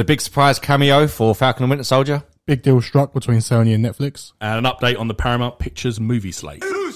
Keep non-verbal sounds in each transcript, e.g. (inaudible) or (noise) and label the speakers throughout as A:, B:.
A: the big surprise cameo for Falcon and Winter Soldier,
B: Big deal struck between Sony and Netflix.
C: and an update on the Paramount Pictures movie slate.
A: All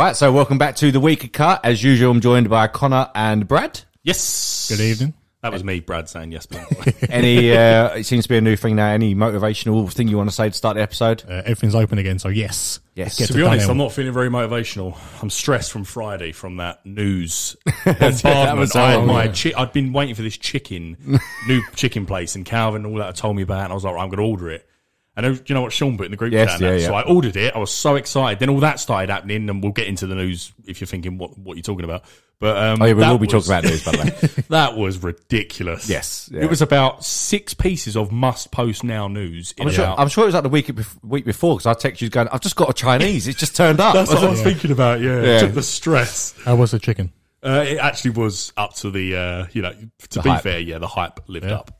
A: right, so welcome back to the Weekly Cut. As usual, I'm joined by Connor and Brad.
C: Yes.
B: Good evening.
C: That was me, Brad, saying yes. But
B: (laughs)
C: (laughs)
A: Any, uh, it seems to be a new thing now. Any motivational thing you want to say to start the episode?
B: Uh, everything's open again, so yes.
A: Yes.
C: to be honest,
B: Daniel.
C: I'm not feeling very motivational. I'm stressed from Friday from that
A: (laughs)
C: news
A: that was
C: bombardment. I had
A: horrible,
C: my
A: yeah.
C: chi- I'd been waiting for this
A: (laughs)
C: chicken, new chicken place, and Calvin and all that had told me about, it, and I was like, right, I'm going to order it. And then, do you know what Sean put in the group
A: Yes,
C: chat?
A: yeah,
C: and that?
A: yeah.
C: So I ordered it. I was so excited. Then all that started happening, and we'll get into the news if you're thinking what what you're talking about. But um,
A: Oh, yeah, we
C: that
A: will be
C: was-
A: talking about news, by the way.
C: (laughs) That was ridiculous.
A: Yes, yeah.
C: It was about six pieces of must post now news. In
A: I'm sure,
C: about-
A: I'm sure it was like the week, bef- week before because I text you going, I've just got a Chinese. It's just turned up.
C: (laughs) That's what I was thinking about, yeah.
A: Yeah.
C: Took the stress.
B: How was the chicken?
C: Uh, it actually was up to the, uh, you know, to be
A: hype.
C: fair, yeah, the hype lived up.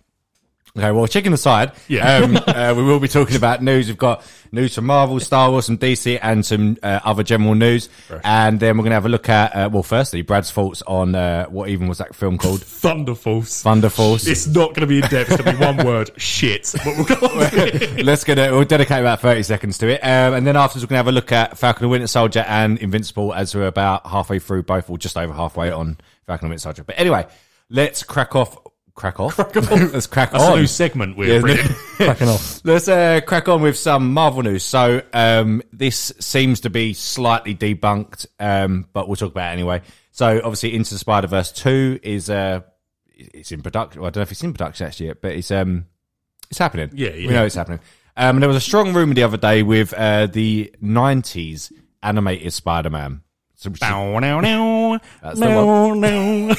A: Okay, well, chicken aside,
C: Yeah. (laughs)
A: um, uh, we will be talking about news. We've got news from Marvel, Star Wars, some DC, and some uh, other general news. And then we're going to have a look at, uh, well, firstly, Brad's thoughts on uh, what even was that film called?
C: Thunder Force.
A: Thunder Force.
C: It's not going to be in depth. It's going to be one word, (laughs) shit. But we'll go
A: (laughs)
C: on to it.
A: Let's get it. We'll dedicate about 30 seconds to it. Um, and then afterwards, we're going to have a look at Falcon and Winter Soldier and Invincible as we're about halfway through both, or just over halfway on Falcon and Winter Soldier. But anyway, let's crack off. Crack off. Crack off. (laughs) let's crack
C: That's
A: on.
C: a new segment we're
A: Yeah,
C: bringing. (laughs)
B: Cracking off.
A: Let's uh, crack on with some Marvel news. So um, this seems to be slightly debunked, um, but we'll talk about it anyway. So obviously, Into the Spider Verse two is uh, it's in production. Well, I don't know if it's in production actually yet, but it's um, it's happening.
C: Yeah, yeah.
A: we know it's happening. Um, and there was a strong rumor the other day with uh, the '90s animated Spider Man. So we should-
C: Bow, now, now.
A: That's the
C: Now,
A: (laughs)
C: now.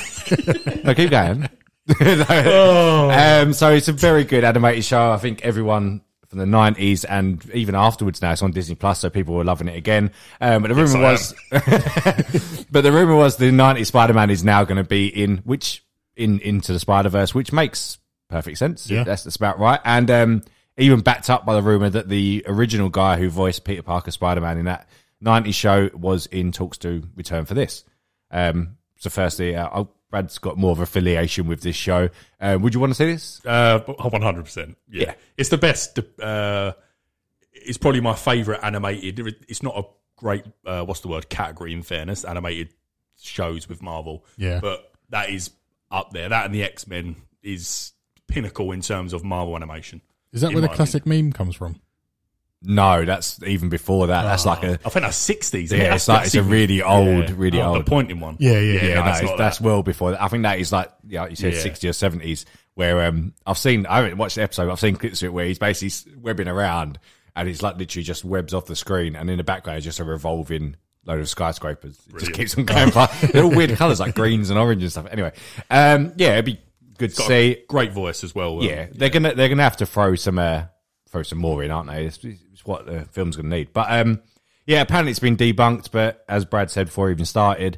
A: no, keep going. (laughs)
C: Oh,
A: um, so it's a very good animated show. I think everyone from the '90s and even afterwards now it's on Disney Plus, so people were loving it again. Um, but the rumor
C: Yes,
A: was, (laughs) but the rumor was the '90s Spider-Man is now going to be in which in into the Spider-Verse, which makes perfect sense.
B: Yeah.
A: that's, that's about right. And um, even backed up by the rumor that the original guy who voiced Peter Parker Spider-Man in that '90s show was in talks to return for this. Um, so firstly, uh, oh, Brad's got more of affiliation with this show. Uh, would you want to see this?
C: Uh, but 100%. Yeah.
A: Yeah.
C: It's the best. Uh, it's probably my favourite animated. It's not a great, uh, what's the word, category in fairness, animated shows with Marvel.
B: Yeah.
C: But that is up there. That and the X Men is pinnacle in terms of Marvel animation.
B: Is that
C: In
B: where the
C: my
B: classic meme comes from?
A: No, that's even before that. That's like a
C: (laughs) I think that's 60s.
A: yeah, it's like it's a really old, really
C: The
A: old.
C: pointing one.
B: Yeah, yeah, yeah,
A: Yeah,
C: that's
A: that is,
C: not
A: that's
C: that.
A: well before that. I think that is like yeah, like you said
C: Yeah.
A: sixty or seventies. Where um, I've seen I haven't watched the episode. But I've seen clips of it where he's basically s- webbing around, and it's like literally just webs off the screen, and in the background is just a revolving load of skyscrapers. It just keeps on going
C: (laughs)
A: past. They're all weird colours like greens and orange and stuff. Anyway, um, yeah, it'd be good to
C: Got a
A: see.
C: great voice as well. um,
A: Yeah, they're gonna they're gonna have to throw some uh, throw some more in, aren't they? It's, it's what the film's gonna need. But um, yeah, apparently it's been debunked. But as Brad said before it even started,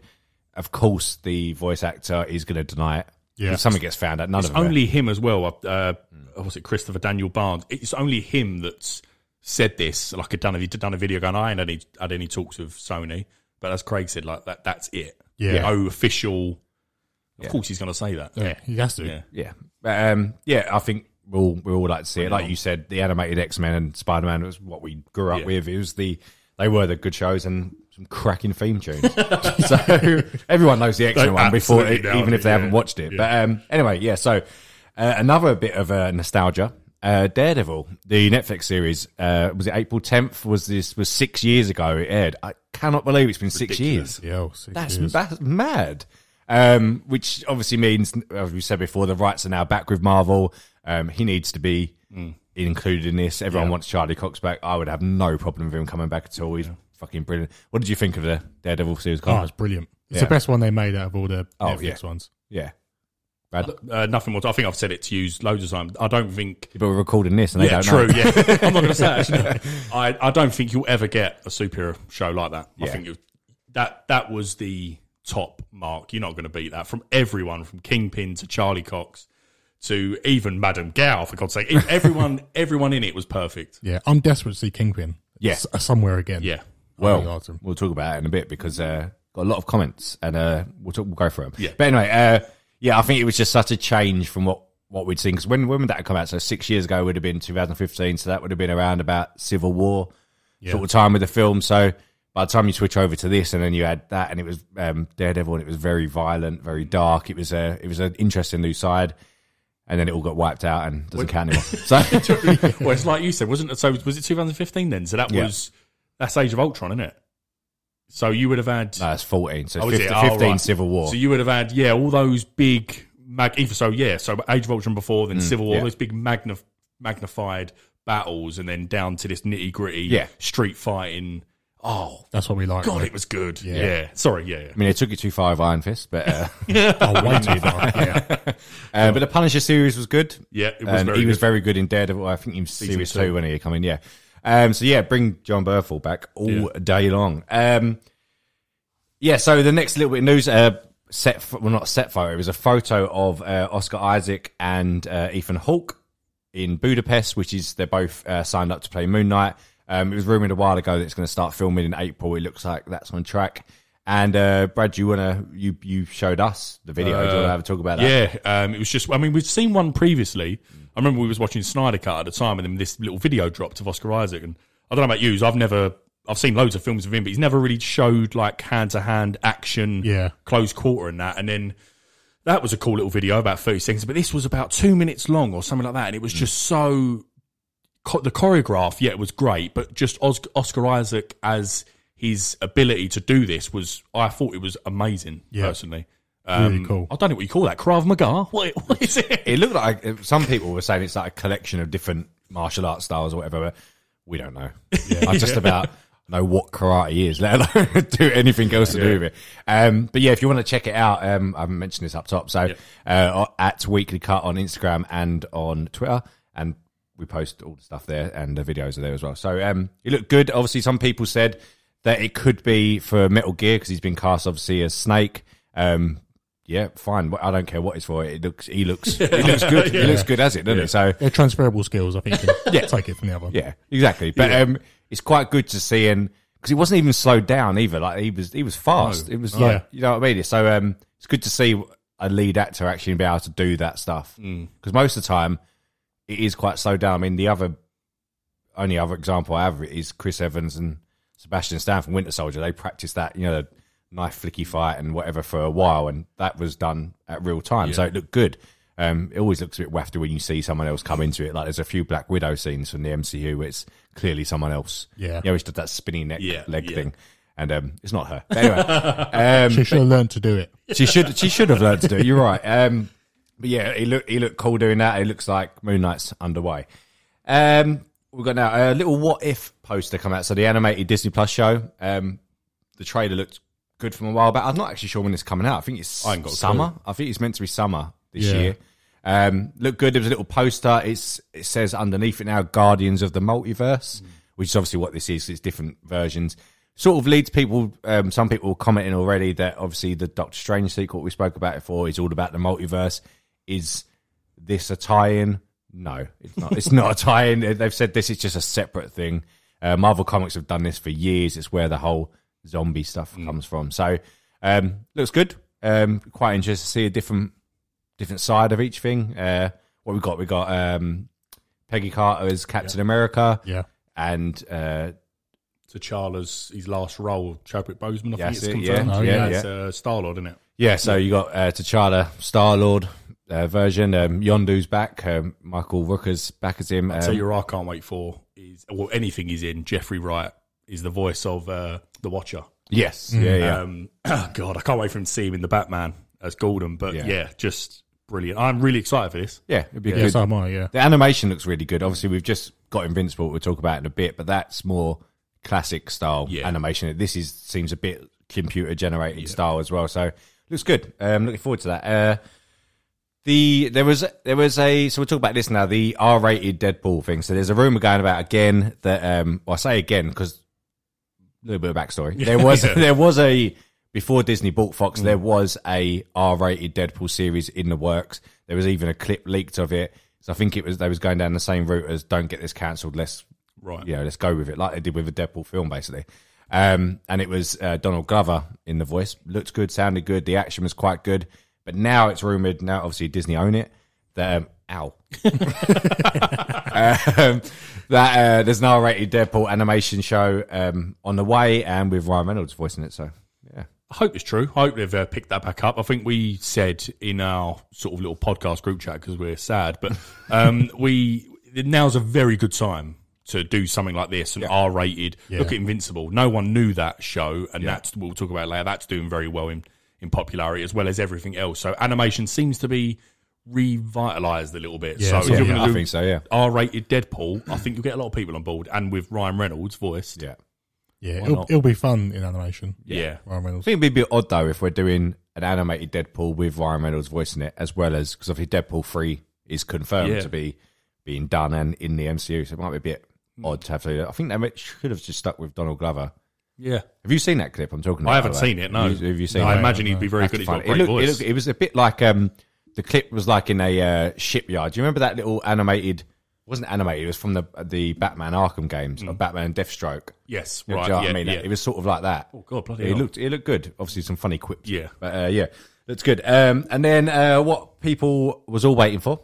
A: of course the voice actor is gonna deny it.
B: Yeah.
A: if something gets found out, none of
C: It's
A: them.
C: only him as well. Uh, was it Christopher Daniel Barnes? It's only him that's said this. Like had done a done a video going, I ain't had any, had any talks with Sony, but as Craig said, like that that's it.
B: Yeah.
C: no official. Of course, he's going to say that. Yeah,
B: He has to.
C: Yeah.
A: yeah, but, um, yeah. I think we all we all like to see it. Like you said, the animated X Men and Spider Man was what we grew up
C: Yeah.
A: with. It was the they were the good shows and some cracking theme tunes. (laughs) so everyone knows the X Men
C: They
A: one before,
C: absolutely know
A: even
C: it,
A: if they
C: yeah.
A: haven't watched it. But um, anyway, yeah. So uh, another bit of uh, nostalgia. Uh, Daredevil, the Netflix series, uh, was it April tenth? Was this was six years ago? It aired. I cannot believe it's been six years.
B: Yeah, oh, six
A: That's,
B: years.
A: that's mad. Um, which obviously means, as we said before, the rights are now back with Marvel. Um, he needs to be
C: Mm.
A: included in this. Everyone wants Charlie Cox back. I would have no problem with him coming back at all. He's fucking brilliant. What did you think of the Daredevil series?
B: Oh,
A: Carl?
B: it's brilliant. It's
A: Yeah.
B: the best one they made out of all the
A: Oh,
B: Netflix
A: yeah.
B: ones.
A: Yeah. Brad,
C: Uh, nothing more. to- I think I've said it to you loads of times. I don't think.
A: but we're recording this and they
C: yeah,
A: don't
C: true.
A: know.
C: Yeah, (laughs) I'm not going to say it, actually. No. I I don't think you'll ever get a superhero show like that. I
A: Yeah.
C: think you, that that was the top mark. You're not going to beat that from everyone, from Kingpin to Charlie Cox to even Madame Gao. For God's sake, everyone everyone in it was perfect.
B: Yeah, I'm desperate to see Kingpin.
A: Yeah.
B: S- uh, somewhere again.
C: Yeah,
B: Oh, you're
A: Well,
B: awesome.
A: we'll talk about it in a bit because uh, got a lot of comments and uh, we'll, talk, we'll go through them.
C: Yeah.
A: But anyway, uh, Yeah, I think it was just such a change from what, what we'd seen. Because when, when would that come out? So six years ago would have been 2015. So that would have been around about Civil War sort of time with the film. So by the time you switch over to this, and then you had that, and it was um, Daredevil, and it was very violent, very dark. It was a it was an interesting new side, and then it all got wiped out and doesn't count
C: (laughs)
A: anymore. So uh,
C: well, it's like you said, wasn't it? So was it 2015 then? So that
A: Yeah.
C: was that's Age of Ultron, isn't it? So you would have had
A: No, it's 14. So
C: Oh, is
A: 15,
C: it? Oh,
A: 15
C: right.
A: Civil War.
C: So you would have had yeah all those big mag. even So yeah, so Age of Ultron before then Civil War,
A: Mm, yeah.
C: those big magnif- magnified battles, and then down to this nitty gritty
A: Yeah.
C: street fighting. Oh
B: That's what we like.
C: God,
B: right?
C: it was good. Yeah. Sorry. Yeah. yeah.
A: I mean, they took it too far with Iron Fist, but uh,
B: Oh, way too far. Yeah.
A: uh, but the Punisher series was good.
C: Um, Yeah, it was
A: and
C: very
A: he was
C: good.
A: very good in Daredevil. I think he was series two when he come in. Yeah. Um, so yeah, bring John Burfall back all day long. Um, yeah. So the next little bit of news. Uh, set ph- well not set photo. It was a photo of uh, Oscar Isaac and uh, Ethan Hawke in Budapest, which is they're both uh, signed up to play Moon Knight. Um, it was rumored a while ago that it's going to start filming in April. It looks like that's on track. And uh, Brad, you wanna you you showed us the video. Do you wanna have a talk about that?
C: Uh, Yeah, um, it was just. I mean, we've seen one previously. I remember we was watching Snyder Cut at the time, and then this little video dropped of Oscar Isaac. And I don't know about you, so I've never, I've seen loads of films of him, but he's never really showed like hand to hand action,
B: Yeah.
C: close quarter and that. And then that was a cool little video, about thirty seconds, but this was about two minutes long or something like that, and it was just
B: Mm.
C: so. co- The choreograph, yeah, it was great, but just Os- Oscar Isaac as his ability to do this was, I thought it was amazing
B: Yeah.
C: personally.
B: really cool.
C: I don't know what you call that. Krav Maga? What, what is it? (laughs)
A: it looked like uh, some people were saying it's like a collection of different martial art styles or whatever. But we don't know. I just about know what karate is, let alone (laughs) do anything else to do with it. Um, but yeah, if you want to check it out, um, I haven't mentioned this up top. So uh, at Weekly Cut on Instagram and on Twitter, and we post all the stuff there, and the videos are there as well. So um, it looked good. Obviously, some people said that it could be for Metal Gear because he's been cast obviously as Snake. Um, yeah, fine. I don't care what it's for. It looks, he looks, he looks good. He looks good as it, doesn't he? So
B: They're transferable skills. I think you can take it from the other.
A: yeah, exactly. But um, it's quite good to see, and because he wasn't even slowed down either. Like he was, he was fast. It was like
B: Yeah.
A: you know what I mean. So um, it's good to see a lead actor actually be able to do that stuff because most of the time it is quite slowed down. I mean, the other only other example I have is Chris Evans and Sebastian Stan from Winter Soldier. They practiced that, you know, the knife flicky fight and whatever for a while, and that was done at real time, so it looked good. Um, it always looks a bit wafty when you see someone else come into it. Like there's a few Black Widow scenes from the MCU where it's clearly someone else.
B: Yeah.
A: you always did that spinny neck
C: Yeah,
A: leg
C: yeah.
A: thing, and um, it's not her. But
C: (laughs)
A: anyway, um,
B: She should have learned to do it.
A: she should she should have learned to do it. You're right. Um, but yeah, he looked he looked cool doing that. It looks like Moon Knight's underway. Um, we've got now a little what if poster come out. So the animated Disney Plus show. Um, the trailer looked good from a while back. I'm not actually sure when it's coming out. I think it's
C: I ain't got a
A: summer. I think it's meant to be summer this
B: Yeah.
A: year. Um, looked good. There was a little poster. It's it says underneath it now Guardians of the Multiverse, which is obviously what this is. It's different versions. Sort of leads people. Um, some people were commenting already that obviously the Doctor Strange sequel we spoke about before is all about the multiverse. Is this a tie-in? No, it's not. It's not a tie-in. (laughs) They've said this is just a separate thing. Uh, Marvel Comics have done this for years. It's where the whole zombie stuff
B: Mm.
A: comes from. So um, looks good. Um, quite interesting to see a different different side of each thing. Uh, what we got? We got um, Peggy Carter as Captain America,
B: Yeah.
A: and uh,
C: T'Challa's his last role, Chadwick Boseman. I
A: Yes,
C: think it's
A: it-
C: confirmed.
A: yeah, Oh, yeah,
C: That's
A: yeah.
C: uh, Star Lord, isn't it?
A: yeah. So you got uh, T'Challa, Star Lord uh, version. Um, Yondu's back. Um, Michael Rooker's back as him.
C: so
A: Um,
C: you're I can't wait for is well anything he's in. Jeffrey Wright is the voice of uh, the Watcher.
A: yes,
B: Mm.
A: yeah, yeah.
B: Uh,
C: Um, (clears throat) God, I can't wait for him to see him in the Batman as Gordon. But
A: Yeah.
C: yeah, just brilliant. I'm really excited for this.
A: Yeah, it'd be
B: Yeah,
A: good.
B: so am I. Yeah.
A: the animation looks really good. Obviously, we've just got Invincible. We'll talk about in a bit, but that's more classic style
C: Yeah.
A: animation. This is seems a bit computer generated style as well. So looks good. Um, looking forward to that. Uh, the there was there was a so we'll talk about this now. The R rated Deadpool thing. So there's a rumor going about again that um, well, I say again because a little bit of backstory. There was (laughs) there was a before Disney bought Fox, there was a R-rated Deadpool series in the works. There was even a clip leaked of it. So I think it was they was going down the same route as "Don't get this cancelled." Let's
C: Right.
A: you know, let's go with it, like they did with the Deadpool film, basically. Um, and it was uh, Donald Glover in the voice. Looked good, sounded good. The action was quite good. But But now it's rumored. Now obviously Disney own it. That um,
C: (laughs)
A: ow. (laughs) um, that uh, there's now a rated Deadpool animation show um, on the way, and with Ryan Reynolds voicing it. So yeah,
C: I hope it's true. I hope they've uh, picked that back up. I think we said in our sort of little podcast group chat because we're sad,
A: (laughs)
C: but um, we now's a very good time to do something like this and R-rated. Look at Invincible. No one knew that show, and that's we'll talk about it later. That's doing very well in in popularity as well as everything else. So animation seems to be revitalized a little bit. so
B: that's
C: if you're
B: what-
A: yeah
C: going to
A: I
C: do
A: think so. Yeah,
C: R-rated Deadpool, I think you'll get a lot of people on board, and with Ryan Reynolds voice.
A: yeah.
B: Yeah,
C: not?
B: it'll, it'll be fun in animation.
C: yeah.
B: Ryan
A: I
B: Reynolds.
A: think it'd be a bit odd though if we're doing an animated Deadpool with Ryan Reynolds voicing it, as well as because obviously Deadpool three is confirmed
C: Yeah.
A: to be being done and in the MCU, so it might be a bit odd to have to. do that. I think they might- should have just stuck with Donald Glover.
C: yeah.
A: Have you seen that clip I'm talking about?
C: I haven't
A: by the way?
C: seen it. No,
A: Have you, have you seen?
C: No,
A: it?
C: I imagine he'd be very
A: Have
C: good.
A: to
C: He's
A: find
C: got a
A: it.
C: great
A: It looked- it
C: voice.
A: looked- it was a bit like um, the clip was like in a uh, shipyard. Do you remember that little animated? It wasn't animated. It was from the the Batman Arkham games,
C: Hmm.
A: or Batman and Deathstroke.
C: yes,
A: Do you
C: right.
A: know what
C: yeah,
A: I mean?
C: yeah.
A: It was sort of like that.
C: oh god, bloody
A: It
C: hell.
A: looked it looked good. Obviously, some funny quips.
C: Yeah.
A: but uh, yeah, that's good. Um, and then uh, what people was all waiting for,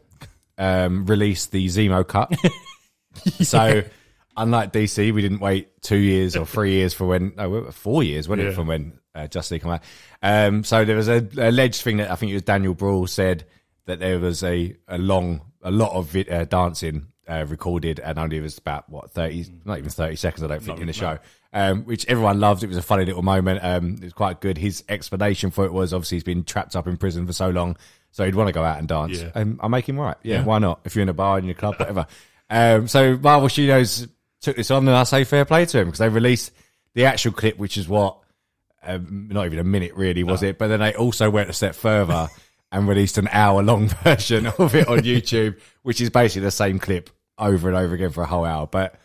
A: um, released the Zemo cut.
C: (laughs)
A: So unlike DC, we didn't wait two years or three years for when no, we were- four years, wasn't it,
C: Yeah.
A: from when uh, Justice League came out? Um, so there was a alleged thing that I think it was Daniel Brawl said that there was a a long a lot of vi- uh, dancing. Uh, recorded and only it was about what 30 not even 30 seconds I don't think in the show um, which everyone loved it was a funny little moment um, it was quite good his explanation for it was obviously he's been trapped up in prison for so long so he'd want to go out and dance
C: Yeah.
A: um, I make him right. Yeah, why not? If you're in a bar in your club, whatever. um, so Marvel Studios took this on, and I say fair play to him because they released the actual clip, which is what um, not even a minute really was it, but then they also went a step further and released an hour long (laughs) version of it on YouTube, which is basically the same clip over and over again for a whole hour. But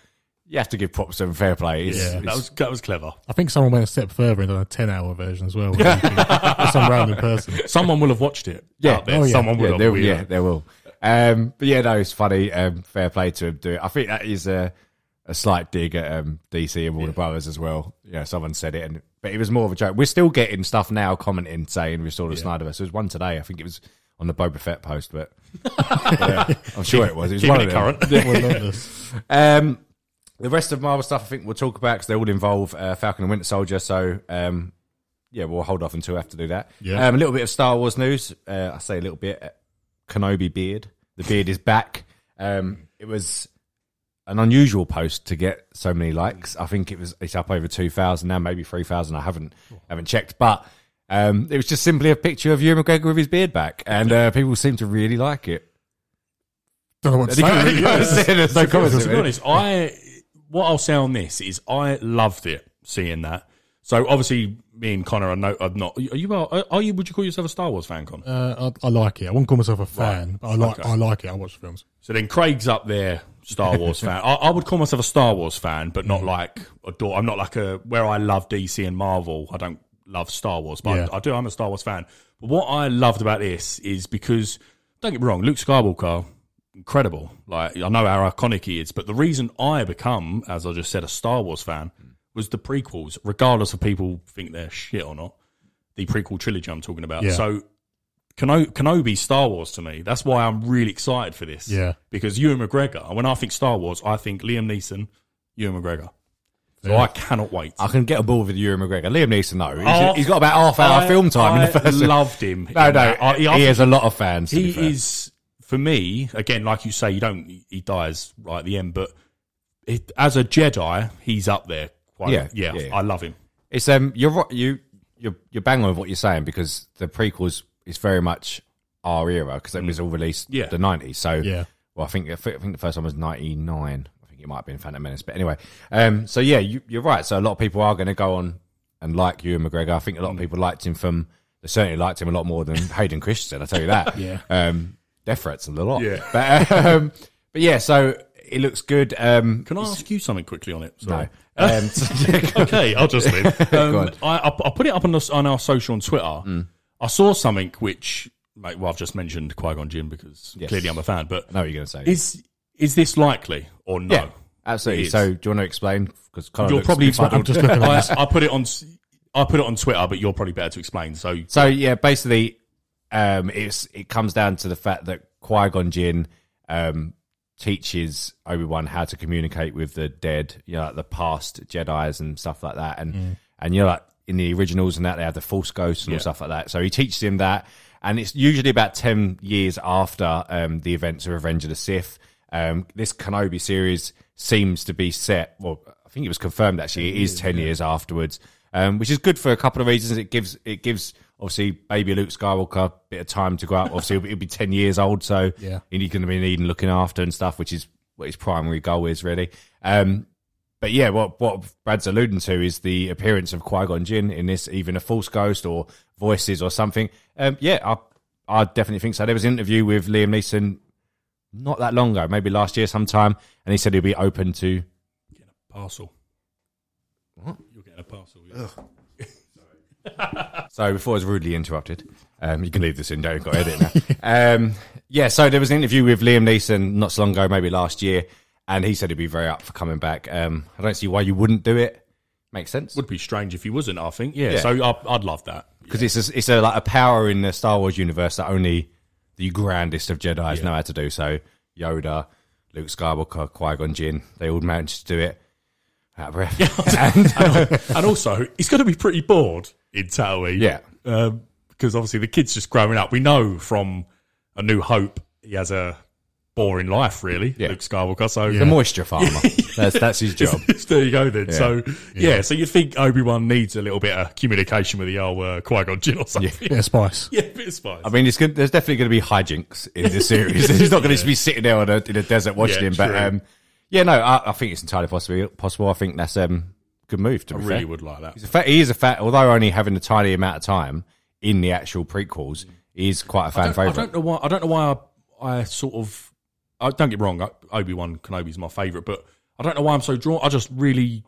A: you have to give props to them, fair play. It's,
C: yeah,
A: it's-
C: that was that was clever.
B: I think someone went a step further and done a 10 hour version as well. or something. Some random person.
C: Someone will have watched it.
A: Yeah.
C: out there.
B: Oh, yeah.
C: someone will
A: yeah,
C: have.
A: there,
C: we-
A: yeah, there will. Um, but yeah, no, it's funny. Um, fair play to him. Do it. I think that is a a slight dig at um, DC and Warner Brothers as well. Yeah, someone said it, and but it was more of a joke. We're still getting stuff now commenting saying we saw the Snyderverse. There was one today. I think it was on the Boba Fett post,
C: (laughs)
A: but (laughs) yeah, I'm sure it was. It was
C: Keeping
A: one of
C: it
A: them. (laughs)
C: current.
B: Everyone loved this.
A: Um, the rest of Marvel stuff, I think we'll talk about because they all involve uh, Falcon and Winter Soldier. So, um, yeah, we'll hold off until we have to do that.
B: Yeah.
A: Um, a little bit of Star Wars news. Uh, I say a little bit. uh, Kenobi beard. The beard is back. Um, it was an unusual post to get so many likes. I think it was it's up over two thousand now, maybe three thousand. I haven't haven't checked, but um, it was just simply a picture of Ewan McGregor with his beard back, and uh, people seem to really like it.
B: Don't know what to say.
A: (laughs) There's no comments.
C: To be honest, I what I'll say on this is I loved it seeing that. So obviously, me and Connor are no, are not. Are you? Are, are you? Would you call yourself a Star Wars fan, Connor?
B: Uh, I, I like it. I wouldn't call myself a fan, but I like I like it. I watch films.
C: So then Craig's up there, Star
B: (laughs)
C: Wars fan. I, I would call myself a Star Wars fan, but not like a door. I'm not like a where I love DC and Marvel. I don't love Star Wars, but
B: Yeah.
C: I, I do. I'm a Star Wars fan. But what I loved about this is because don't get me wrong, Luke Skywalker, incredible. Like I know how iconic he is, but the reason I become, as I just said, a Star Wars fan was the prequels, regardless of people think they're shit or not. The prequel trilogy I'm talking about.
B: Yeah.
C: So Keno- Kenobi Star Wars to me. That's why I'm really excited for this.
B: Yeah.
C: Because Ewan McGregor, when I think Star Wars, I think Liam Neeson, Ewan McGregor. So I cannot wait.
A: I can get on board with Ewan McGregor. Liam Neeson, no, he's,
C: Oh,
A: he's got about half hour
C: I-
A: film time
C: I
A: in the first.
C: loved him.
A: (laughs) no, no,
C: in that. I-
A: he,
C: I
A: has a lot of fans. to be fair.
C: he is for me again like you say you don't he dies right at the end but it, as a jedi he's up there quite,
A: Yeah,
C: yeah,
A: yeah, yeah.
C: i love him
A: It's um, you're right- you you you're bang on with what you're saying because the prequels is very much our era because it was all released
C: Mm. Yeah.
A: the nineties. So
B: Yeah.
A: well, I think I think the first one was ninety nine. I think it might have been Phantom Menace, but anyway, um, so yeah, you, you're right. So a lot of people are going to go on and like you and McGregor. I think a lot of
C: Mm.
A: people liked him from. They certainly liked him a lot more
C: (laughs)
A: than Hayden Christensen. I tell you that. yeah. Um, death threats and a lot.
C: Yeah.
A: But (laughs) um, but yeah, so it looks good. Um,
C: can i ask you something quickly on it
A: no.
C: Sorry.
A: (laughs) Um, so-
C: (laughs) okay i'll just
A: (laughs)
C: leave
A: Go
C: um,
A: on. Mm.
C: I, I, I put it up on, us on our social on twitter i saw something which mate, well i've just mentioned qui-gon jinn because clearly i'm a fan but
A: I know what you're going to say.
C: is is this likely or no
A: Yeah, absolutely.
C: It is.
A: So, do you want to explain? Because
C: You're probably (laughs)
B: I'm just looking at
C: I, I put it on s- i put it on twitter but you're probably better to explain so
A: So yeah, basically, um, it's it comes down to the fact that Qui Gon Jinn um, teaches Obi Wan how to communicate with the dead, you know, like the past Jedi's and stuff like that, and
C: Mm.
A: and you're like in the originals and that they have the false ghosts and all stuff like that. So he teaches him that, and it's usually about ten years after um, the events of Revenge of the Sith. Um, this Kenobi series seems to be set. Well, I think it was confirmed actually. It is ten years afterwards, um, which is good for a couple of reasons. It gives it gives obviously baby Luke Skywalker a bit of time to grow up. Obviously, he'll be, he'll be ten years old, so
B: Yeah.
A: and he's going to be needing looking after and stuff, which is what his primary goal is really. Um, but yeah, what what Brad's alluding to is the appearance of Qui Gon Jinn in this, even a false ghost or voices or something. Um, yeah, I I definitely think so. There was an interview with Liam Neeson not that long ago, maybe last year sometime, and he said he'd be open to.
C: Parcel. You're getting a parcel. yeah.
A: So before I was rudely interrupted, um, you can leave this in. Don't got to edit now. um, yeah, so there was an interview with Liam Neeson not so long ago, maybe last year, and he said he'd be very up for coming back. Um, I don't see why you wouldn't do it. Makes sense.
C: Would be strange if he wasn't. I think. Yeah.
A: Yeah.
C: So I, I'd love that. (laughs)
A: because it's a, it's a like a power in the Star Wars universe that only the grandest of Jedi's know how to do. So Yoda, Luke Skywalker, Qui Gon Jinn, they all managed to do it. Out of breath. (laughs)
C: and also, he's going to be pretty bored in Tatooine.
A: Yeah.
C: Um, because obviously the kid's just growing up. We know from A New Hope he has a boring life, really,
A: Yeah.
C: Luke Skywalker. So (laughs)
A: The moisture (laughs) farmer. that's that's his job.
C: there you go then. So yeah. so you think Obi Wan needs a little bit of communication with the old uh, Qui Gon Jinn or something? (laughs) Yeah,
B: Bit of spice.
C: yeah bit of spice.
A: I mean, it's good, there's definitely going to be hijinks in this series. (laughs) He's not going to be sitting there on a, in a desert watching
C: Yeah,
A: him. But
C: true.
A: um, yeah, no, I, I think it's entirely possible. Possible. I think that's um good move. To be
C: I
A: fair.
C: really would like that.
A: He's a fat, he is a fat, although only having a tiny amount of time in the actual prequels, he is quite a fan
C: I
A: favorite.
C: don't know why. I don't know why I, I sort of. I don't get wrong. Obi Wan Kenobi's my favourite, but I don't know why I'm so drawn. I just really,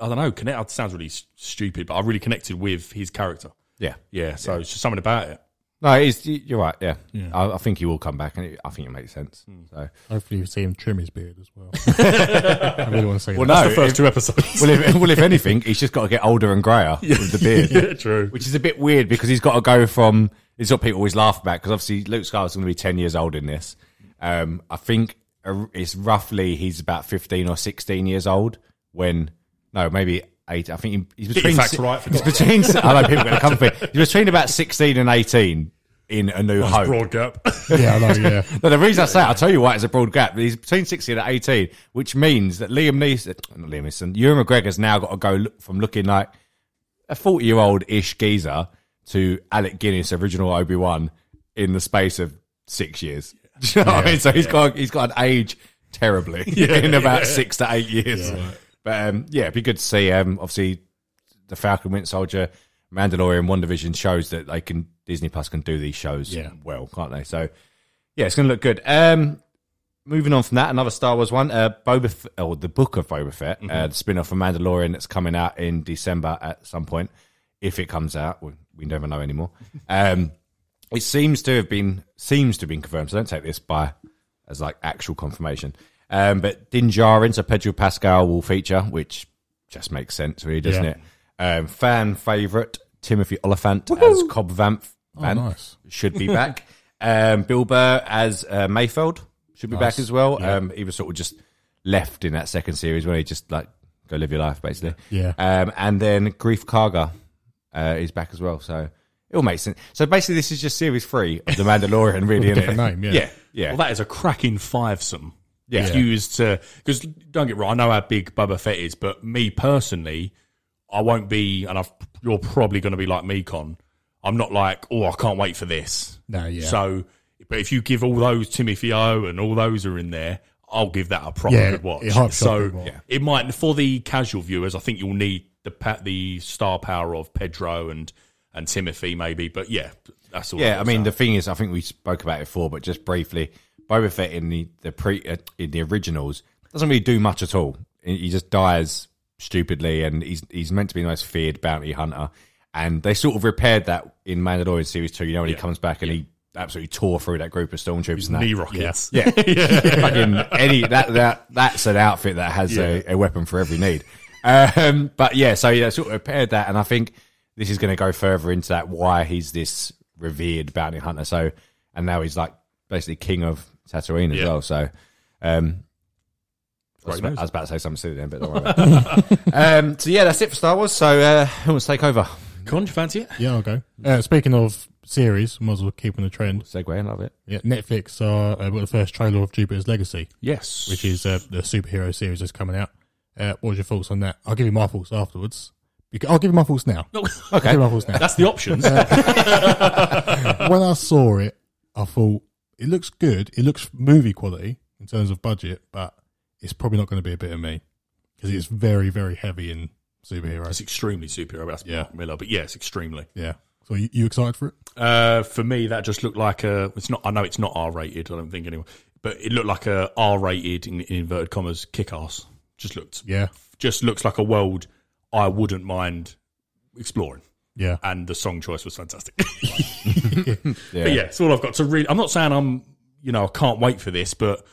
C: I don't know. Connect. It sounds really s- stupid, but I really connected with his character.
A: Yeah,
C: Yeah. So it's just something about it.
A: no, it is, you- you're right. Yeah, I, I think he will come back, and it, I think it makes sense.
C: Hmm.
A: So,
B: Hopefully, you see him trim his beard as well. I really want to see
A: well,
B: that.
A: no,
C: The first
A: if,
C: two (laughs) episodes.
A: well, if, (laughs) well, if anything, he's just got to get older and grayer with the beard,
C: (laughs) yeah, true.
A: which is a bit weird because he's got to go from. It's what people always laugh about because obviously Luke Skywalker's going to be ten years old in this. Um, I think uh, it's roughly he's about fifteen or sixteen years old when no, maybe. Eight, I think he, he's between.
C: facts
A: si-
C: right for
A: he's between. I know people are going to come for
C: (laughs)
A: it. He's between about sixteen and eighteen in A New Hope.
C: Broad gap. (laughs)
B: Yeah, I know, yeah.
A: No, the reason I say it, I'll tell you why it's a broad gap. He's between 16 and 18, which means that Liam Neeson, not Liam Neeson, Ewan McGregor's now got to go look, from looking like a 40 year old ish geezer to Alec Guinness, original Obi Wan, in the space of six years. (laughs) Do you know what I mean? So he's got he's got an age terribly (laughs) in about six to eight years. But um, yeah, it'd be good to see. Um, obviously, the Falcon Winter Soldier, Mandalorian, One Division shows that they can Disney Plus can do these shows
B: Yeah.
A: well, can't they? So yeah, it's going to look good. Um, moving on from that, another Star Wars one, uh, Boba F- or the Book of Boba Fett,
B: Mm-hmm.
A: uh, the spin-off of Mandalorian that's coming out in December at some point, if it comes out. We, we never know
B: (laughs)
A: anymore. Um, it seems to have been seems to have been confirmed. So don't take this by as like actual confirmation. Um, but Din Djarin, so Pedro Pascal will feature, which just makes sense, really, doesn't
B: Yeah.
A: it? Um, fan favorite Timothy Oliphant as Cobb Vamp.
B: Oh,
A: Vamp
B: nice.
A: should be
B: (laughs)
A: back. um, Bill Burr as uh, Mayfeld should be back as well. Um, he was sort of just left in that second series when he just like go live your life basically.
B: Yeah.
A: Um, and then Grief Karga uh, is back as well, so it all makes sense. So basically, this is just series three of The Mandalorian, really.
B: (laughs) With a
A: isn't
B: different
A: it?
B: name, yeah.
A: yeah, yeah.
C: Well, that is a cracking fivesome.
A: Yeah.
C: It's used to because don't get wrong. I know how big Boba Fett is, but me personally, I won't be, and I've, you're probably going to be like me, Con. I'm not like, oh, I can't wait for this.
B: No, yeah.
C: So, but if you give all those Timothy O and all those are in there, I'll give that a proper
B: Yeah,
C: good watch.
B: it hypes up a
C: so
B: bit more.
C: yeah. it might for the casual viewers, I think you'll need the pa- the star power of Pedro and and Timothy maybe, but yeah, that's all.
A: Yeah, I
C: that's
A: mean the thing is, I think we spoke about it before, but just briefly, Boba Fett in the the pre uh, in the originals doesn't really do much at all. He he just dies stupidly, and he's he's meant to be the most feared bounty hunter, and they sort of repaired that in Mandalorian series two. You know when he comes back and he absolutely tore through that group of stormtroopers and that.
C: knee rockets.
A: Yeah, (laughs) fucking any that that that's an outfit that has a, a weapon for every need. Um, but yeah, so yeah, sort of paired that, and I think this is going to go further into that why he's this revered bounty hunter. So, and now he's like basically king of Tatooine as
C: Yeah.
A: well. So, um, I, was,
C: Right nose.
A: I was about to say something silly then, but don't worry about it. (laughs) um, so yeah, that's it for Star Wars. So, uh, who wants to take over?
C: Con, do you fancy it?
B: Yeah, I'll go. Uh, speaking of series, might as well keep on the trend.
A: Segway, I love it.
B: Yeah, Netflix are uh, got the first trailer of Jupiter's Legacy,
C: Yes.
B: which is uh, the superhero series that's coming out. Uh, what was your thoughts on that? I'll give you my thoughts afterwards. Beca- I'll give you my thoughts now. I'll
C: (laughs) okay.
B: give you my thoughts now.
C: That's the options.
B: when I saw it, I thought it looks good. It looks movie quality in terms of budget, but it's probably not going to be a bit of me because it's very, very heavy in
C: it's
B: superheroes.
C: extremely superhero. That's
B: Yeah.
C: Mark Miller, but yes, extremely.
B: Yeah. So you, you excited for it?
C: Uh, for me, that just looked like a. It's not. I know it's not R rated. I don't think anyone. But it looked like a R rated in, in inverted commas kick ass. Just looked.
B: Yeah.
C: Just looks like a world I wouldn't mind exploring.
B: Yeah.
C: And the song choice was fantastic. (laughs)
A: Yeah.
C: But yeah, it's all I've got to read. I'm not saying I'm, you know, I can't wait for this, but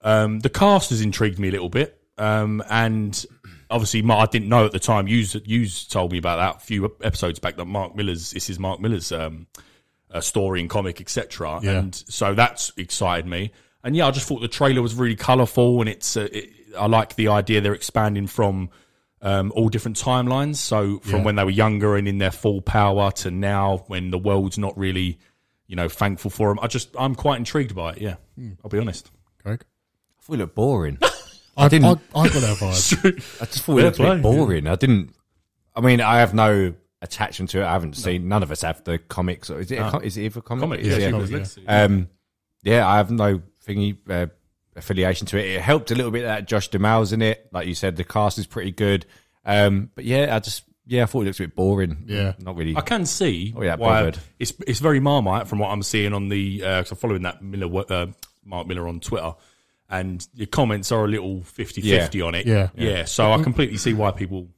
C: um, the cast has intrigued me a little bit. Um, and obviously, Mark, I didn't know at the time. Yous, Yous told me about that a few episodes back that Mark Miller's, this is Mark Miller's um, uh, story and comic, etc.
B: Yeah.
C: And so that's excited me. And yeah, I just thought the trailer was really colourful and it's, uh, it, I like the idea they're expanding from um, all different timelines. So from
B: Yeah.
C: when they were younger and in their full power to now when the world's not really, you know, thankful for them. I just, I'm quite intrigued by it. Yeah,
B: Hmm.
C: I'll be
B: (laughs)
C: honest.
B: Greg?
A: I thought it looked boring. (laughs)
B: I,
A: didn't-
B: I, I got that vibe.
A: I just thought it looked a
C: play.
A: bit boring. I didn't. I mean, I have no attachment to it. I haven't seen. None of us have the comics. Or is it? A, co- is it even a comic?
C: Comic,
A: Is
C: yeah,
A: it a
C: she
B: comic,
C: was
B: yeah.
C: Lexi.
A: Um, yeah, I have no thingy uh, affiliation to it. It helped a little bit that Josh Duhamel's in it, like you said. The cast is pretty good, um, but yeah, I just yeah, I thought it looks a bit boring.
B: Yeah.
A: not really.
C: I can see
A: Oh, yeah,
C: why
A: bothered.
C: it's it's very Marmite from what I'm seeing on the because I'm following that Miller wo- uh, Mark Miller on Twitter, and your comments are a little 50-50 on it.
B: Yeah.
C: yeah. So I completely see why people.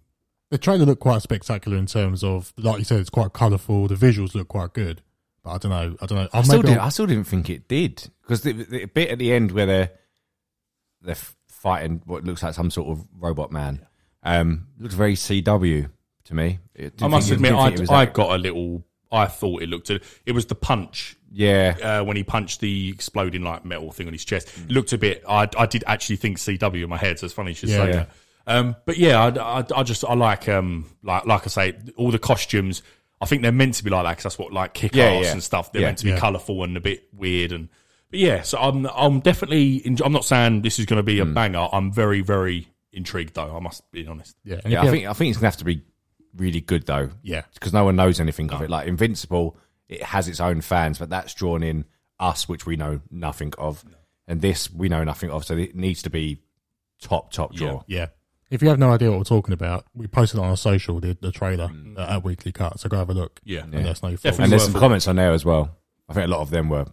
B: The trailer looked quite spectacular in terms of, like you said, it's quite colourful. The visuals look quite good. But I don't know. I don't know. I
A: still
B: maybe
A: didn't,
B: I'll-
A: I still didn't think it did because the, the bit at the end where they're they're f- fighting what looks like some sort of robot man um, looks very CW to me. It- didn't
C: I must
A: think it-
C: admit,
A: didn't think it was
C: I, I
A: that-
C: got a little. I thought it looked. It was the punch
A: yeah,
C: uh, when he punched the exploding like metal thing on his chest. It looked a bit. I, I did actually think CW in my head, so it's funny you should
B: Yeah,
C: say
B: yeah.
C: that. Um, but yeah, I, I, I just I like um like like I say all the costumes. I think they're meant to be like that because that's what like kick
A: Yeah,
C: ass
A: yeah.
C: and stuff. They're
A: Yeah.
C: meant to be
B: Yeah.
C: colourful and a bit weird and. But yeah, so I'm I'm definitely. enj- I'm not saying this is going to be a banger. I'm very very intrigued though. I must be honest.
B: Yeah. And
A: yeah.
B: if
A: I
B: you-
A: think I think it's gonna have to be really good though.
B: Yeah.
A: because no one knows anything of it. Like Invincible, it has its own fans, but that's drawn in us, which we know nothing of, and this we know nothing of. So it needs to be top top draw.
B: Yeah. If you have no idea what we're talking about, we posted it on our social, the, the trailer uh, at Weekly Cut. So go have a look.
C: Yeah.
B: And that's no fault.
C: Definitely.
A: And there's some
C: Worth it.
A: comments on there as well. I think a lot of them were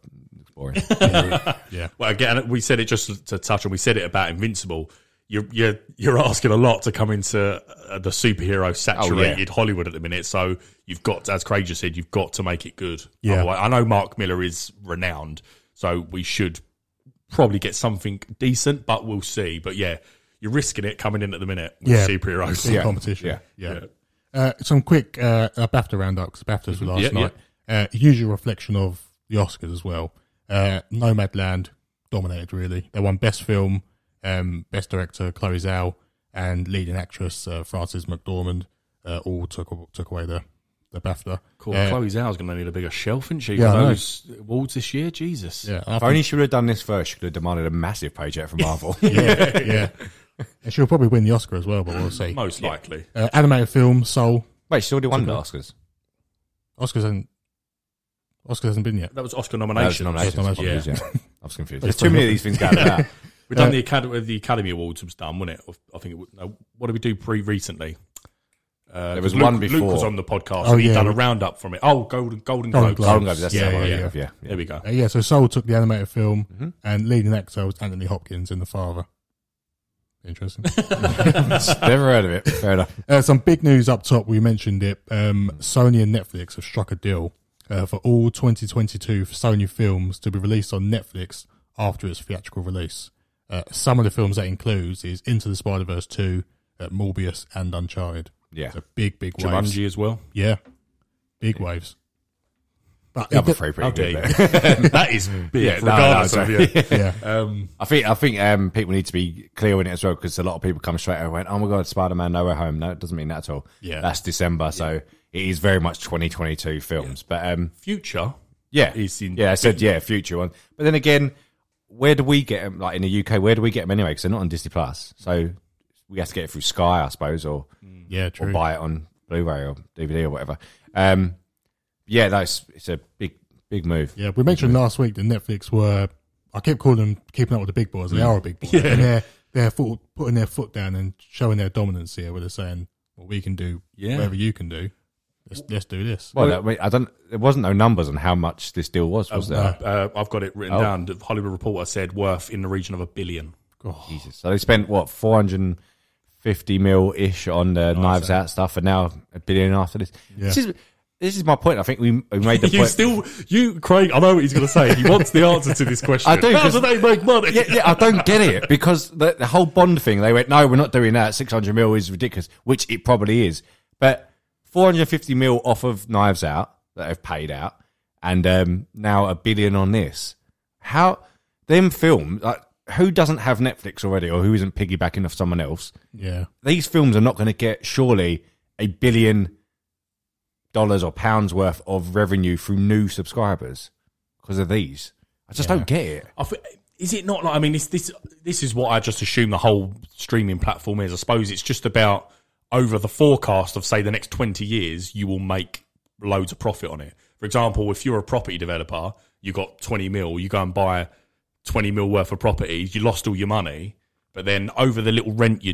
A: boring.
B: Yeah.
C: Well, again, we said it just to touch on. We said it about Invincible. You're you're you're asking a lot to come into uh, the superhero saturated Hollywood at the minute. So you've got, as Craig just said, you've got to make it good.
B: Yeah.
C: Otherwise- I know Mark Miller is renowned, so we should probably get something decent, but we'll see. But yeah, you're risking it coming in at the minute with
B: Yeah.
C: superheroes.
B: yeah.
A: Yeah.
B: competition.
A: Yeah.
B: yeah. Uh, some quick uh, uh, BAFTA roundup because BAFTAs were last
C: Mm-hmm. Yeah,
B: night. Uh, usual reflection of the Oscars as well. Uh, Nomadland dominated really. They won Best Film, um, Best Director Chloe Zhao, and leading actress uh, Frances McDormand. Uh, all took took away the the BAFTA.
C: Cool.
B: Uh,
C: Chloe Zhao's going to need a bigger shelf, isn't she?
B: Yeah,
C: for
B: I know.
C: those awards this year, Jesus.
B: yeah, I
A: If only she would have done this first, she could have demanded a massive paycheck from (laughs) Marvel.
C: (laughs)
B: yeah, yeah. And she'll probably win the Oscar as well, but we'll see.
C: Most likely.
B: Uh, animated film, Soul.
A: Wait, she already won the Oscars.
B: Oscars hasn't. Oscars hasn't been yet.
C: That was Oscar
A: No, it's
C: nomination.
A: nominations.
B: nominations.
A: Yeah. (laughs) I was confused. There's too many of these things going (laughs) about.
C: We've
A: Uh,
C: done the Academy. The Academy Awards was done, wasn't it? I think. It, was- no, what did we do pre recently? Uh,
A: There was
C: Luke-
A: one
C: Luke
A: before.
C: was on the podcast.
B: Oh,
C: and he'd
B: yeah.
C: done a roundup from it. Oh, Golden Golden
B: Golden
C: Globes.
B: Globes.
A: Oh, no, that's
C: Yeah,
A: the one I
C: yeah,
A: think of, yeah. yeah.
C: There we go.
B: Uh, yeah, so Soul took the animated film,
A: Mm-hmm.
B: and leading actor was Anthony Hopkins in The Father. Interesting. (laughs)
A: (laughs) Never heard of it. Fair enough.
B: uh, some big news up top. We mentioned it.
A: Mm-hmm.
B: Um, Sony and Netflix have struck a deal uh, for all 2022 Sony films to be released on Netflix after its theatrical release. Uh, some of the films that includes is Into the Spider Verse 2, uh, Morbius, and Uncharted.
A: Yeah.
B: So big, big waves.
C: Jumanji as well.
B: Yeah, big waves. But
A: The
B: it
A: other
B: do-
A: three pretty
C: Okay.
A: good. but-
C: (laughs) that is big,
A: Yeah, no, no,
C: regardless
A: sorry. (laughs)
C: of yeah.
B: (laughs) yeah,
C: Um,
A: I think I think um, people need to be clear on it as well because a lot of people come straight away and went, "Oh my god, Spider Man No Way Home." No, it doesn't mean that at all.
B: Yeah.
A: that's December, so it is very much 2022 films. But um,
C: future.
A: yeah,
C: It's in-
A: yeah, I said yeah, future one. But then again, where do we get them? Like in the UK, where do we get them anyway? Because they're not on Disney Plus, so we have to get it through Sky, I suppose, or
B: yeah,
A: or
B: Mm. true.
A: buy it on Blu-ray or DVD or whatever. Um, yeah, that's it's a big big move.
B: Yeah, we mentioned last week that Netflix were. I kept calling them keeping up with the big boys. and They are a big boy. And they're they're foot, putting their foot down and showing their dominance here, where they're saying, "Well, we can do
C: Yeah.
B: whatever you can do. Let's let's do this."
A: Well, that- I, mean, I don't. There wasn't no numbers on how much this deal was, was there?
C: Uh, I've got it
A: Oh.
C: written down. The Hollywood Reporter said worth in the region of a billion.
A: Jesus. So they spent what 450 mil ish on the Knives Out stuff, and now a billion after this. This is this is my point. I think we, we made the
C: (laughs) You
A: point.
C: still, you, Craig. I know what he's going to say. He wants the answer
A: (laughs)
C: to this question.
A: I do,
C: How
A: 'cause-
C: do they make money?
A: yeah, yeah, I don't get it because the, the whole Bond thing. They went, no, we're not doing that. 600 mil is ridiculous, which it probably is. But 450 mil off of Knives Out that they've paid out, and um, now a billion on this. How them films? Like, who doesn't have Netflix already, or who isn't piggybacking off someone else?
B: Yeah,
A: these films are not going to get surely a billion dollars or pounds worth of revenue through new subscribers because of these. I just don't get it.
C: I thi- is it not like? I mean, this this this is what I just assume the whole streaming platform is. I suppose it's just about over the forecast of say the next twenty years, you will make loads of profit on it. For example, if you're a property developer, you got twenty mil, you go and buy twenty mil worth of properties, you lost all your money, but then over the little rent you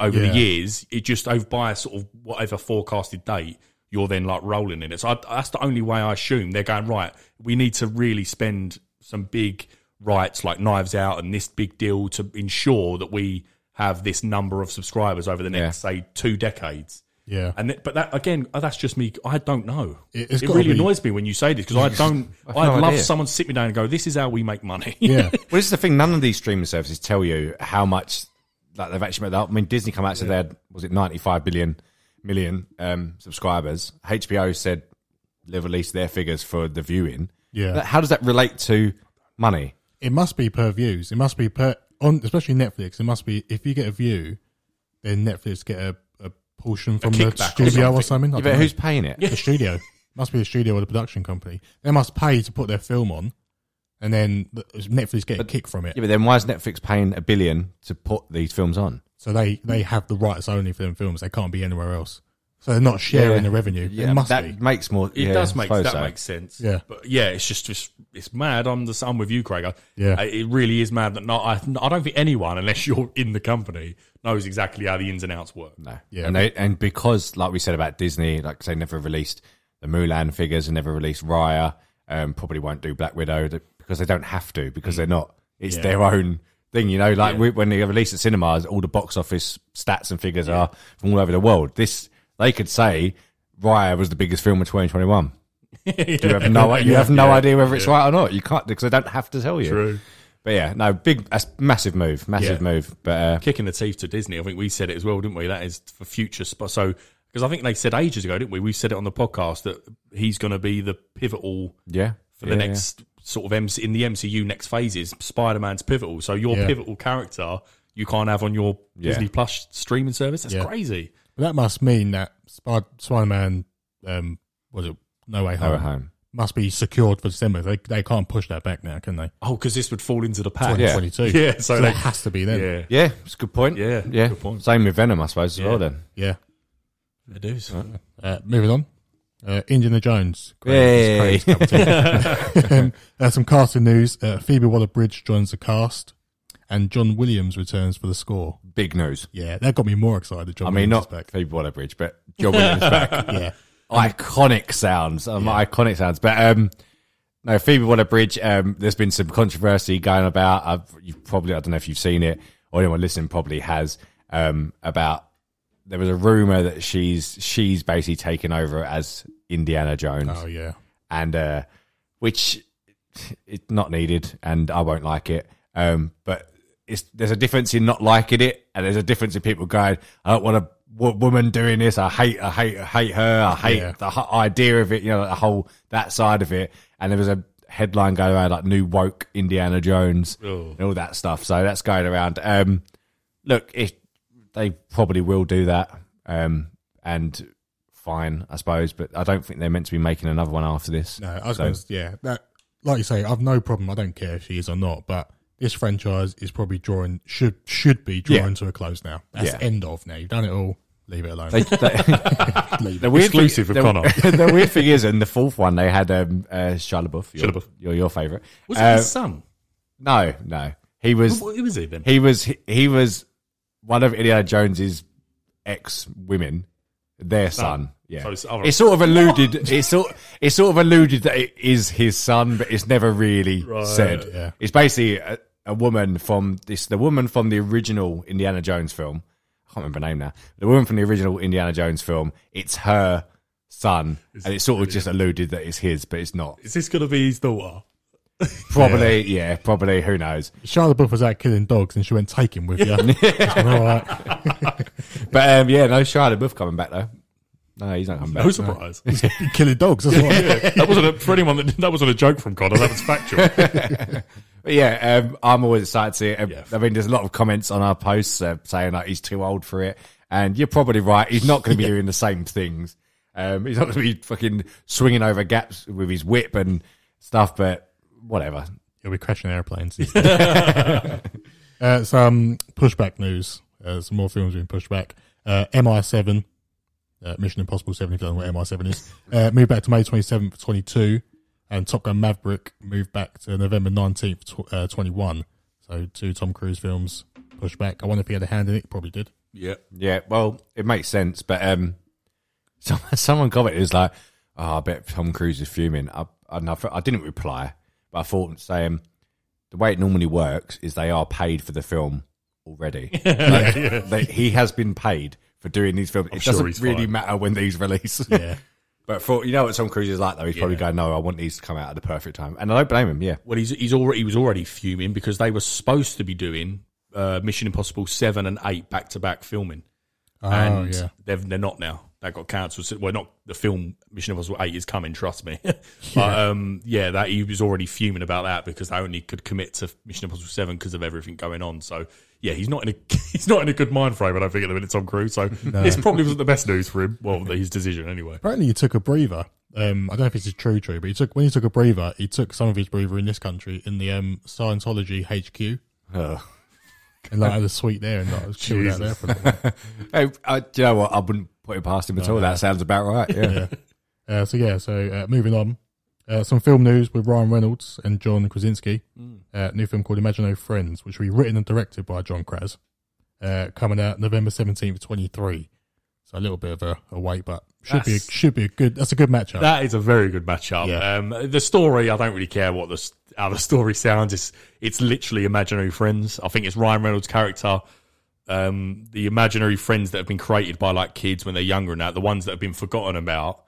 C: over
B: Yeah.
C: the years, it just over by a sort of whatever forecasted date. You're then like rolling in it. So I, that's the only way I assume they're going right. We need to really spend some big rights like Knives Out and this big deal to ensure that we have this number of subscribers over the next say two decades.
B: yeah.
C: And th- but that again, uh, that's just me. I don't know.
B: It- it's
C: it
B: gotta
C: really
B: be-
C: annoys me when you say
B: (laughs)
C: this because I don't.
A: I've
C: I'd
A: no
C: love
A: idea.
C: someone to sit me down and go, "This is how we make money."
B: (laughs)
C: (laughs)
B: yeah,
A: Well, this is the thing. None of these streaming services tell you how much like they've actually made up. I mean, Disney come out said they had was it ninety five billion million um, subscribers. HBO said they released their figures for the viewing.
B: Yeah.
A: But how does that relate to money?
B: it must be per views. It must be per on, especially Netflix. It must be if you get a view, then Netflix get a, a portion from the
C: kickback or
B: studio or something. I
A: But
B: don't know.
A: who's paying it?
B: (laughs) the studio must be the studio or the production company. They must pay to put their film on, and then the- Netflix get a kick from it.
A: Yeah, but then why is Netflix paying a billion to put these films on?
B: So they they have the rights only for them films. They can't be anywhere else. So they're not sharing
A: Yeah.
B: the revenue.
A: Yeah,
B: it must
A: that
B: be.
A: makes more.
C: It
A: yeah,
C: does
A: I
C: make
A: suppose
C: that
A: so.
C: makes sense.
B: Yeah.
C: but yeah, it's just, just it's mad. I'm the I'm with you, Craig. I,
B: Yeah.
C: I- it really is mad that not. I, I don't think anyone, unless you're in the company, knows exactly how the ins and outs work. (laughs)
A: No.
B: Yeah.
A: And they, and because like we said about Disney, like they never released the Mulan figures and never released Raya, um, probably won't do Black Widow that- because they don't have to
C: Mm.
A: because they're not. It's their own thing, you know. Like we, when they release at cinemas, all the box office stats and figures are from all over the world. This they could say Raya was the biggest film of 2021. You have no, you have no idea whether it's right or not. You can't because they don't have to tell you.
C: True.
A: But yeah, no, big, that's massive move, massive
C: Yeah.
A: move. But uh,
C: Kicking the teeth to Disney. I think we said it as well, didn't we? That is for future. Sp- so because I think they said ages ago, didn't we? We said it on the podcast that he's going to be the pivotal
A: yeah,
C: for the
A: yeah, yeah.
C: next sort of MC, in the MCU next phases. Spider Man's pivotal. So your
B: Yeah.
C: pivotal character you can't have on your
A: Yeah.
C: Disney Plus streaming service. That's
B: Yeah.
C: crazy.
B: But that must mean that Spider Man, um, was it No Way Home,
A: Go home.
B: must be secured for December. They they can't push that back now, can they?
C: Oh, because this would fall into the pack.
A: Yeah.
B: 22.
C: (laughs) Yeah,
B: so
C: so they-
B: that has to be then.
C: Yeah,
A: Yeah, it's a good point.
C: Yeah,
A: yeah.
C: good point.
A: Same with Venom, I suppose, as
C: Yeah.
A: well. Then.
B: Yeah.
C: it is.
B: Uh, moving on. Uh, Indiana Jones.
A: Yay.
B: Craig's- Craig's cup of tea. um, uh, some casting news. Uh, Phoebe Waller Bridge joins the cast, and John Williams returns for the score.
A: (laughs) Big news.
B: Yeah, that got me more excited. John
A: I mean,
B: Williams
A: not
B: is back.
A: Phoebe Waller-Bridge, but John Williams back.
B: (laughs) Yeah,
A: Iconic sounds. Um, Iconic sounds. But um, no, Phoebe Waller-Bridge. Um, there's been some controversy going about. I've, you probably, I don't know if you've seen it or anyone listening probably has. Um, about there was a rumor that she's she's basically taken over as Indiana Jones.
B: Oh yeah.
A: and uh, which it's not needed, and I won't like it. Um, but it's there's a difference in not liking it, and there's a difference in people going, "I don't want to wo- woman doing this. I hate, I hate, I hate her. I hate
B: Yeah.
A: the ho- idea of it. You know, like the whole that side of it. And there was a headline going around like new woke Indiana Jones
C: Oh.
A: and all that stuff. So that's going around. Um, look, it, they probably will do that. Um, and fine, I suppose. But I don't think they're meant to be making another one after this.
B: No, I was
A: So-
B: going to, yeah. That, like you say, I've no problem. I don't care if she is or not, but this franchise is probably drawing should should be drawing to a close now. That's
A: Yeah.
B: end of now. You've done it all. Leave it alone.
A: They, they, The
B: Leave it.
A: weird
C: Exclusive
A: thing,
C: of
A: the, (laughs)
C: Connor.
A: the weird thing is, in the fourth one, they had um, uh, Shia LaBeouf, your,
C: Shia LaBeouf.
A: your, your favorite.
C: Was it
A: Uh,
C: his son?
A: no, no, he was
C: What, who was he then?
A: he was he, he was one of Indiana Jones's ex women, their son. Yeah,
C: So it's other-
A: it's sort of alluded. It's sort it's sort of alluded that it is his son, but it's never really said.
B: yeah.
A: It's basically a, a woman from this the woman from the original Indiana Jones film. I can't remember her name now. The woman from the original Indiana Jones film. It's her son, and it's sort of just alluded that it's his, but it's
C: (laughs)
A: not.
C: Is this going to be his daughter?
A: Probably, yeah, probably. Who knows?
B: Charlotte Buff was out killing dogs, and she went take him with you. all right.
A: But um, yeah, no Shia LaBeouf coming back though. No, he's not coming back.
C: No (laughs) surprise.
A: (laughs)
B: (laughs) killing dogs. That's what
C: that wasn't a, for anyone that that wasn't a joke from Connor. That was factual.
A: But yeah, um, I'm always excited to see it. Um,
C: Yeah.
A: I mean, there's a lot of comments on our posts uh, saying like he's too old for it, and you're probably right. He's not going to be doing the same things. Um, he's not going to be fucking swinging over gaps with his whip and stuff. But whatever.
B: You'll be crashing airplanes. (laughs) uh, some pushback news. Uh, some more films being pushed back. Uh, MI7, uh, Mission Impossible 7, if you don't know what MI7 is, uh, moved back to May 27th, 22. And Top Gun Maverick moved back to November 19th, tw- uh, 21. So two Tom Cruise films pushed back. I wonder if he had a hand in it. Probably did.
C: (laughs) yeah.
A: Yeah, well, it makes sense. But um, (laughs) some, someone commented it was like, "Oh, I bet Tom Cruise is fuming." I, I, and I, fe- I didn't reply, but I thought saying the way it normally works is they are paid for the film
C: (laughs)
A: already. Like, they- he has been paid for doing these films. it
C: sure
A: doesn't
C: he's
A: really
C: fine.
A: matter when these (laughs) release.
B: Yeah.
A: but for you know what Tom Cruise is like though, he's probably going, "No, I want these to come out at the perfect time," and I don't blame him. Yeah,
C: Well, he's he's already he was already fuming because they were supposed to be doing uh, Mission Impossible seven and eight back to back filming,
B: Oh,
C: and
B: yeah.
C: they've, they're not now. That got cancelled. So, well, not the film Mission Impossible eight is coming. Trust me. (laughs) but um, yeah, that he was already fuming about that because they only could commit to Mission Impossible seven because of everything going on. So. Yeah, he's not in a (laughs) he's not in a good mind frame. I don't think at the minute Tom Cruise. So this probably wasn't the best news for him. Well, his decision anyway.
B: Apparently, he took a breather. Um, I don't know if this is true, true, but he took when he took a breather, he took some of his breather in this country in the um, Scientology HQ,
A: Ugh.
B: and like
C: (laughs)
B: had a suite there, and like, I was chilled out there for a little while.
A: Hey, I, do you know what? I wouldn't put it past him at all. That sounds about right.
C: (laughs)
A: Yeah.
B: Uh, so yeah, so uh, moving on, uh, some film news with Ryan Reynolds and John Krasinski.
C: Mm.
B: Uh, new film called Imagine No Friends, which will be written and directed by John Kras, uh, coming out November seventeenth, twenty three. So a little bit of a, a wait, but should be a,
C: That's-
B: should be a good. That's a good matchup.
C: That is a very good matchup.
B: Yeah.
C: Um, the story, I don't really care what the s- how the (laughs) story sounds. It's it's literally imaginary friends. I think it's Ryan Reynolds' character, um, the imaginary friends that have been created by like kids when they're younger and that, the ones that have been forgotten about,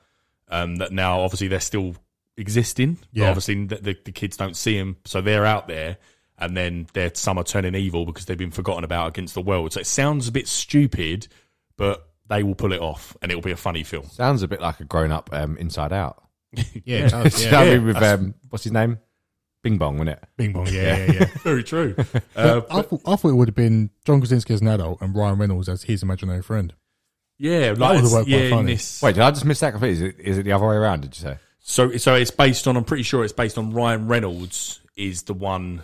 C: um, that now obviously they're still existing. but
B: Yeah.
C: obviously the, the, the kids don't see them, so they're out there. And then they're, some are turning evil because they've been forgotten about against the world. So it sounds a bit stupid, but they will pull it off, and it'll be a funny film.
A: Sounds a bit like a grown up um, Inside Out.
C: (laughs)
B: yeah,
A: (laughs)
B: it does, yeah.
A: yeah, with um, what's his name? Bing Bong, wasn't it?
B: Bing bong, yeah, yeah,
C: (laughs)
B: yeah.
C: Very true. Uh,
B: I, thought, I thought it would have been John Krasinski as an adult and Ryan Reynolds as his imaginary friend.
C: Yeah,
B: would've
C: like it's-
B: worked quite
C: yeah, in
B: funny.
C: this.
A: Wait, did I just miss that completely? Is it, is it the other way around? Did you say?
C: So so it's based on. I'm pretty sure it's based on Ryan Reynolds is the one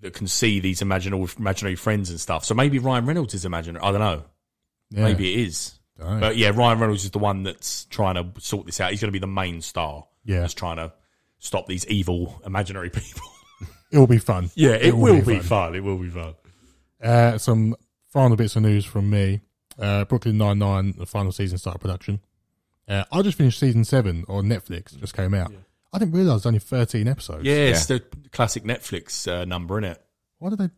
C: that can see these imaginary imaginary friends and stuff. So maybe Ryan Reynolds is imaginary. I don't know.
B: Yeah.
C: Maybe it is.
B: Dunno.
C: But yeah, Ryan Reynolds is the one that's trying to sort this out. He's going to be the main star.
B: Yeah.
C: that's trying to stop these evil imaginary (laughs) people.
B: It'll be fun.
C: yeah, it, will, be, fun. It will be fun.
B: Uh, some final bits of news from me. Uh, Brooklyn Nine Nine, the final season started production. Uh, I just finished season seven on Netflix. Just came out. I didn't realize only thirteen episodes.
C: Yeah, it's the classic Netflix uh, number, isn't it?
B: Why did they?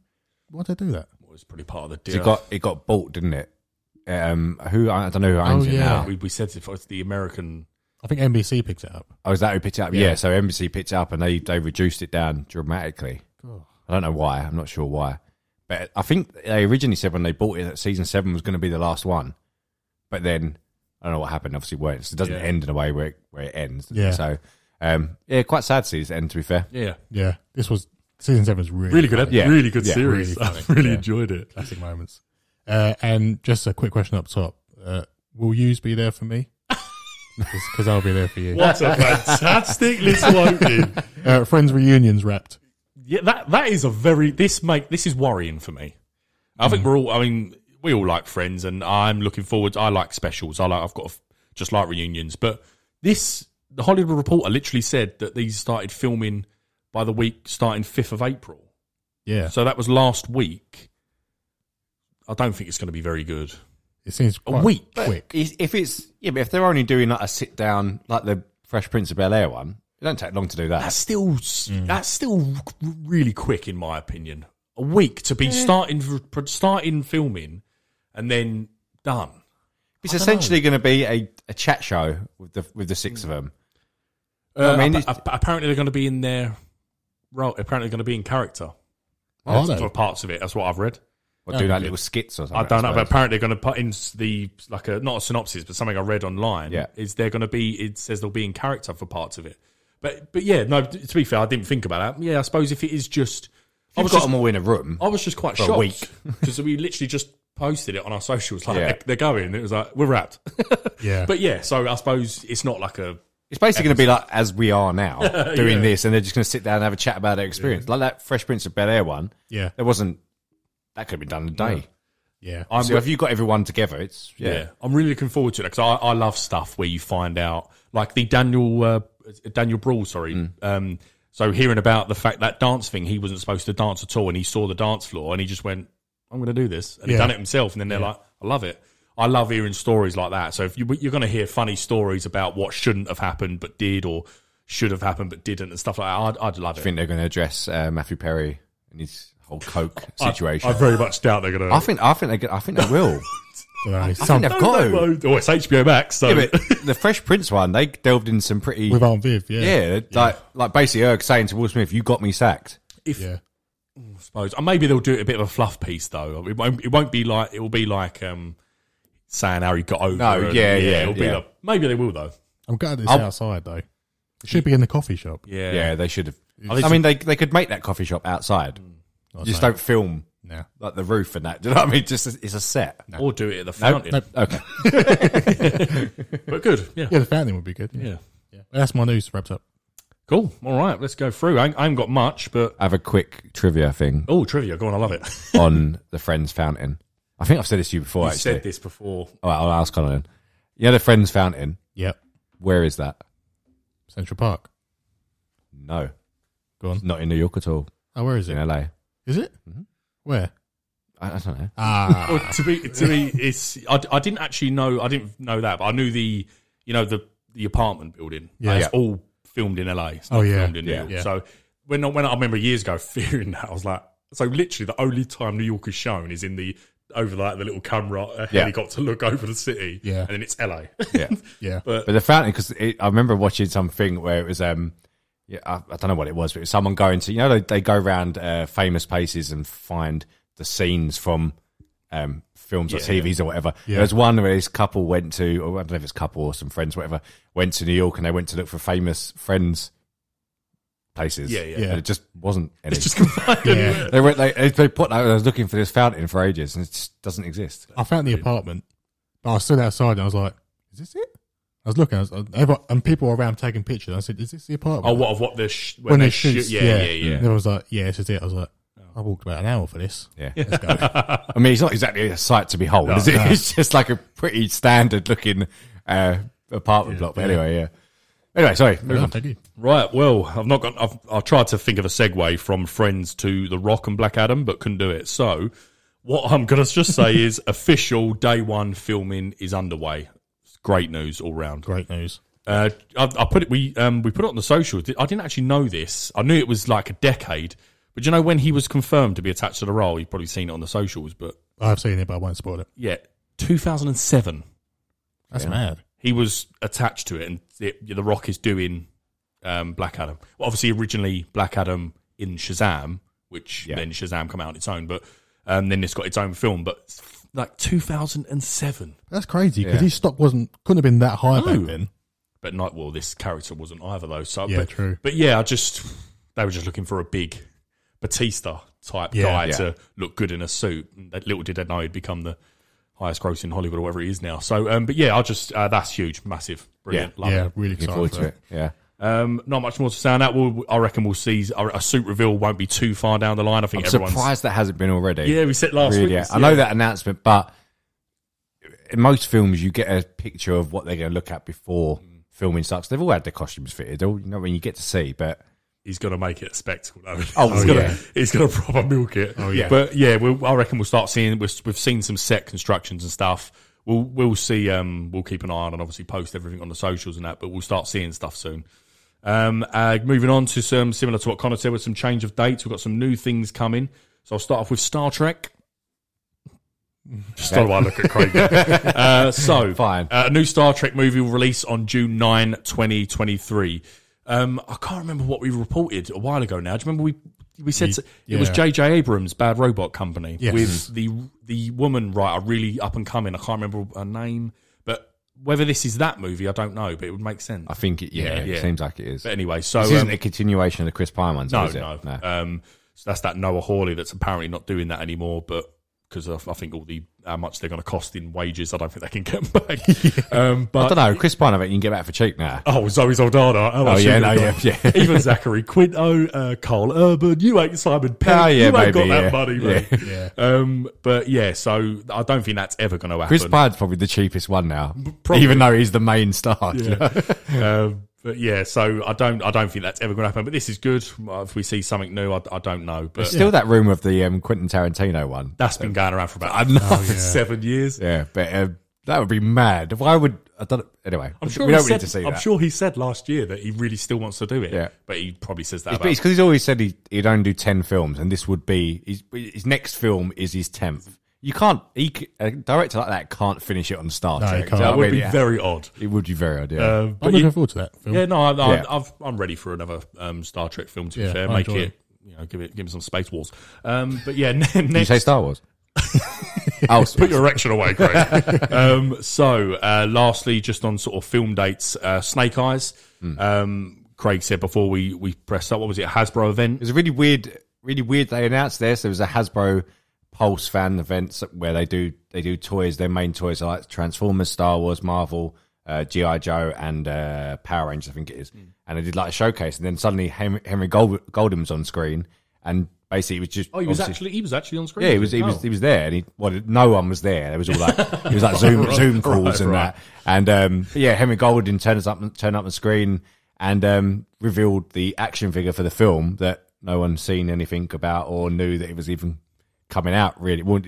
B: Why did they do that?
C: It was pretty part of the
A: 'Cause
C: deal.
A: It got it got bought, didn't it? Um, who I don't know who owns
B: Oh,
A: it
B: yeah.
A: now.
C: we, we said it was the American.
B: I think NBC picked it up.
A: Oh, is that who picked it up? Yeah. so NBC picked it up and they they reduced it down dramatically. I don't know why. I'm not sure why, but I think they originally said when they bought it that season seven was going to be the last one, But then I don't know what happened. Obviously, it weren't. So it doesn't
C: Yeah.
A: end in a way where it, where it ends.
B: Yeah.
A: So um, yeah, quite sad to see this end. To be fair,
C: Yeah.
B: Yeah, this was season seven was really
C: Really good, ep-
B: funny.
A: Yeah.
C: really good
A: Yeah,
C: (laughs) series.
B: really
C: I've really enjoyed it.
B: classic moments. Uh, and just a quick question up top: uh, Will yous be there for me? Because I'll be there for you.
C: What a fantastic little opening.
B: Uh, Friends reunions wrapped.
C: Yeah, that that is a very this make this is worrying for me. I think we're all. I mean, we all like Friends, and I'm looking forward. I like specials. I like. I've got a f just like reunions, but this the Hollywood Reporter literally said that these started filming by the week starting fifth of April.
B: Yeah,
C: So that was last week. I don't think it's going to be very good.
B: it seems
C: A
B: quite
C: week.
B: quick.
A: Is- if it's yeah, but if they're only doing like a sit down, like the Fresh Prince of Bel Air one, it don't take long to do that.
C: That's still s
A: Mm.
C: that's still really quick in my opinion. A week to be starting starting filming and then done.
A: it's essentially going to be a, a chat show with the with the six of them.
C: Uh,
A: I mean,
C: ap- ap- apparently they're going to be in their role. Apparently they're going to be in character.
A: Oh,
B: Are
C: That's
B: they?
C: for parts of it. That's what I've read.
A: Or do like little skits or something.
C: I don't know, but
A: suppose.
C: apparently they're going to put in s- the like a not a synopsis, but something I read online.
A: Yeah.
C: is they're going to be? It says they'll be in character for parts of it. But but yeah, no. t- To be fair, I didn't think about that. Yeah, I suppose if it is just, I
A: You've
C: was
A: got
C: just,
A: them all in a room.
C: I was just quite
A: a
C: shocked (laughs)
A: week. (laughs)
C: because we literally just posted it on our socials. Like
A: Yeah.
C: they're- they're going. It was like we're wrapped.
B: Yeah,
C: but yeah, so I suppose it's not like a
A: It's basically going to be like as we are
C: (laughs)
A: now doing this, and they're just going to sit down and have a chat about their experience, like that Fresh Prince of Bel Air one.
B: yeah,
A: There wasn't that could have been done in a day.
B: yeah.
C: I'm
A: So if you got everyone together, it's yeah.
C: Yeah. I'm really looking forward to it because I, I love stuff where you find out, like the Daniel uh, Daniel Brawl, sorry.
A: Mm.
C: Um, so hearing about the fact that dance thing, he wasn't supposed to dance at all, and he saw the dance floor, and he just went, "I'm going to do this," and he
B: Yeah.
C: done it himself. And then they're like, "I love it." I love hearing stories like that. So if you, you're going to hear funny stories about what shouldn't have happened but did, or should have happened but didn't, and stuff like that, I'd, I'd love
A: I
C: it.
A: think they're going to address uh, Matthew Perry and his whole coke situation.
C: I
A: I,
C: very much doubt they're going to.
A: think I think they get- I think they will.
B: Dunno,
A: I
B: some-
A: think they've got to.
C: Oh, it's HBO Max, so
A: Yeah, but the Fresh Prince one, they delved in some pretty
B: with uh, Aunt Viv. Yeah,
A: yeah, like like basically Erg saying to Will Smith, "You got me sacked."
C: if
B: yeah.
C: suppose. And maybe they'll do it a bit of a fluff piece though. It won't. It won't be like. It will be like um, saying how he got over.
A: No,
C: and-
A: yeah, yeah,
C: it'll be
A: yeah.
C: like- maybe they will though.
B: I'm glad it's
A: I'll-
B: outside though. It should be in the coffee shop.
C: Yeah.
A: Yeah, they should have.
C: I think
A: I mean, they they could make that coffee shop outside. Just don't film
B: No.
A: like the roof and that. Do you know what I mean? Just it's a set.
C: Or do it at the fountain.
B: nope.
A: Okay.
C: (laughs) But good. Yeah.
B: Yeah, the fountain would be good.
C: Yeah.
B: That's my news wrapped up.
C: Cool. All right. Let's go through. I, ain't- I haven't got much, but
A: I have a quick trivia
C: (laughs)
A: thing
C: oh, trivia. Go on. I love it.
A: on the Friends Fountain. I think I've said this to you before.
C: I
A: actually,
C: said this before.
A: All right, I'll ask Colin. You know the Friends Fountain.
B: Yep.
A: Where is that?
B: Central Park.
A: No,
B: Go on.
A: not in New York at all.
B: Oh, where is
A: It's in
B: it?
A: LA.
B: Is it?
C: Mm-hmm.
B: Where?
A: I, I don't know.
B: Ah,
C: Well, to be to be, it's. I, I didn't actually know. I didn't know that, but I knew the. You know the the apartment building.
B: Yeah.
C: It's all filmed in LA. It's
B: Oh,
C: not
B: yeah.
C: filmed in New
A: Yeah.
C: York.
B: Yeah.
C: So when I, when I remember years ago (laughs) fearing that, I was like, so literally the only time New York is shown is in the over like the little camera uh,
A: Yeah.
C: helicopter look over the city.
B: Yeah.
C: and then it's LA.
A: Yeah.
B: yeah.
A: But the fountain, because I remember watching something where it was, um, yeah, I, I don't know what it was, but it was someone going to, you know, they, they go around uh, famous places and find the scenes from um, films or TVs or whatever.
B: Yeah.
A: There was one where this couple went to, or I don't know if it's a couple or some friends, whatever, went to New York and they went to look for famous friends places.
C: Yeah, yeah.
B: Yeah.
A: And it just wasn't any.
C: (laughs) Just confined anywhere.
A: (laughs) they, went, they, they put, like, I was looking for this fountain for ages and it just doesn't exist.
B: I found the apartment, but I was stood outside and I was like, "Is this it?" I was looking, I was, everyone, and people were around taking pictures. I said, "Is this the apartment?"
C: Oh, what of what the sh- when, they, shoot? Yeah, yeah, yeah.
B: And
C: Oh.
B: everyone was like, "Yeah, this is it." I was like, "I walked about an hour for this."
A: Yeah. I mean, it's not exactly a sight to behold, is it? It's just like a pretty standard looking uh, apartment block. But anyway, yeah. Anyway, sorry. move
B: Oh,
A: on.
B: thank you.
C: Right. Well, I've not got. I've, I've tried to think of a segue from Friends to The Rock and Black Adam, but couldn't do it. So, what I'm going to just say is official day one filming is underway. It's great news all round.
B: Great news.
C: Uh, I, I put it. We um, we put it on the socials. I didn't actually know this. I knew it was like a decade, but you know when he was confirmed to be attached to the role, you've probably seen it on the socials. But
B: I've seen it, but I won't spoil it.
C: yeah, 2007
B: That's mad.
C: he was attached to it, and it, the Rock is doing um, Black Adam. Well, obviously, originally Black Adam in Shazam, which then Shazam come out on its own, but Um, then it's got its own film, but it's f- like 2007.
B: That's crazy because
A: Yeah.
B: his stock wasn't couldn't have been that high
C: No.
B: back then.
C: But Night War, this character wasn't either though. So,
B: Yeah,
C: but,
B: true.
C: But yeah, I just they were just looking for a big Batista type
B: Yeah.
C: guy
A: Yeah.
C: to look good in a suit. And that- Little did they know he'd become the highest gross in Hollywood or whatever he is now. So, um, but yeah, I just uh, that's huge, massive, brilliant, love
B: yeah,
C: it.
B: really
A: Looking
B: excited
A: forward
B: for
A: to
B: that.
A: it. Yeah.
C: Um, not much more to say on that. We'll, I reckon we'll see a, a suit reveal won't be too far down the line. I think
A: I'm
C: everyone's
A: surprised that hasn't been already.
C: yeah. We said last
A: Really,
C: week.
A: yeah.
C: was-
A: I know that announcement, but in most films, you get a picture of what they're going to look at before
C: Mm.
A: filming starts. They've all had their costumes fitted, all you know, when you get to see, but
C: he's going to make it a spectacle. Though. (laughs)
A: Oh,
C: he's gonna,
A: yeah.
C: he's going to proper milk it. Oh
A: yeah.
C: but yeah, we'll, I reckon we'll start seeing. We've, we've seen some set constructions and stuff. We'll we'll see. Um, we'll keep an eye on and obviously post everything on the socials and that. But we'll start seeing stuff soon. Um, uh, moving on to some similar to what Connor said with some change of dates. We've got some new things coming. So I'll start off with Star Trek. Just don't want to look at
A: (laughs)
C: Craig. uh, so
A: Fine.
C: uh, a new Star Trek movie will release on June 9, 2023. Um, I can't remember what we reported a while ago now. Do you remember we we said it was
B: yeah.
C: J.J. Abrams' Bad Robot Company
A: Mm-hmm.
B: Yes.
C: with the the woman writer really up and coming. I can't remember her name, but whether this is that movie, I don't know. But it would make sense.
A: I think it, yeah,
C: Yeah, yeah.
A: it seems like it is.
C: But anyway, so
A: this
C: um,
A: isn't a continuation of the Chris Pine ones,
C: no,
A: is it?
C: no. Um, so that's that Noah Hawley that's apparently not doing that anymore, but because I, I think all the how much they're going to cost in wages, I don't think they can get 'em
A: (laughs)
C: back. um,
A: I
C: but
A: don't know. Chris Pine, I bet you can get back for cheap now.
C: oh, Zoe Saldana. Oh, I
A: Oh,
C: should
A: yeah,
C: have
A: no,
C: gone.
A: yeah, yeah.
C: Even Zachary Quinto, uh, Carl Urban, you ain't Simon Pegg.
A: Oh, yeah,
C: you ain't got
A: maybe, (laughs)
C: that
A: yeah.
C: money, mate.
B: Yeah.
C: Um, but yeah, so I don't think that's ever going to happen.
A: Chris Pine's probably the cheapest one now,
C: probably.
A: even though he's the main star. you know?
C: Um, but yeah, so I don't, I don't think that's ever going to happen. But this is good. If we see something new, I, I don't know. But
A: Still that room of the um, Quentin Tarantino one.
C: that's been going around for about (laughs) I know, seven years.
A: Yeah, but um, that would be mad. Why would I don't? Anyway,
C: I'm sure
A: we
C: he
A: don't
C: said,
A: need to see
C: I'm
A: that.
C: sure he said last year that he really still wants to do it.
A: Yeah.
C: But he probably says that
A: It's
C: about
A: because he's always said he, he'd only do ten films, and this would be his, his next film is his tenth. You can't. He, c- a director like that can't finish it on Star
B: he
A: Trek.
B: can't.
A: Do you know
C: that
A: what
C: would
A: I
C: be
A: mean? Yeah.
C: very odd.
A: It would be very odd. Yeah.
C: Um,
B: I'm
C: but
B: looking
C: you,
B: forward to that film.
C: yeah, no, I, I,
A: Yeah.
C: I've, I'm ready for another um, Star Trek film. To be
B: Yeah,
C: fair,
B: I
C: make
B: enjoy
C: it,
B: it.
C: you know, give it, give him some space wars. Um, but yeah, (laughs) ne-
A: Did you
C: next,
A: say Star
C: (laughs)
A: Wars? oh,
C: put your erection away, Craig. um, so, uh, lastly, just on sort of film dates, uh, Snake Eyes. Um, Craig said before we we pressed up, what was it? A Hasbro event.
A: It was a really weird, really weird. They announced this. There was a Hasbro Pulse fan events where they do they do toys. Their main toys are like Transformers, Star Wars, Marvel, uh, GI Joe, and uh, Power Rangers. I think it is.
C: Hmm.
A: And they did like a showcase, and then suddenly Henry, Henry Gold, Goldham's on screen, and basically it was just
C: Oh, he was
A: obviously-
C: actually he was actually on screen.
A: yeah, he was he
C: Oh.
A: was he was there, and he well, no one was there. There was all like it was like
C: (laughs)
A: Zoom Zoom calls and that, and um, but yeah, Henry Golden turns up turned up on screen and um, revealed the action figure for the film that no one seen anything about or knew that it was even coming out. Really, well,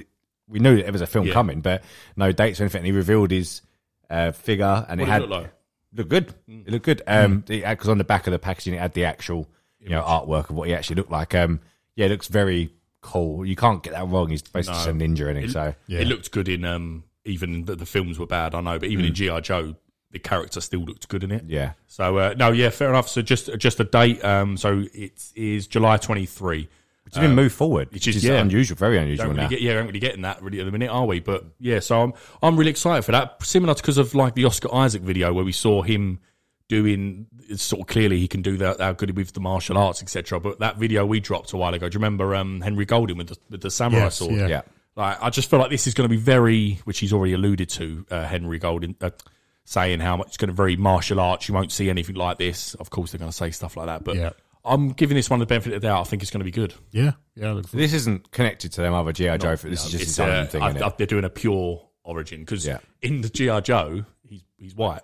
A: we knew that it was a film coming, but no dates or anything. And he revealed his uh, figure, and
C: What
A: it
C: did
A: had
C: it look like?
A: looked good.
C: Mm.
A: It looked good. Um, because on the back of the packaging, it had the actual you know artwork of what he actually looked like. Um, yeah, it looks very cool. You can't get that wrong. He's basically just a ninja, in it, so
C: It looked good in um even the, the films were bad, I know, but even in GI Joe, the character still looked good in it.
A: yeah.
C: So uh, no, yeah, fair enough. So just just a date. Um, so it is July twenty three.
A: It's been moved forward, Uh, which
C: is-
A: is
C: yeah.
A: unusual, very
C: Don't
A: unusual
C: really
A: now.
C: get, yeah, we aren't really getting that really at the minute, are we? But yeah, so I'm I'm really excited for that. Similar to because of like the Oscar Isaac video where we saw him doing it's sort of clearly he can do that how good with the martial arts etc. But that video we dropped a while ago. Do you remember um, Henry Golden with the, with the samurai
B: Yes,
C: sword?
B: yeah.
A: yeah,
C: Like, I just feel like this is going to be very, which he's already alluded to, uh, Henry Golden uh, saying how much it's going to be very martial arts. You won't see anything like this. Of course, they're going to say stuff like that, but
B: Yeah.
C: I'm giving this one the benefit of the doubt. I think it's going to be good.
B: yeah, yeah. I look forward-
A: this isn't connected to them other GI Joe. This is just
C: It's,
A: its
C: uh,
A: own thing.
C: I-
A: innit?
C: I- they're doing a pure origin because
A: Yeah.
C: in the GI Joe, he's he's white.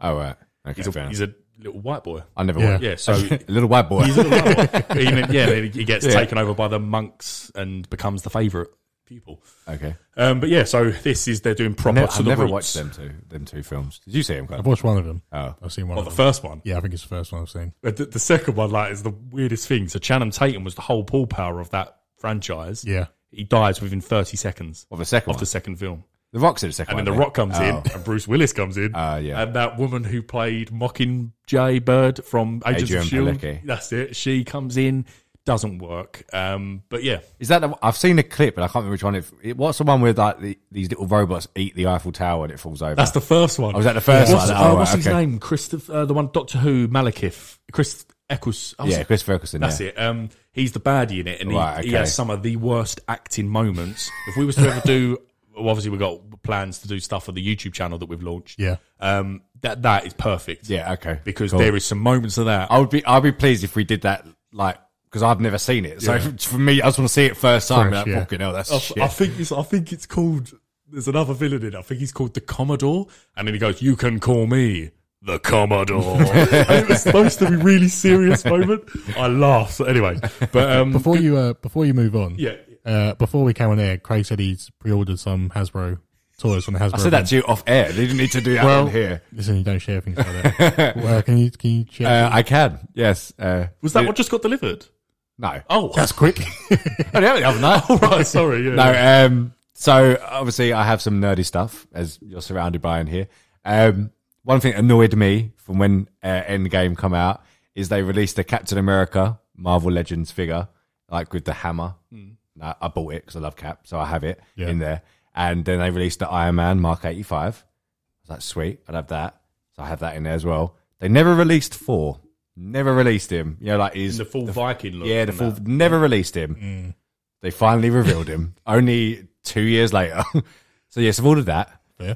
A: oh right, okay,
C: He's
A: fair
C: a,
A: enough.
C: he's a little white boy.
A: I never
B: Yeah.
A: would. (laughs)
C: Yeah, so
A: A little white boy.
C: He's a little white boy. (laughs) Even- yeah,
A: (laughs)
C: he gets taken over by the monks and becomes the favorite pupil.
A: okay,
C: Um, but yeah, so this is they're doing proper.
A: never,
C: to
A: I've
C: the
A: never
C: roots.
A: watched them two them two films. Did you see them?
B: I've
A: Colin?
B: watched one of them.
A: Oh.
B: I've seen one
C: Well,
B: of
C: the
B: them.
C: first one.
B: yeah, I think it's the first one I've seen.
C: But Uh, The, the second one, like, is the weirdest thing. So Channing Tatum was the whole pull power of that franchise.
B: Yeah,
C: He dies within 30 seconds
A: Of the second
C: of
A: one.
C: the
A: The,
C: second film.
A: Rock's in the second
C: And
A: one.
C: then The
A: I think.
C: Rock comes in,
A: Oh.
C: and Bruce Willis comes in.
A: Ah, yeah.
C: And that woman who played Mockingjay Bird from Agents
A: Adrian
C: of S.H.I.E.L.D.
A: Palecki.
C: That's it. She comes in, doesn't work. Um, but yeah,
A: Is that the, I've seen a clip, and I can't remember which one. It, it what's the one where like the, these little robots eat the Eiffel Tower and it falls over?
C: that's the first one.
A: Oh, was that the first
C: what's
A: one?
C: uh,
A: Oh,
C: what's
A: right,
C: his
A: okay.
C: name? Christopher, uh, the one Doctor Who, Malekith, Chris Eccles. oh,
A: yeah, Chris Ferguson.
C: That's
A: yeah.
C: it. Um, he's the baddie in it, and
A: Right,
C: he, he
A: okay.
C: has some of the worst acting moments. if we was to ever
A: (laughs)
C: do, well, obviously we've got plans to do stuff for the YouTube channel that we've launched.
B: Yeah.
C: um, that that is perfect.
A: Yeah, okay.
C: because
A: cool. Oh,
C: there is some moments of that.
A: I would be I'd be pleased if we did that, like because I've never seen it. So (laughs) for me, I just want to see it first time.
B: Fresh,
A: like,
B: yeah.
A: Fucking hell, that's shit.
C: Oh, I think it's, I think it's called. There's another villain in. it. I think he's called the Commodore, and then he goes, "You can call me
A: (laughs)
C: the Commodore." and it was supposed to be really serious moment. I laughed. So anyway, but
A: (laughs)
C: um,
B: Before you uh, before you move on,
C: yeah,
B: uh, before we came on air, Craig said he's pre-ordered some Hasbro toys from the Hasbro.
A: I said that to you off air. They didn't need to do that
B: Well-
A: on here.
B: Listen, you don't share things like
C: (laughs)
B: that. well, can you can you share?
A: Uh, I can. Yes. Uh,
C: was that what just got delivered?
A: no.
C: Oh,
B: That's
C: (laughs)
B: quick. (laughs)
A: I didn't have it the other night.
C: right. Oh, (laughs) Sorry. Yeah.
A: No, um, so obviously I have some nerdy stuff as you're surrounded by in here. Um, one thing that annoyed me from when uh, Endgame come out is they released the Captain America Marvel Legends figure, like with the hammer.
C: Hmm.
A: And I, I bought it because I love Cap, so I have it
B: Yeah.
A: in there. And then they released the Iron Man Mark 85. I was like, sweet, I'd have that. So I have that in there as well. They never released four. Never released him. You know, like he's
C: the full Viking look.
A: yeah, the
C: and
A: full
C: that. Mm.
A: never released him. They finally revealed
C: (laughs)
A: him only two years later. (laughs) so yes, I've ordered that.
B: yeah.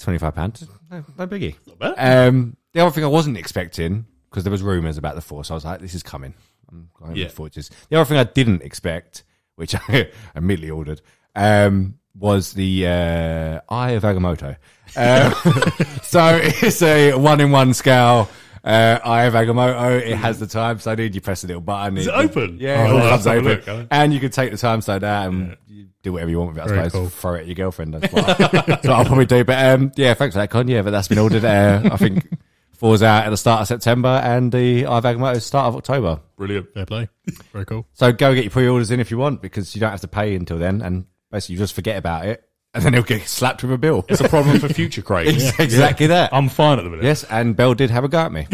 A: Twenty five pounds, no, no biggie.
C: bad.
A: Um, the other thing I wasn't expecting because there was rumours about the force, I was like, this is coming. I'm going
C: Yeah.
A: yeah. for this. The other thing I didn't expect, which (laughs) I immediately ordered, um, was the uh, Eye of Agamotto. Um, (laughs) so it's a one in one scale. Uh, Eye of Agamotto. It has the time so I need You press a little button. Is
C: it open?
A: Yeah,
C: Oh,
A: it all
C: I'll
A: comes
C: have a
A: open.
C: look, huh?
A: and you can take the time so out and you do whatever you want with it. I
B: Very
A: suppose
B: cool.
A: throw it at your girlfriend. That's what, I, that's what I'll probably do. But um, yeah, thanks for that, Con. Yeah, but that's been ordered. Uh, I think falls out at the start of September and the Ivagamoto start of October.
C: Brilliant.
B: Fair play. Very
C: (laughs)
B: cool.
A: So go get your pre-orders in if you want because you don't have to pay until then, and basically you just forget about it, and then it'll get slapped with a bill.
C: It's a problem for future (laughs) Craig.
A: (laughs) It's exactly that.
C: I'm fine at the minute.
A: Yes, and Belle did have a go at me.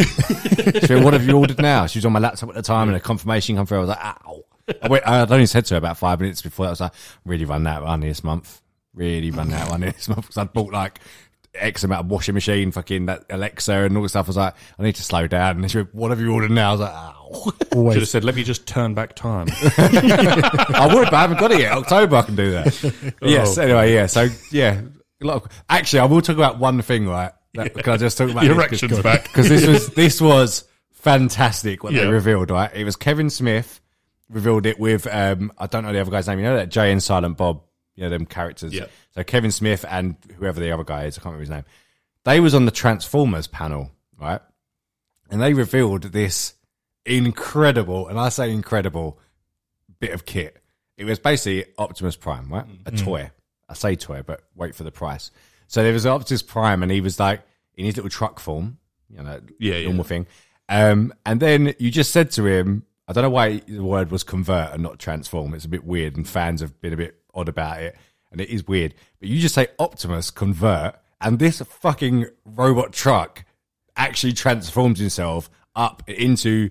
A: so what have you ordered now? She was on my laptop at the time, and a confirmation come through. I was like, ow. I went, I'd only said to her about five minutes before. that. I was like, really run that one this month. Really run that one this month because I'd bought like X amount of washing machine, fucking that Alexa and all that stuff. I was like, I need to slow down. And she went, what have you ordered now? I was like, ow.
C: Should have said, let me just turn back (laughs) time.
A: I would, but I haven't got it yet. October, I can do that. yes. Anyway, yeah. So yeah, a lot of, actually, I will talk about one thing, right? That, Can I just talk about
C: The
A: this?
C: erection's back.
A: because this
C: (laughs)
A: was this was fantastic what
C: Yeah.
A: they revealed. Right, it was Kevin Smith revealed it with um I don't know the other guy's name. You know that Jay and Silent Bob, you know them characters.
C: Yeah.
A: So Kevin Smith and whoever the other guy is, I can't remember his name. They was on the Transformers panel, right? And they revealed this incredible, and I say incredible, bit of kit. It was basically Optimus Prime, right? A
C: Mm.
A: toy. I say toy, but wait for the price. So there was Optimus Prime, and he was like in his little truck form, you know,
C: Yeah, yeah.
A: normal thing. Um, and then you just said to him, I don't know why the word was convert and not transform. It's a bit weird, and fans have been a bit odd about it, and it is weird. But you just say Optimus convert, and this fucking robot truck actually transforms himself up into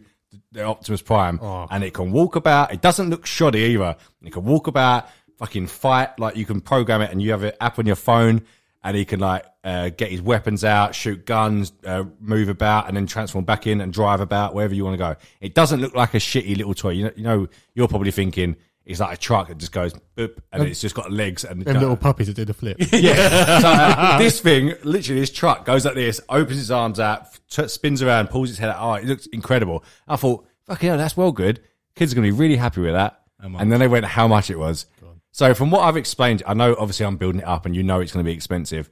A: the Optimus Prime, and it can walk about. It doesn't look shoddy either. It can walk about, fucking fight. Like you can program it, and you have an app on your phone, and he can like uh, get his weapons out, shoot guns, uh, move about, and then transform back in and drive about wherever you want to go. It doesn't look like a shitty little toy. You know, you know you're probably thinking. It's like a truck that just goes boop, and it's just got legs and
B: Them little puppies that did a
C: (laughs)
B: flip.
A: yeah. so uh, (laughs) this thing, literally, this truck goes like this, opens its arms out, t- spins around, pulls its head out. Oh, it looks incredible. I thought, fucking hell, that's well good. Kids are going to be really happy with that. And then they went, how much it was. So from what I've explained, I know obviously I'm building it up, and you know it's going to be expensive.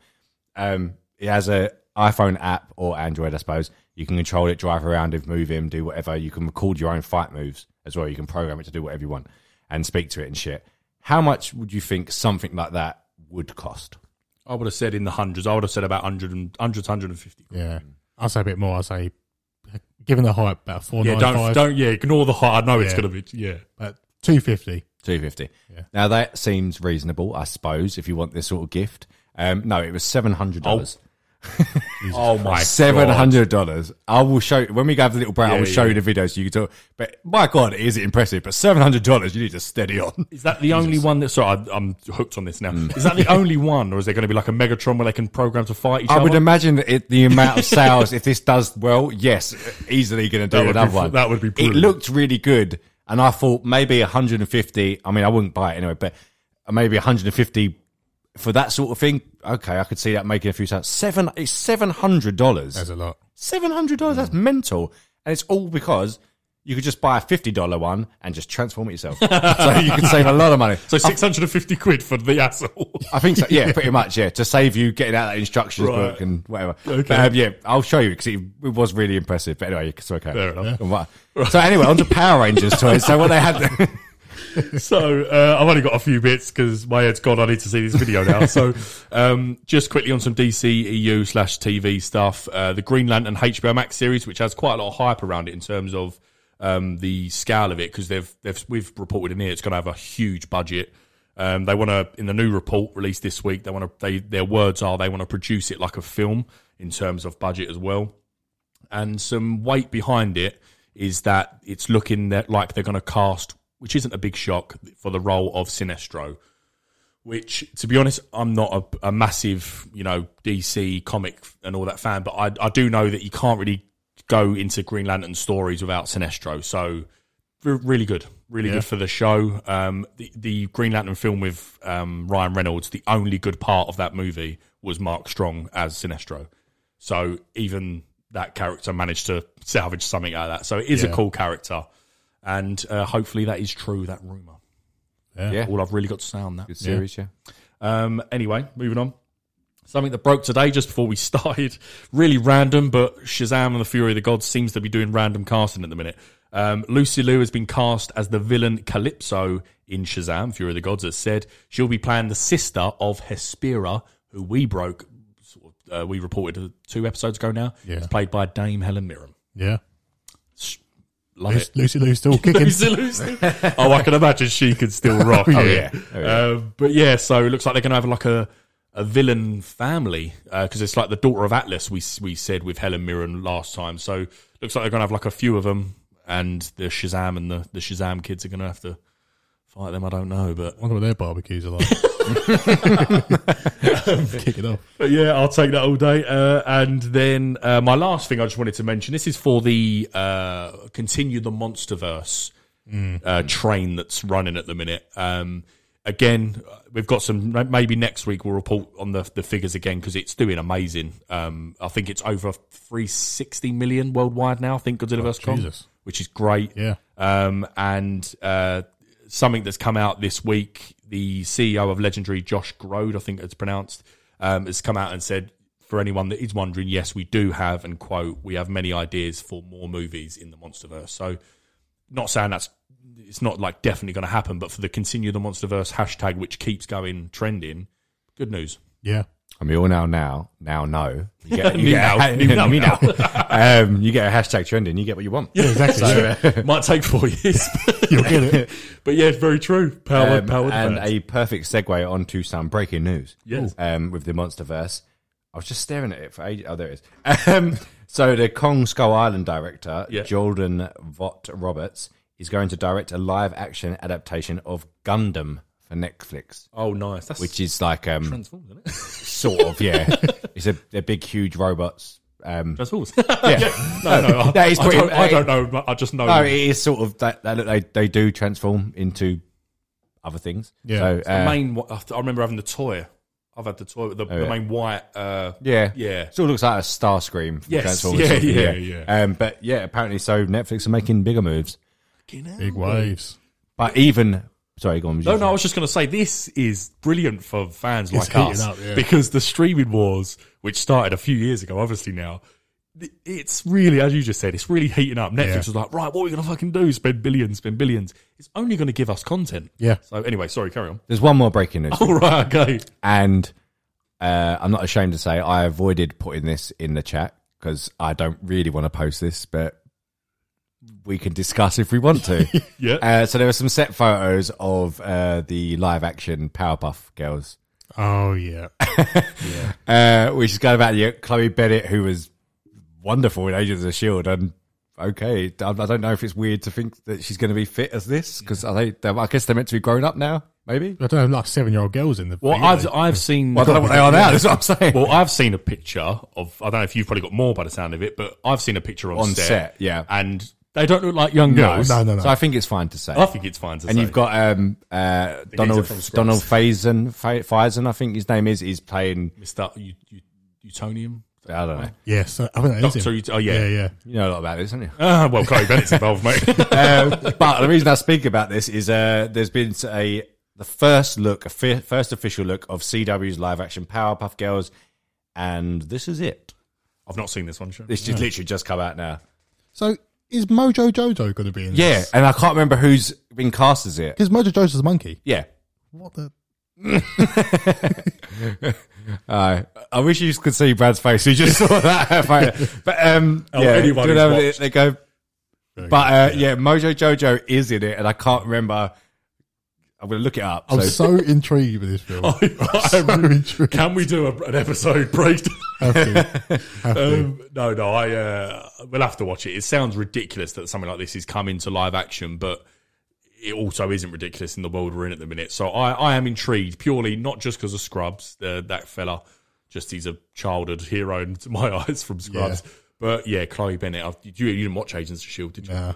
A: Um, it has a iPhone app or Android, I suppose. You can control it, drive around him, move him, do whatever. You can record your own fight moves as well. You can program it to do whatever you want and speak to it and shit. How much would you think something like that would cost?
C: I would have said in the hundreds. I would have said about 100 and, hundreds, 150.
B: Yeah. I'll say a bit more. I'll say, given the hype, about four
C: Yeah, don't, don't, yeah, ignore the heart. I know it's
B: Yeah.
C: going to be, yeah.
B: But 250.
A: Two fifty. Now that seems reasonable, I suppose, if you want this sort of gift. Um, no, it was seven hundred dollars.
C: Oh my
A: Seven
C: God.
A: hundred dollars. I will show when we go have the little break. I
C: Yeah,
A: will show
C: yeah.
A: you the video so you can talk. But my God, is it impressive? But seven hundred dollars, you need to steady on.
C: Is that the only one that? Sorry, I, I'm hooked on this now. Is that the (laughs) only one, or is there going to be like a Megatron where they can program to fight each
A: I
C: other?
A: would imagine that it, the amount of sales, if this does well, yes, easily going to
C: That
A: do
C: would be
A: another
C: f-
A: one.
C: that would be
A: It
C: brilliant.
A: looked really good, and I thought maybe 150. I mean, I wouldn't buy it anyway, but maybe 150 for that sort of thing. Okay, I could see that making a few sales. Seven, it's seven hundred
B: That's
A: dollars.
B: a lot.
A: Seven hundred dollars. That's mental, and it's all because. You could just buy a fifty dollar one and just transform it
C: (laughs)
A: yourself, so you could save a lot of money.
C: so 650 quid for the asshole.
A: I think so.
C: (laughs)
A: Yeah, pretty much. Yeah, to save you getting out that instructions
C: Right.
A: book and whatever.
C: Okay.
A: But, um, yeah, I'll show you because it, it was really impressive. But anyway, it's okay.
C: Fair enough. (laughs)
A: And what- So anyway, on to Power Rangers toys. So what they (laughs) had,
C: so uh, I've only got a few bits because my head's gone. I need to see this video now. so um, just quickly on some DC EU slash TV stuff, uh, the Green Lantern HBO Max series, which has quite a lot of hype around it in terms of um, the scale of it, because they've they've we've reported in here it's going to have a huge budget. Um, they want to in the new report released this week. They want to they their words are they want to produce it like a film in terms of budget as well and some weight behind it is that it's looking that like they're going to cast, which isn't a big shock for the role of Sinestro. Which, to be honest, I'm not a, a massive, you know, DC comic and all that fan, but I, I do know that you can't really go into Green Lantern stories without Sinestro. So, re- really good, really good for the show. Um, the, the Green Lantern film with um, Ryan Reynolds, the only good part of that movie was Mark Strong as Sinestro. So even that character managed to salvage something out of that. So it is a cool character, and uh, hopefully that is true. That rumor.
A: Yeah.
C: All I've really got to say on that.
A: series, yeah.
C: Um, anyway, moving on. Something that broke today just before we (laughs) started. Really random, but Shazam and the Fury of the Gods seems to be doing random casting at the minute. Um, Lucy Liu has been cast as the villain Calypso in Shazam, Fury of the Gods, as said. She'll be playing the sister of Hespera, who we broke, sort of, uh, we reported two episodes ago now.
B: Yeah.
C: It's played by Dame Helen Mirren.
B: Yeah.
C: Love it.
B: Lucy, Lucy Lou's (laughs) still kicking.
C: Lucy Lucy. (laughs) oh, I can imagine she could still rock.
B: Oh,
A: yeah.
C: Um, but yeah, so it looks like they're going to have like a, a villain family because it's like the daughter of Atlas. We s- we said with Helen Mirren last time. So looks like they're going to have like a few of them, and the Shazam and the the Shazam kids are going to have to fight them. I don't know, but
B: I wonder what their barbecues (laughs) are like. Kick it off.
C: But yeah, I'll take that all day. Uh, and then uh, my last thing I just wanted to mention this is for the uh, continue the MonsterVerse
B: Mm.
C: uh, train that's running at the minute. Um, again, uh, we've got some. Maybe next week we'll report on the the figures again because it's doing amazing. Um, I think it's over three sixty million worldwide now. I think Godzilla vs Kong,
B: Jesus.
C: which is great.
B: Yeah.
C: Um, and uh, something that's come out this week, the CEO of Legendary, Josh Grode, I think it's pronounced, um, has come out and said, for anyone that is wondering, yes, we do have, and quote, we have many ideas for more movies in the MonsterVerse. So, not saying that's it's not like definitely going to happen, but for the continue the MonsterVerse hashtag, which keeps going trending,
A: (laughs)
C: good news.
B: Yeah.
A: I mean, all now, now, now, no. You get,
C: (laughs)
A: (laughs)
C: Me
A: you get
C: now. Me now,
A: me
C: now.
A: now. um, you get a hashtag trending. You get what you want.
B: Yeah, exactly. yeah.
C: Might take
A: (laughs)
C: four years,
B: You'll get it.
C: (laughs) but yeah, it's very true. Power,
A: Um,
C: power,
A: and a perfect segue onto some breaking news.
C: Yes.
A: Um, with the MonsterVerse, I was just staring at it for ages. Oh, there it is. (laughs) Um, so the Kong Skull Island director
C: Yeah.
A: Jordan Vought Roberts is going to direct a live-action adaptation of Gundam for Netflix,
C: oh, nice. That's
A: which is like um,
C: transformed, isn't it?
A: sort of
C: (laughs)
A: yeah, it's a they're big, huge robots. Um,
C: Transforms. (laughs)
A: yeah.
C: No, no, I,
A: That is
C: I
A: pretty-
C: don't, I don't know. But I just know.
A: No, it is sort of that, that they they do transform into other things.
B: Yeah.
A: So,
C: the
A: uh,
C: main. wa- I remember having the toy. I've had the toy. The, the
A: yeah.
C: main white. Uh,
A: Yeah,
C: Yeah.
A: Sort of looks like a star scream. From
C: Yes.
A: Transformers.
C: Yeah, yeah,
A: Um, but yeah, apparently, so Netflix are making bigger moves.
B: Big waves.
A: But even sorry, go on.
C: No, no. I was just going to say this is brilliant for fans like
B: heating
C: us
B: up, yeah.
C: because the streaming wars, which started a few years ago, obviously now. th- It's really, as you just said, it's really heating up. Netflix
B: Yeah.
C: was like, right, what are we going to fucking do? Spend billions, spend billions. It's only going to give us content.
B: Yeah.
C: So anyway, sorry, carry on. (laughs)
A: There's one more breaking news,
C: All right, okay.
A: and uh, I'm not ashamed to say I avoided putting this in the chat because I don't really want to post this, but we can discuss if we want to.
C: (laughs) Yeah.
A: Uh, so there were some set photos of uh, the live action Powerpuff Girls
B: Oh yeah,
A: uh, which is kind of about the Chloe Bennett, who was wonderful in Agents of the Shield. E And okay, I, I don't know if it's weird to think that she's going to be fit as this because I, I guess they're meant to be grown up now,
C: (laughs)
A: maybe.
B: I don't know, like seven-year-old girls in the.
C: Well,
B: thing,
C: I've
B: isn't it?
C: I've seen.
A: Well, I don't know what they are now. That's what I'm saying.
C: Well, I've seen a picture of. I don't know if you've probably got more by the sound of it, but I've seen a picture on,
A: On set, yeah.
C: and they don't look like young
B: no,
C: girls.
B: no, no,
A: (laughs)
B: no.
A: so I think it's fine to say.
C: I think it's fine to
A: and
C: say.
A: you've got um, uh, Donald
C: from Scrubs.
A: Donald Faison, Fa- Faison, I think his name is, is playing.
C: Mr. U- U- Utonium.
A: I don't know.
B: yeah, so I think that is
C: Doctor
B: him.
C: Ut- oh, yeah.
B: yeah, yeah.
A: You know a lot about this, don't you?
C: Ah, well, Chloe Bennett's involved, mate. (laughs)
A: um, (laughs) but the reason I speak about this is uh, there's been a the first look, a fi- first official look of CW's live action Powerpuff Girls, and this is it.
C: I've not seen this one. Sure.
A: This just literally just come out now.
B: So is Mojo Jojo going to be in?
A: Yeah, and I can't remember who's been cast as it.
B: because Mojo Jojo's a monkey.
A: Yeah.
B: What the?
A: Uh, I wish you could see Brad's face. He just (laughs) saw that. but um,
C: Oh,
A: yeah,
C: anyone
A: do you
C: who's
A: know, they,
C: watched.
A: they go.
B: Very
A: But uh, yeah. Mojo Jojo is in it, and I can't remember. I'm gonna look it up.
B: I'm
C: um,
A: Oh, so-
B: so intrigued with this
C: (laughs)
B: film. so
C: I'm-
B: intrigued.
C: (laughs) Can we do a, an episode breakdown?
B: Have to. Have to.
C: Um, no, no, I uh, we'll have to watch it. It sounds ridiculous that something like this is coming to live action, but it also isn't ridiculous in the world we're in at the minute. So I, I am intrigued purely not just because of Scrubs, uh, that fella, just he's a childhood hero in (laughs) my eyes from Scrubs. But yeah, Chloe Bennett, I, you, you didn't watch Agents of Shield, E did you?
B: Nah.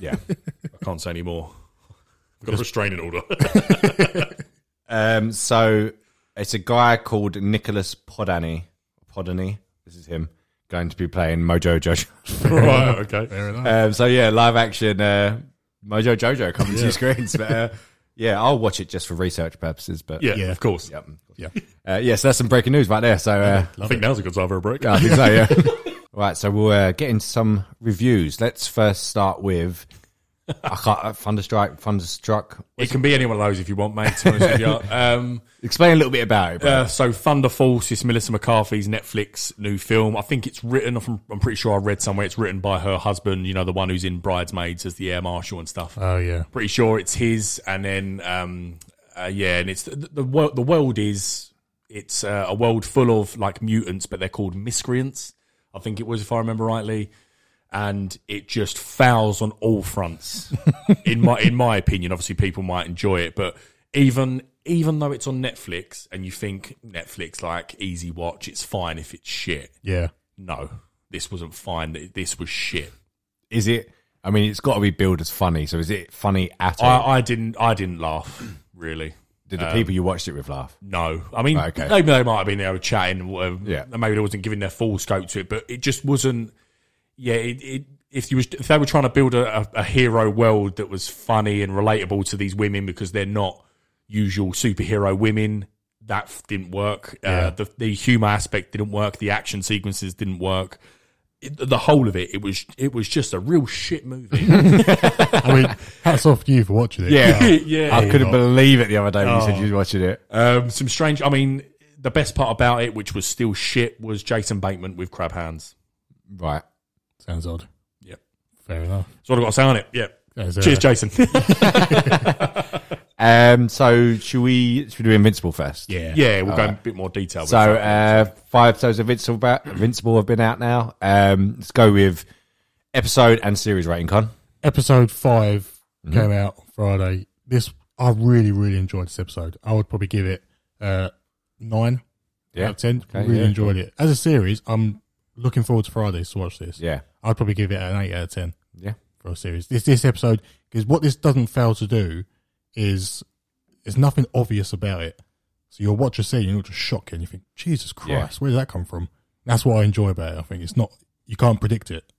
A: yeah.
C: I can't say any more. I've got a restraining order.
A: Um, so it's a guy called Nicholas Podany. Podany, this is him going to be playing Mojo Jojo. (laughs)
C: right, okay.
B: Fair enough.
A: Um, so yeah, live action uh, Mojo Jojo coming to your screens. But uh, yeah, I'll watch it just for research purposes. But
C: Yeah,
B: Yeah.
C: of course.
A: Yep.
B: yeah.
A: Uh, yeah, so that's some breaking news right there. So uh,
C: I think now's a good time for a break.
A: yeah, I think so. Yeah. (laughs) right, so we'll uh, get into some reviews. Let's first start with. I can't uh, Thunderstrike. Thunderstruck.
C: It can be any one of those if you want, mate. To be honest with you. Um,
A: Explain a little bit about it. Bro.
C: Uh, so Thunder Force is Melissa McCarthy's Netflix new film. I think it's written. I'm, I'm pretty sure I read somewhere it's written by her husband. You know, the one who's in Bridesmaids as the air marshal and stuff.
B: Oh yeah.
C: pretty sure it's his. And then um, uh, yeah, and it's the, the world. The world is it's uh, a world full of like mutants, but they're called miscreants. I think it was, if I remember rightly. And it just fouls on all fronts. in my in my opinion, obviously people might enjoy it, but even even though it's on Netflix and you think Netflix like easy watch, it's fine if it's shit.
B: Yeah.
C: No, this wasn't fine. This was shit.
A: Is it? I mean, it's got to be billed as funny. So is it funny at all?
C: I, I didn't I didn't laugh really.
A: Did
C: Um,
A: the people you watched it with laugh?
C: No, I mean
A: Okay.
C: maybe they might have been there with chatting, and whatever.
A: Yeah.
C: And maybe they wasn't giving their full scope to it, but it just wasn't. Yeah, it, it, if you was if they were trying to build a, a, a hero world that was funny and relatable to these women because they're not usual superhero women, that f- didn't work. Uh, the the humor aspect didn't work. The action sequences didn't work. It, the whole of it, it was it was just a real shit movie.
B: I
C: (laughs)
B: mean, hats off to you for watching it. (laughs)
C: yeah, Oh.
A: I couldn't believe it the other day when you said you were watching it.
C: Um, some strange. I mean, the best part about it, which was still shit, was Jason Bateman with crab hands.
A: Right.
B: Sounds odd.
C: Yep.
B: Fair enough.
C: That's all I've got to say on it. Yep.
B: As, uh,
C: Cheers, Jason.
A: Um, so should we should we do Invincible first?
B: Yeah.
C: (laughs) yeah, we'll go in a bit more detail. with
A: So
C: that.
A: uh, five episodes of Invincible, ba- Invincible have been out now. Um, let's go with episode and series rating. Con.
B: Episode 5 came out Friday. This I really, really enjoyed this episode. I would probably give it uh, nine
A: Yeah.
B: out of ten.
A: Okay,
B: really
A: yeah,
B: enjoyed it as a series. I'm looking forward to Fridays to watch this.
A: Yeah.
B: I'd probably give it an eight out of ten.
A: Yeah.
B: for a series. This this episode because what this doesn't fail to do is there's nothing obvious about it. So you'll watch a scene and it'll just shock you and you think, Jesus Christ, where did that come from? That's what I enjoy about it. I think it's not you can't predict it.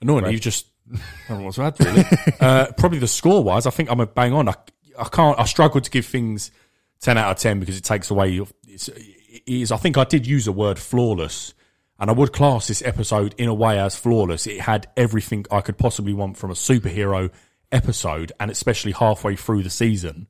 C: annoyingly, you've just I don't know what to add. Really, uh, probably the score wise, I think I'm a bang on. I, I can't. I struggle to give things ten out of ten because it takes away. your- It's, it is. I think I did use the word flawless, and I would class this episode in a way as flawless. It had everything I could possibly want from a superhero episode, and especially halfway through the season.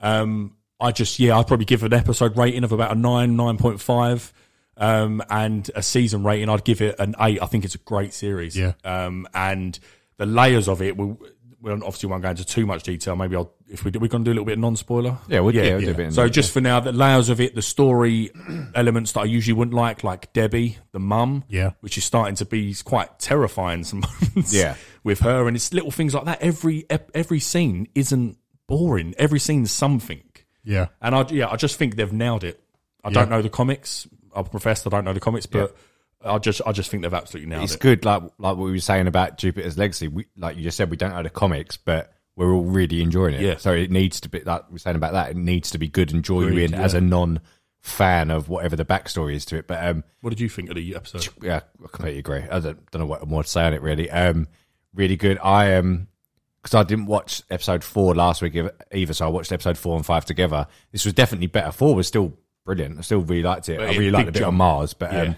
C: Um, I just yeah, I'd probably give an episode rating of about a nine, nine point five. Um, and a season rating, I'd give it an eight. I think it's a great series.
B: Yeah.
C: Um, and the layers of it were we obviously won't go into too much detail. Maybe I'll if we do, we're going to do a little bit of non-spoiler.
A: Yeah, we'll, yeah, we'll do a bit in
C: So
A: there.
C: just for now, the layers of it, the story (clears throat) elements that I usually wouldn't like, like Debbie, the mum,
B: Yeah.
C: which is starting to be quite terrifying (laughs) some moments,
A: Yeah.
C: with her, and it's little things like that. Every ep- every scene isn't boring. Every scene's something,
B: Yeah.
C: and I yeah, I just think they've nailed it. I don't know the comics. I'll profess I don't know the comics, but I just I just think they've absolutely nailed
A: it's
C: it.
A: good, like like what we were saying about Jupiter's Legacy. We, like you just said, we don't know the comics, but we're all really enjoying it.
C: Yeah.
A: So it needs to be like we we're saying about that. It needs to be good and joy in as a non fan of whatever the backstory is to it. But um,
C: What did you think of the episode?
A: yeah, I completely agree. I don't, don't know what more to say on it really. Um, really good. I um, because I didn't watch episode four last week ev- either, so I watched episode four and five together. This was definitely better. Four was still brilliant. I still really liked it.
C: But
A: I
C: it-
A: really liked the
C: big
A: bit on
C: jump.
A: Mars, but
C: Yeah.
A: um,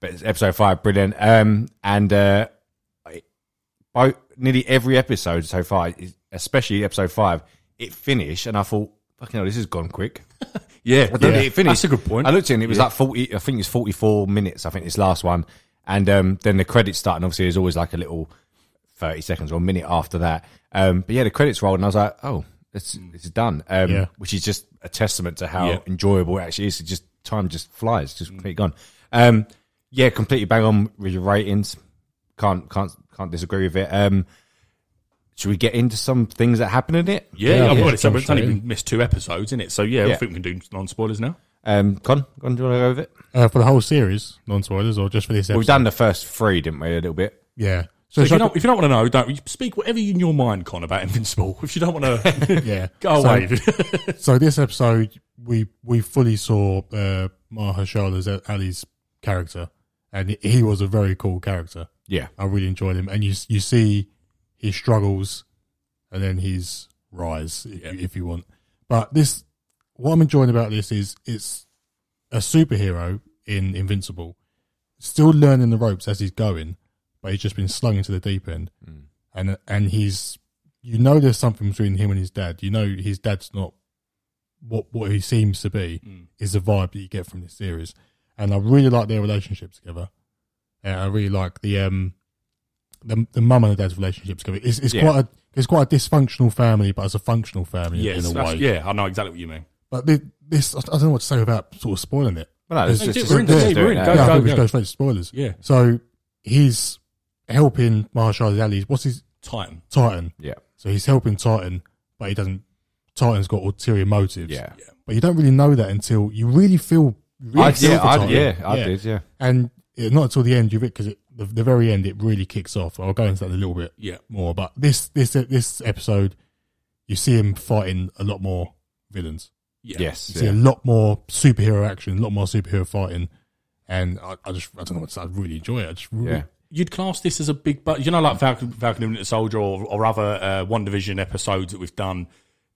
A: but episode five brilliant. Um, and uh, I- both nearly every episode so far, especially episode five, it finished, and I thought, fucking hell, this has gone quick. (laughs)
C: Yeah,
A: I don't think it finished.
C: That's a good point.
A: I looked at it and it was like 40, I think it's 44 minutes, I think this last one. And um, then the credits start, and obviously there's always like a little 30 seconds or a minute after that. Um, but yeah, the credits rolled, and I was like, oh, it's, it's done. Um,
B: Yeah.
A: Which is just a testament to how
C: Yeah.
A: enjoyable it actually is. It just time just flies, just completely gone. Um, yeah, completely bang on with your ratings. Can't can't can't disagree with it. Um, should we get into some things that happened in it?
C: Yeah,
B: Yeah,
C: I've
B: yeah,
C: got it. So
B: jump
C: it's only
B: straight
C: been missed two episodes, isn't it? So yeah, I
A: Yeah.
C: think we can do non spoilers now.
A: Um, Con, Con, do you want to go with it?
B: Uh, for the whole series, non spoilers, or just for this episode?
A: We've done the first three, didn't we? A little bit.
B: Yeah. So,
C: If
B: should
C: you,
B: I-
C: don't, if you don't want to know, don't you speak whatever you in your mind, Con, about (laughs) Invincible. If you don't want to,
B: yeah.
C: (laughs) go
B: So- (laughs)
C: away. (laughs)
B: so this episode we we fully saw uh Mahershala's Ali's character and he was a very cool character.
A: Yeah.
B: I really enjoyed him and you you see his struggles and then his rise if, you, if you want. But this what I'm enjoying about this is it's a superhero in Invincible still learning the ropes as he's going, but he's just been slung into the deep end.
C: Hmm.
B: And and he's you know there's something between him and his dad. You know his dad's not what what he seems to be
C: Hmm.
B: is the vibe that you get from this series. And I really like their relationship together. And I really like the um the the mum and the dad's relationship together. It's, it's
A: Yeah.
B: quite a it's quite a dysfunctional family, but it's a functional family
C: yes,
B: in a
C: that's-
B: way.
C: yeah, I know exactly what you mean.
B: But thi- this, I don't know what to say without sort of spoiling it.
A: Well, no, it's
B: Hey,
A: just,
B: dude,
A: it's
B: we're in
A: just
B: the
A: do it now.
C: game, we're in
B: yeah,
C: go,
B: I think we
C: go.
B: should go straight to spoilers.
C: Yeah,
B: So he's helping Marshall Ali. What's his
C: Titan.
B: Titan?
A: Yeah.
B: So he's helping Titan, but he doesn't. Titan's got ulterior motives.
A: Yeah.
B: But you don't really know that until you really feel. Really
A: I,
B: feel
A: yeah,
B: for
A: I,
B: Titan.
A: yeah, I did, yeah.
B: And it, not until the end, you because the, the very end it really kicks off. I'll go into that in a little bit
C: Yeah,
B: more. But this this this episode, you see him fighting a lot more villains.
C: yeah,
A: Yes.
B: You see
A: yeah.
B: a lot more superhero action, a lot more superhero fighting, and I, I just I don't know what to say. I really enjoy it. I just really,
A: Yeah.
C: You'd class this as a big, but you know, like Falcon, Falcon and the Winter Soldier or, or other uh, One Division episodes that we've done.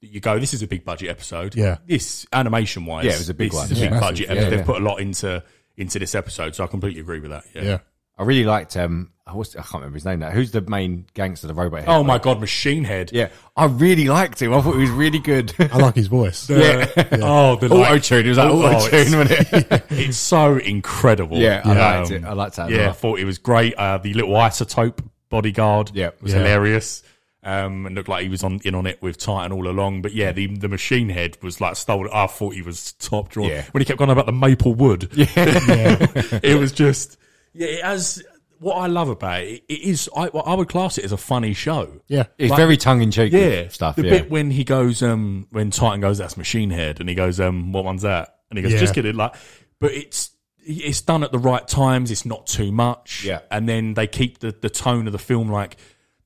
C: that You go, this is a big budget episode.
B: Yeah.
C: this animation wise,
A: Yeah, it was a big
C: this
A: one.
C: Is a
A: Yeah,
C: big
B: massive.
C: budget.
A: Yeah,
C: episode. They've
A: yeah.
C: put a lot into into this episode, so I completely agree with that.
B: yeah,
A: I really liked, um, I, was, I can't remember his name now. Who's the main gangster, the robot head?
C: Oh my God, Machine Head.
A: Yeah. I really liked him. I thought he was really
C: (laughs)
A: good.
B: I like his voice.
A: yeah.
C: Oh, the like,
A: Auto tune. It was like
C: Oh, (laughs) oh,
A: auto tune, wasn't (laughs) it?
C: it's so incredible.
A: yeah, I
C: Um,
A: liked it. I liked that.
C: yeah,
A: Yeah.
C: I thought it was great. Uh, the little isotope bodyguard
A: Yeah.
C: was
B: Yeah.
C: hilarious. Um, and looked like he was on in on it with Titan all along. But yeah, the the machine head was like stolen. I thought he was top drawer.
A: Yeah.
C: When he kept going about the
A: (laughs)
C: maple wood,
B: yeah,
C: it was just yeah. It has what I love about it. It is I, well, I would class it as a funny show.
B: yeah.
A: It's very tongue in cheek
C: Yeah,
A: stuff.
C: The
A: yeah.
C: bit when he goes, um, when Titan goes, "That's Machine Head," and he goes, um, "What one's that?" And he goes,
B: Yeah.
C: "Just kidding." Like, but it's it's done at the right times. It's not too much.
A: Yeah.
C: and then they keep the the tone of the film like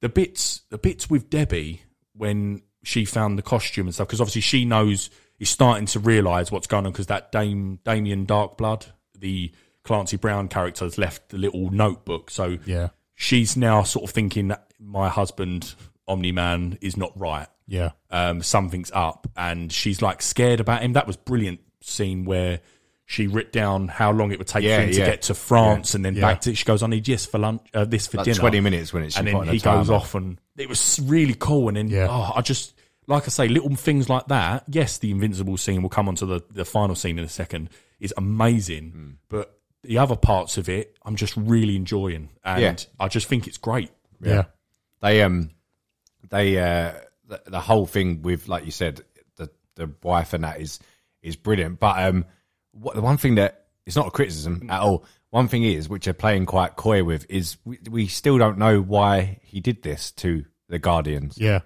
C: the bits the bits with Debbie when she found the costume and stuff because obviously she knows is starting to realise what's going on because that Dame Damien Darkblood the Clancy Brown character has left the little notebook so
B: Yeah.
C: she's now sort of thinking that my husband Omni Man is not right.
B: yeah.
C: Um, something's up, and she's like scared about him. That was brilliant scene where she writ down how long it would take
A: Yeah,
C: for him
A: yeah.
C: to get to France and then
B: Yeah.
C: back to. She goes, "I need yes for lunch, uh, this for
A: like
C: dinner."
A: 20 minutes when it's
C: and
A: she
C: then
A: put on
C: he
A: a timer.
C: goes off, and it was really cool. And then
B: Yeah.
C: oh, I just like I say, little things like that. Yes, the invincible scene will come onto the the final scene in a second. Is amazing,
A: Hmm.
C: but the other parts of it, I'm just really enjoying, and
A: Yeah.
C: I just think it's great.
B: yeah,
A: They, um, they uh, the, the whole thing with like you said the the wife and that is is brilliant. But um, what the one thing that it's not a criticism at all. One thing is which they're playing quite coy with is we, we still don't know why he did this to the Guardians.
B: Yeah.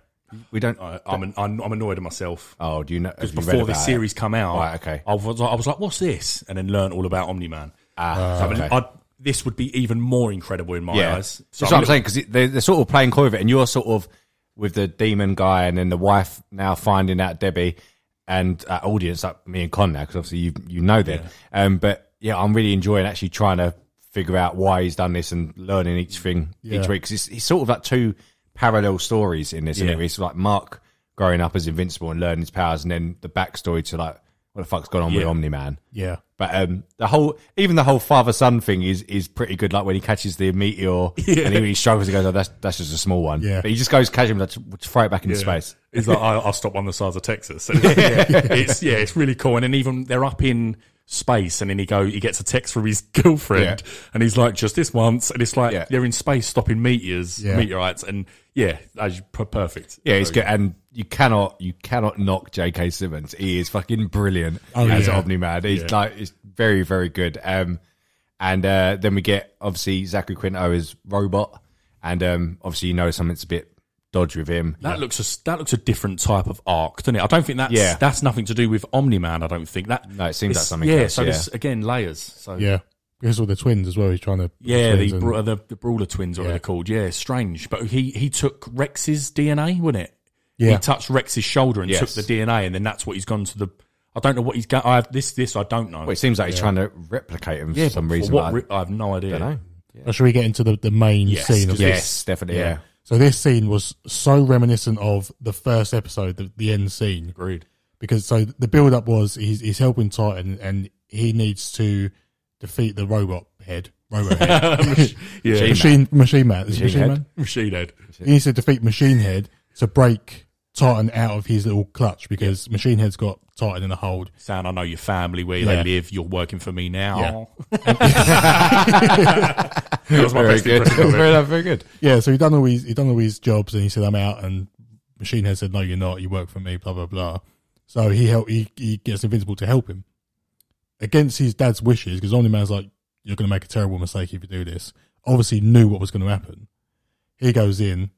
A: We don't.
C: I, Uh, I'm, an, I'm I'm annoyed at myself.
A: Oh, do you know? Because
C: Before this series come out,
A: Right, okay.
C: I was, I was like, "What's this?" and then learn all about Omni Man.
A: ah, okay.
C: I, this would be even more incredible in my
A: yeah.
C: eyes.
A: That's what I'm saying because they're, they're sort of playing coy with it, and you're sort of with the demon guy, and then the wife now finding out Debbie and uh, audience like me and Con now because obviously you you know them. Um, but yeah, I'm really enjoying actually trying to figure out why he's done this and learning each thing each
B: Yeah.
A: week because it's, it's sort of like two parallel stories in this. Isn't it?
C: Yeah.
A: It's like Mark growing up as invincible and learning his powers, and then the backstory to like what the fuck's going on with
C: Yeah.
A: Omni Man.
B: Yeah.
A: But um, the whole, even the whole father son thing is is pretty good. Like when he catches the meteor and he, he struggles, he goes, "Oh, that's that's just a small one."
B: Yeah.
A: But he just goes casually, like, just throw it back into space.
C: It's like I, I'll stop on the size of Texas. And it's, yeah, (laughs) it's yeah, it's really cool. And then even they're up in space, and then he go he gets a text from his (laughs) girlfriend, and he's like, "Just this once." And it's like
A: Yeah.
C: they're in space stopping meteors,
B: Yeah.
C: meteorites, and yeah, as you- per- perfect.
A: Yeah, it's good, and you cannot you cannot knock J.K. Simmons. He is fucking brilliant
B: Oh,
A: as
B: yeah.
A: Omni Man. He's like, it's very very good. Um, and uh, then we get obviously Zachary Quinto as robot, and um, obviously you know something's a bit dodgy with him.
C: That looks a, that looks a different type of arc, doesn't it? I don't think that's
A: Yeah.
C: that's nothing to do with Omni Man. I don't think that.
A: No, it seems
C: it's-
A: like something
C: Yeah,
A: else,
C: so
A: yeah.
C: there's again layers. So
B: Yeah. Because all the twins as well. He's trying to.
C: Yeah, the,
B: twins and-
C: bra- the the brawler twins, what
B: Yeah.
C: they're called. Yeah, strange. But he he took Rex's DNA, wouldn't it?
B: Yeah.
C: He touched Rex's shoulder and
A: Yes.
C: took the DNA, and then that's what he's gone to the. I don't know what he's got. I have this this I don't know.
A: Well, it seems like he's trying to replicate him for
C: yeah,
A: some
C: but for
A: reason.
C: What
A: but
C: re- I have no idea.
A: I don't know.
B: Or should we get into the, the main
C: Yes,
B: scene of
C: 'cause
B: this?
A: Yes, definitely. yeah.
B: So this scene was so reminiscent of the first episode, the, the end scene.
C: Agreed. (laughs)
B: because so the build up was he's, he's helping Titan and he needs to defeat the robot head, robot head, (laughs)
C: Yeah,
B: machine machine man, Is it machine
A: Head.
B: man.
C: machine head.
B: He needs to defeat machine head to break Titan out of his little clutch because machine head's got Titan in a hold.
C: Sound. I know your family, where
B: Yeah.
C: they live. You're working for me now. (laughs)
A: That
C: was my
A: very
C: best
A: good.
C: impression of it.
A: (laughs) Very, very good.
B: Yeah, so he done all his he done all his jobs and he said I'm out and machine head said no you're not you work for me blah blah blah. So he help he, he gets invincible to help him against his dad's wishes because Omni Man's like, "You're going to make a terrible mistake if you do this." Obviously, knew what was going to happen. He goes in,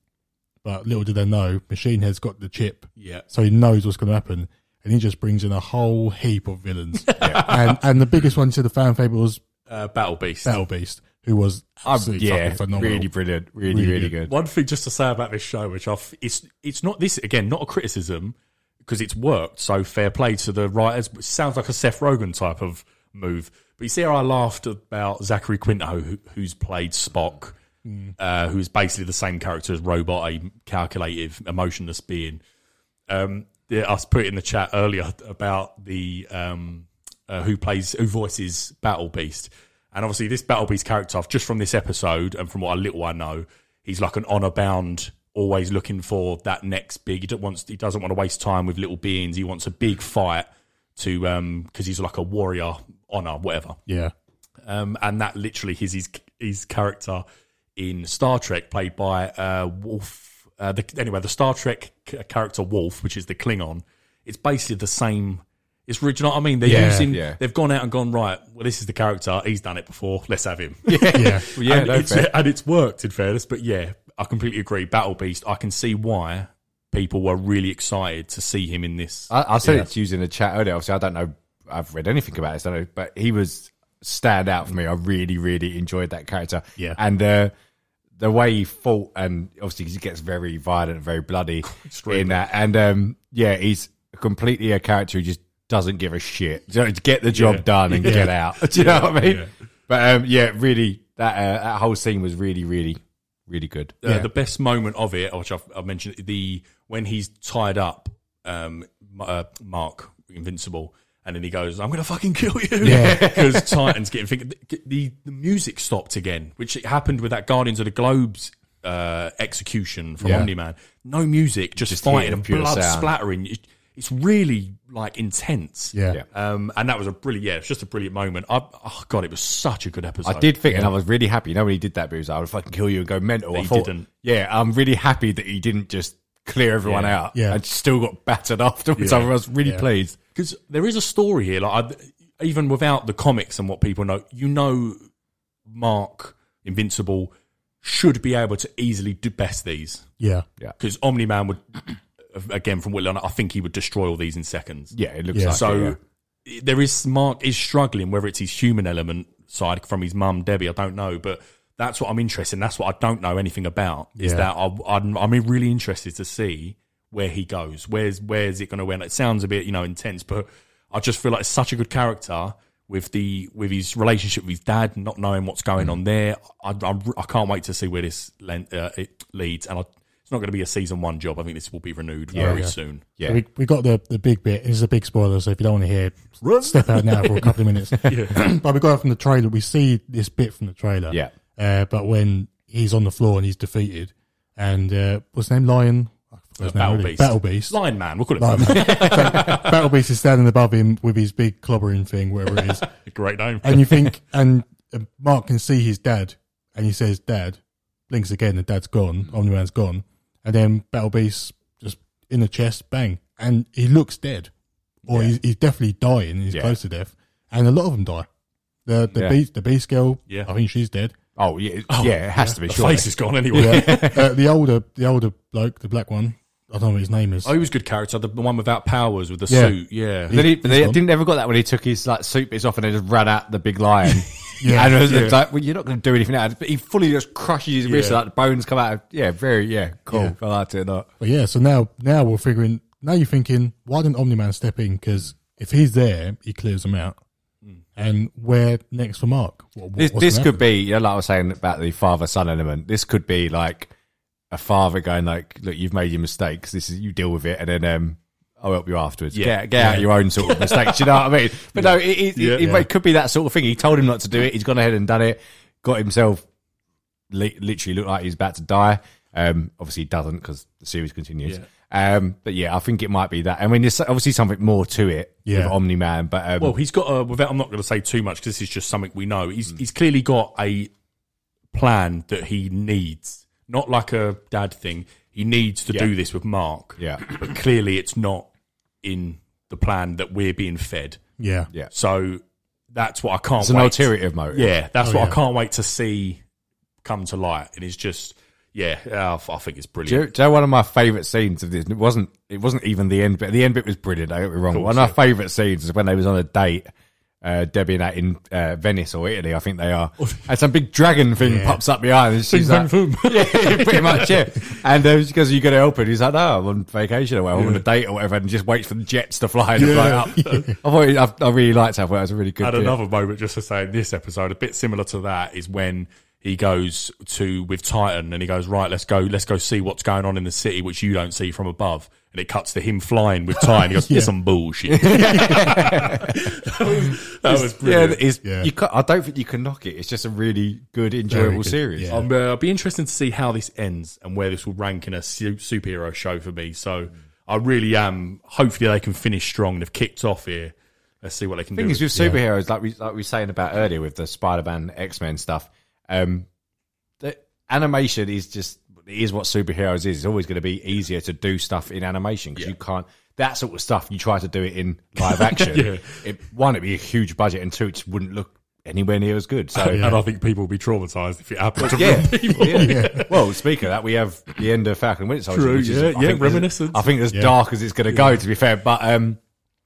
B: but little did they know, Machine Head's got the chip,
C: Yeah.
B: so he knows what's going to happen, and he just brings in a whole heap of
A: (laughs)
B: villains. and and the biggest one to the fan favorite was
C: Uh, Battle Beast.
B: Battle Beast, who was
A: Um,
B: absolutely
A: yeah,
B: fucking phenomenal.
A: really brilliant. Really, really,
B: Really
A: good.
C: One thing just to say about this show, which I've it's it's not this again, not a criticism because it's worked. So fair play to the writers. It sounds like a Seth Rogen type of move. But you see how I laughed about Zachary Quinto, who, who's played Spock, uh, who's basically the same character as Robot, a calculative, emotionless being. Um, yeah, I was put it in the chat earlier about the um, uh, who plays who voices Battle Beast, and obviously this Battle Beast character, I've- just from this episode and from what a little I know, he's like an honor bound, always looking for that next big. He don't- wants he doesn't want to waste time with little beings. He wants a big fight to because he's like a warrior, honor, whatever
B: Yeah,
C: um, and that literally his his his character in Star Trek, played by uh, Wolf. Uh, the, anyway, the Star Trek c- uh, character Wolf, which is the Klingon, it's basically the same. It's do you know what I mean? They're
B: Yeah,
C: using.
A: yeah.
C: They've gone out and gone right. Well, this is the character. He's done it before. Let's have him.
B: yeah,
A: (laughs) Yeah,
C: and,
A: no,
C: it's,
A: fair.
C: and it's worked in fairness. But yeah, I completely agree. Battle Beast. I can see why people were really excited to see him in this.
A: I, I said it to you in the chat earlier. Obviously, I don't know. I've read anything about this, I don't know, but he was stand out for me. I really, really enjoyed that character.
B: Yeah.
A: and uh, the way he fought, and obviously he gets very violent, and very
C: (laughs)
A: bloody in that, and um, yeah, he's completely a character who just doesn't give a shit. So to get the job done and get out. (laughs) Do you know what I mean? But um, yeah, really, that uh, that whole scene was really, really, really good.
C: uh, the best moment of it, which I've, I've mentioned, the when he's tied up, um, M- uh, Mark Invincible, and then he goes, "I'm gonna fucking kill you," (laughs) because Titans getting fig- the the music stopped again, which it happened with that Guardians of the Globes uh, execution from
B: Yeah.
C: Omni Man. No music, just,
A: Just
C: fighting
A: hearing
C: and
A: pure
C: blood
A: sound.
C: splattering. It- it's really like intense.
B: yeah,
A: Yeah.
B: yeah.
C: Um, and that was a brilliant, yeah, it's just a brilliant moment. I, oh god, it was such a good episode.
A: I did think, and I was really happy. You know, when he did that, but he was like, I would fucking kill you and go mental. I
C: he
A: thought,
C: didn't.
A: Yeah, I'm really happy that he didn't just clear everyone out.
B: Yeah.
A: and still got battered (laughs) afterwards. I was really pleased.
C: because there is a story here. Like I, even without the comics and what people know, you know, Mark Invincible should be able to easily do best these
B: Yeah.
C: because Omni Man would (clears throat) again from Whitland. I think he would destroy all these in seconds.
A: Yeah, it looks
B: Yeah.
A: like it, yeah.
C: So there is Mark is struggling whether it's his human element side from his mum Debbie. I don't know, but. That's what I'm interested in. That's what I don't know anything about. Is
B: Yeah.
C: that I, I'm, I'm really interested to see where he goes. Where's where's it going to end? It sounds a bit you know intense, but I just feel like it's such a good character with the with his relationship with his dad, not knowing what's
B: Mm.
C: going on there. I, I, I can't wait to see where this len- uh, it leads, and I, it's not going to be a season one job. I think this will be renewed very soon.
A: Yeah.
B: We, we got the, the big bit. This is a big spoiler, so if you don't want to hear it, step out now for a couple of
C: (laughs)
B: minutes. (clears throat) but we got it from the trailer. We see this bit from the trailer.
A: Yeah.
B: Uh, but when he's on the floor and he's defeated, and uh, what's his name? Lion? I forgot his name
C: Battle
B: already.
C: Beast.
B: Battle Beast.
C: Lion Man, we'll call it
B: Lion (laughs) Battle Beast is standing above him with his big clobbering thing, whatever it is.
C: (laughs) Great name.
B: and
A: (laughs)
B: you think, and uh, Mark can see his dad, and he says, "Dad," blinks again, the dad's
A: Mm.
B: gone, Omni Man's gone, and then Battle Beast just in the chest, bang, and he looks dead, or he's, he's definitely dying, he's
A: Yeah.
B: close to death, and a lot of them die. The the
A: Yeah.
B: beast, the beast girl,
C: Yeah.
B: I think
A: (laughs)
B: she's dead.
A: Oh yeah, yeah, it has to be.
C: The
A: Sure.
C: face is gone anyway.
B: uh, the older, the older bloke, the black one, I don't know what his name is.
C: Oh, he was a good character. The the one without powers with the
B: Yeah.
C: suit. Yeah.
A: Then he, but they didn't ever got that when he took his like suit bits off and they just ran at the big lion.
B: Yeah.
A: and it was like, well, you're not going to do anything now. But he fully just crushes his wrist,
C: Yeah.
A: like the bones come out. Yeah, very yeah, cool.
B: Yeah.
A: I liked it a lot.
B: But yeah, so now now we're figuring. Now you're thinking, why didn't Omni Man step in? Because if he's there, he clears them out. And where next for Mark? What,
A: Hmm. This, this could be, you know, like I was saying about the father son element. This could be like a father going, like, look, you've made your mistakes. This is you deal with it, and then um, I'll help you afterwards.
C: Yeah.
A: Yeah, get, get out your own
C: (laughs)
A: sort of mistakes. you know what I mean? But no, it, it,
C: Yeah.
A: it, it, could be that sort of thing. He told him not to do it. He's gone ahead and done it. Got himself li- literally looked like he's about to die. Um, obviously, he doesn't because the series continues. Um, but yeah, I think it might be that. I mean, there's obviously something more to it
B: Yeah.
A: with Omni Man, but um,
C: Well, he's got a. Without, I'm not going to say too much because this is just something we know. He's he's clearly got a plan that he needs, not like a dad thing. He needs to do this with Mark.
A: Yeah.
C: but clearly it's not in the plan that we're being fed.
B: Yeah,
A: Yeah.
C: So that's what I can't.
A: it's an
C: wait.
A: ulterior motive.
C: Yeah, that's what
B: yeah.
C: I can't wait to see come to light. And it's just, yeah, uh, I think it's
A: Do you,
C: brilliant.
A: do you know one of my favourite scenes of this? It wasn't. It wasn't even the end bit. The end bit was brilliant. Don't get me wrong. One of my favourite scenes is when they was on a date. Uh, Debbie and that in uh, Venice or Italy, I think they are.
C: Oh,
A: And some big dragon thing pops up behind, and she's like, (laughs)
B: (laughs)
A: "Yeah, pretty much, yeah." And uh, she goes, "Are you going to help?" And he's like, "No, I'm on vacation or whatever, I'm on a date or whatever," and just waits for the jets to fly and fly
C: (laughs)
A: up. I thought it, I, I really liked that. That was a really good.
C: had
A: bit.
C: another moment just to say in this episode, a bit similar to that is when he goes to with Titan and he goes, Right, let's go let's go see what's going on in the city which you don't see from above. And it cuts to him flying with Titan. He goes, (laughs) This some bullshit. that was, that was
A: Yeah,
C: brilliant.
A: it's,
B: Yeah.
A: You ca I don't think you can knock it. It's just a really good, enjoyable
B: good,
A: series.
B: yeah.
C: I'm, uh, I'll be interested to see how this ends and where this will rank in a su- superhero show for me. So I really am. Hopefully, they can finish strong. They've kicked off here. Let's see what they can
A: thing
C: do.
A: is with superheroes, like we like we were saying about earlier with the Spider Man, X Men stuff, um, the animation is just it is what superheroes is. It's always going to be easier to do stuff in animation because you can't that sort of stuff. You try to do it in live
C: (laughs)
A: action. it, one, it'd be a huge budget, and two, it just wouldn't look anywhere near as good. So.
C: And I think people will be traumatized if it happens. to (laughs)
A: Yeah.
C: real people.
A: yeah. Well, speaking of that, we have the end of Falcon and Winter Soldier.
C: True,
A: which is,
C: yeah,
A: I
C: yeah,
A: think,
C: reminiscent.
A: I think as dark as it's going to go, to be fair. But um,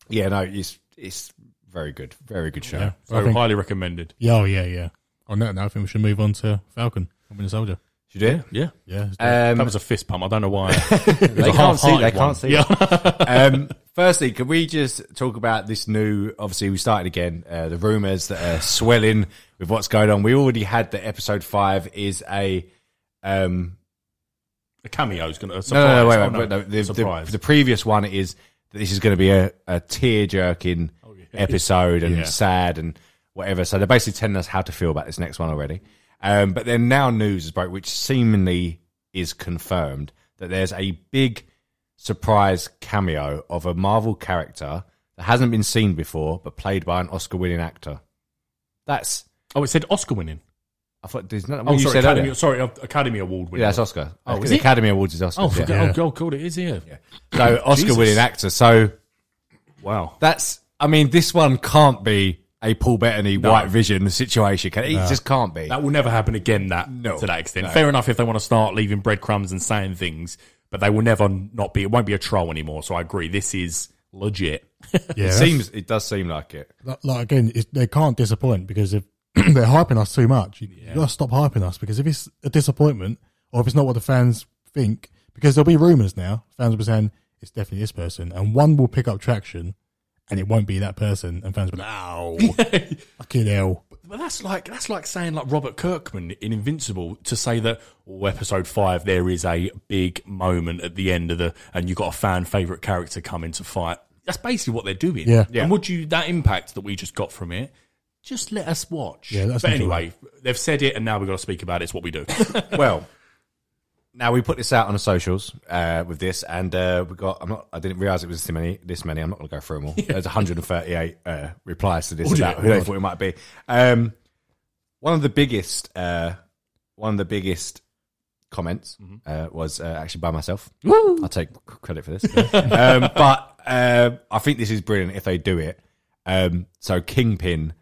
A: yeah, no, it's it's very good, very good show.
C: So highly recommended.
B: yeah, oh, yeah, yeah. On that note, I think we should move on to Falcon, and Winter Soldier.
A: Should you?
C: Yeah.
B: Yeah, it's-
A: Um,
C: That was a fist pump. I don't
A: (laughs)
C: know why.
A: they can't see. They can't see.
C: Yeah.
A: um, firstly, can we just talk about this new? Obviously, we started again. Uh, the rumors that are swelling with what's going on. We already had that episode five is a. Um,
C: A cameo is going to surprise.
A: no, no, no, wait,
C: Oh,
A: wait,
C: no.
A: wait, no, the, the,
C: surprise.
A: the previous one is that this is going to be a, a tear jerking episode and
C: Oh, (laughs) Yeah.
A: sad and whatever. So they're basically telling us how to feel about this next one already. Um, but then now news has broke, which seemingly is confirmed that there's a big surprise cameo of a Marvel character that hasn't been seen before, but played by an Oscar winning actor. That's
C: oh, it said Oscar winning.
A: I thought there's not.
C: Oh,
A: What you
C: sorry,
A: said
C: Academy,
A: earlier.
C: sorry, Academy Award winner.
A: Yeah, that's Oscar.
C: Oh, is
A: the
C: it?
A: Academy Awards is Oscar.
C: oh, for
A: yeah.
C: God, oh, God, it is here.
A: (laughs) So Oscar
C: Jesus.
A: winning actor. So
C: Wow.
A: that's. I mean, this one can't be a Paul Bettany White Vision situation. Can it? It just can't be.
C: That will never happen again. That to that extent. Fair enough if they want to start leaving breadcrumbs and saying things, but they will never not be. It won't be a troll anymore. So I agree. This is legit.
B: Yeah,
A: it
B: that's-
A: seems. It does seem like it.
B: like, like again, it's, they can't disappoint because if (clears throat) they're hyping us too much, you, you gotta stop hyping us because if it's a disappointment or if it's not what the fans think, because there'll be rumors now, fans will be saying it's definitely this person, and one will pick up traction, and it won't be that person, and fans will be like, "Ow, fucking hell!"
C: But that's like that's like saying like Robert Kirkman in Invincible to say that oh, episode five there is a big moment at the end of the and you have got a fan favorite character coming to fight. That's basically what they're doing.
B: Yeah.
A: Yeah.
C: And would you that impact that we just got from it? Just let us watch.
B: Yeah, that's
C: but
B: not
C: anyway, they've said it, and now we've got to speak about it. It's what
B: (laughs)
C: we do.
A: well, now we put this out on the socials uh, with this, and uh, we got. I'm not. I didn't realize it was this many. This many. I'm not going to go through them all. There's 138 uh, replies to this.
C: Oh, dear
A: about who they
C: God.
A: thought it might be. Um, one of the biggest. Uh, one of the biggest comments uh, was uh, actually by myself. I'll take c- credit for this. (laughs) um, but uh, I think this is brilliant if they do it. Um, so Kingpin,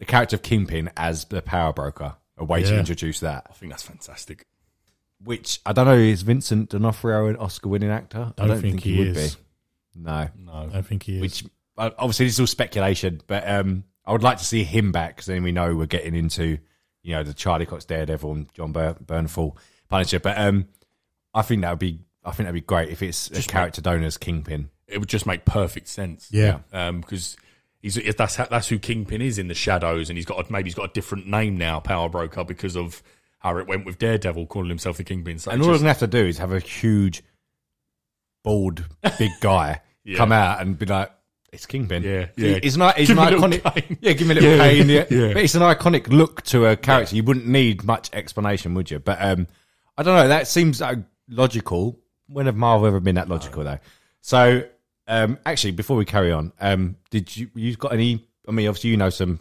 A: the character of Kingpin as the power broker, a way to
B: Yeah.
A: introduce that
C: I think that's fantastic.
A: which I don't know is Vincent D'Onofrio an Oscar-winning actor? I
B: Don't
A: don't think,
B: think he
A: he, would
B: is.
A: be. No,
B: I don't think he is.
A: which uh, obviously this is all speculation, but um, I would like to see him back because then we know we're getting into you know the Charlie Cox Daredevil and John Bur- Burnfall Punisher. But um, I think that would be I think that'd be great if it's a character known as Kingpin.
C: It would just make perfect sense.
B: yeah,
C: because Um, he's that's how, that's who Kingpin is in the shadows, and he's got a, maybe he's got a different name now, Power Broker, because of how it went with Daredevil calling himself the Kingpin. So
A: And
C: it
A: all we're
C: just-
A: gonna have to do is have a huge, bald, big guy
C: (laughs) Yeah.
A: come out and be like, "It's Kingpin."
C: Yeah,
A: He-
C: yeah.
A: It's not. It's
C: Give
A: an
C: me a little
A: iconic.
C: cane.
A: (laughs) Yeah, give me a little
C: Yeah,
A: cane. Yeah.
C: yeah.
A: But it's an iconic look to a character. You wouldn't need much explanation, would you? But um, I don't know. That seems uh, logical. When have Marvel ever been that logical though? So um, actually, before we carry on, um, did you you got any? I mean, obviously you know some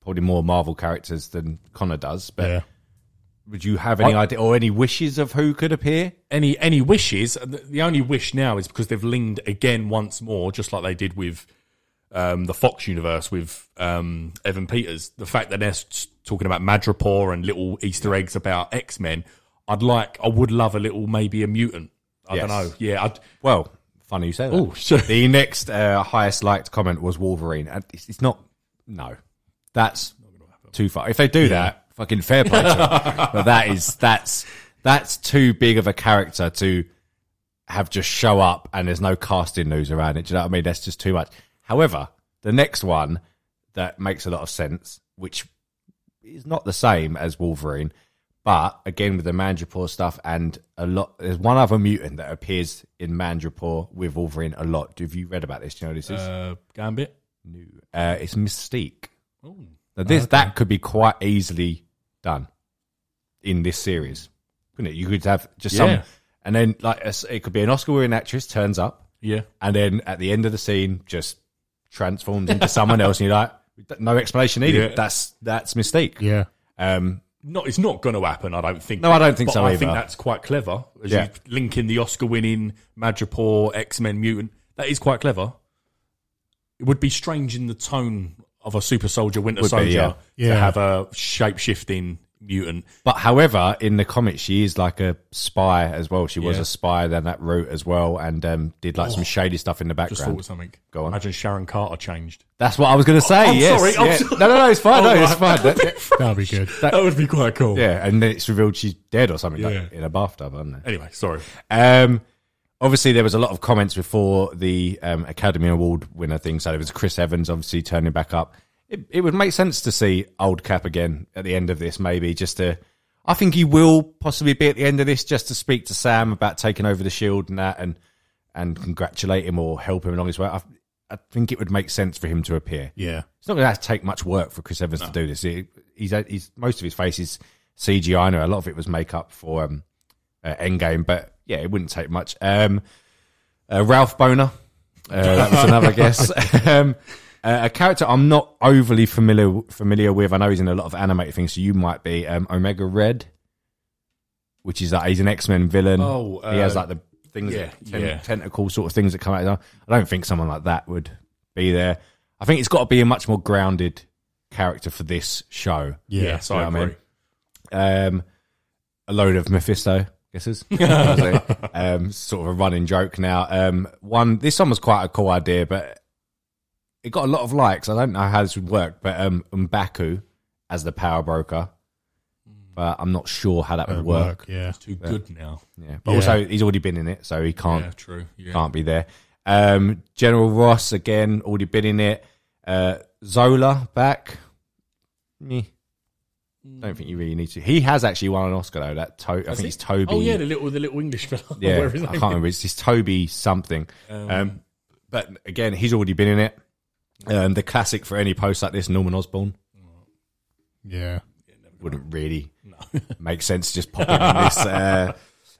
A: probably more Marvel characters than Connor does, but
B: yeah.
A: would you have any idea or any wishes of who could appear?
C: any any wishes. The, the only wish now is because they've leaned again once more, just like they did with um, the Fox universe with um, Evan Peters. The fact that they're s- talking about Madripoor and little Easter eggs about X Men. I'd like, I would love a little, maybe a mutant. I
A: Yes.
C: don't know. Yeah, I'd,
A: Well, funny you say that.
C: Oh, sure.
A: The next uh, highest liked comment was Wolverine, and it's, it's not. No, that's too far. If they do that, fucking fair play to them. but that is that's that's too big of a character to have just show up and there's no casting news around it. Do you know what I mean? That's just too much. However, the next one that makes a lot of sense, which is not the same as Wolverine, but again with the Mandrapore stuff and a lot. There's one other mutant that appears in Mandrapore with Wolverine a lot. Have you read about this? Do you know what this is?
C: uh, Gambit.
A: Uh, it's Mystique. Now this that could be quite easily done in this series, couldn't it? You could have just some,
C: Yeah.
A: and then like a- it could be an Oscar-winning actress turns up,
C: Yeah.
A: and then at the end of the scene just transforms
C: (laughs)
A: into someone else, and you're like, no explanation needed.
C: Yeah.
A: That's that's Mystique.
B: yeah.
A: Um,
C: not it's not going to happen. I don't think.
A: No, I don't think
C: But
A: so
C: I
A: either.
C: think that's quite clever. As
A: Yeah.
C: you link in the Oscar-winning Madripoor X Men mutant, that is quite clever. It would be strange in the tone of a Super Soldier Winter
A: Would be,
C: Soldier
A: yeah.
B: Yeah.
C: to have a shape-shifting mutant.
A: But however, in the comics, she is like a spy as well. She was
C: Yeah. Oh.
A: a spy down that route as well, and um, did like some shady stuff in the
C: Just
A: background.
C: thought of something.
A: Go on.
C: Imagine Sharon Carter changed.
A: That's what I was going to say.
C: I'm
A: yes,
C: sorry, I'm
A: yeah.
C: sorry.
A: No, no, no. It's fine.
C: (laughs) Oh,
A: no, it's
C: right.
A: fine. That-
B: That'd be good.
C: That, would be quite cool.
A: yeah, and then it's revealed she's dead or something like,
C: Yeah.
A: in a bathtub, isn't it?
C: Anyway, sorry.
A: Um, obviously, there was a lot of comments before the um, Academy Award winner thing. So there was Chris Evans obviously turning back up. It, it would make sense to see old Cap again at the end of this, maybe just to. I think he will possibly be at the end of this just to speak to Sam about taking over the shield and that, and and congratulate him or help him along his way. I, I think it would make sense for him to appear.
B: Yeah,
A: It's not going to have to take much work for Chris Evans to do this. He, he's, he's most of his face is CGI. I know a lot of it was makeup for um, uh, Endgame, but yeah, it wouldn't take
C: (laughs)
A: much. Um, uh, Ralph Boner, uh, that was another guess. Um, Uh, a character I'm not overly familiar familiar with. I know he's in a lot of animated things, so you might be um, Omega Red, which is that he's an X Men villain.
C: Oh,
A: he has
C: uh,
A: like the things,
C: yeah,
A: that, ten-
C: yeah.
A: tentacle sort of things that come out. of that. I don't think someone like that would be there. I think it's got to be a much more grounded character for this show.
B: Yeah.
C: yes, I
A: You know
C: agree.
A: what Um, a load of Mephisto guesses. um, sort of a running joke now. Um, one, this one was quite a cool idea, but it got a lot of likes. I don't know how this would work, but um, Mbaku as the power broker. But I'm not sure how that would
B: At
A: work.
B: work. Yeah.
C: Too good now.
A: Yeah. But
B: Yeah.
A: also, he's already been in it, so he can't
C: Yeah, true. Yeah.
A: can't be there. Um, General Ross again, already been in it. Uh, Zola back. Meh. Don't think you really need to. He has actually won an Oscar though. That to- I think it's Toby.
D: Oh yeah, the little the little English
C: (laughs)
D: fella.
A: Yeah,
D: Where is
A: I
D: that?
A: can't remember. It's, it's Toby something. Um, but again, he's already been in it. Um, the classic for any post like this, Norman Osborn,
B: Yeah.
A: wouldn't really (laughs) make sense just popping in this. Uh,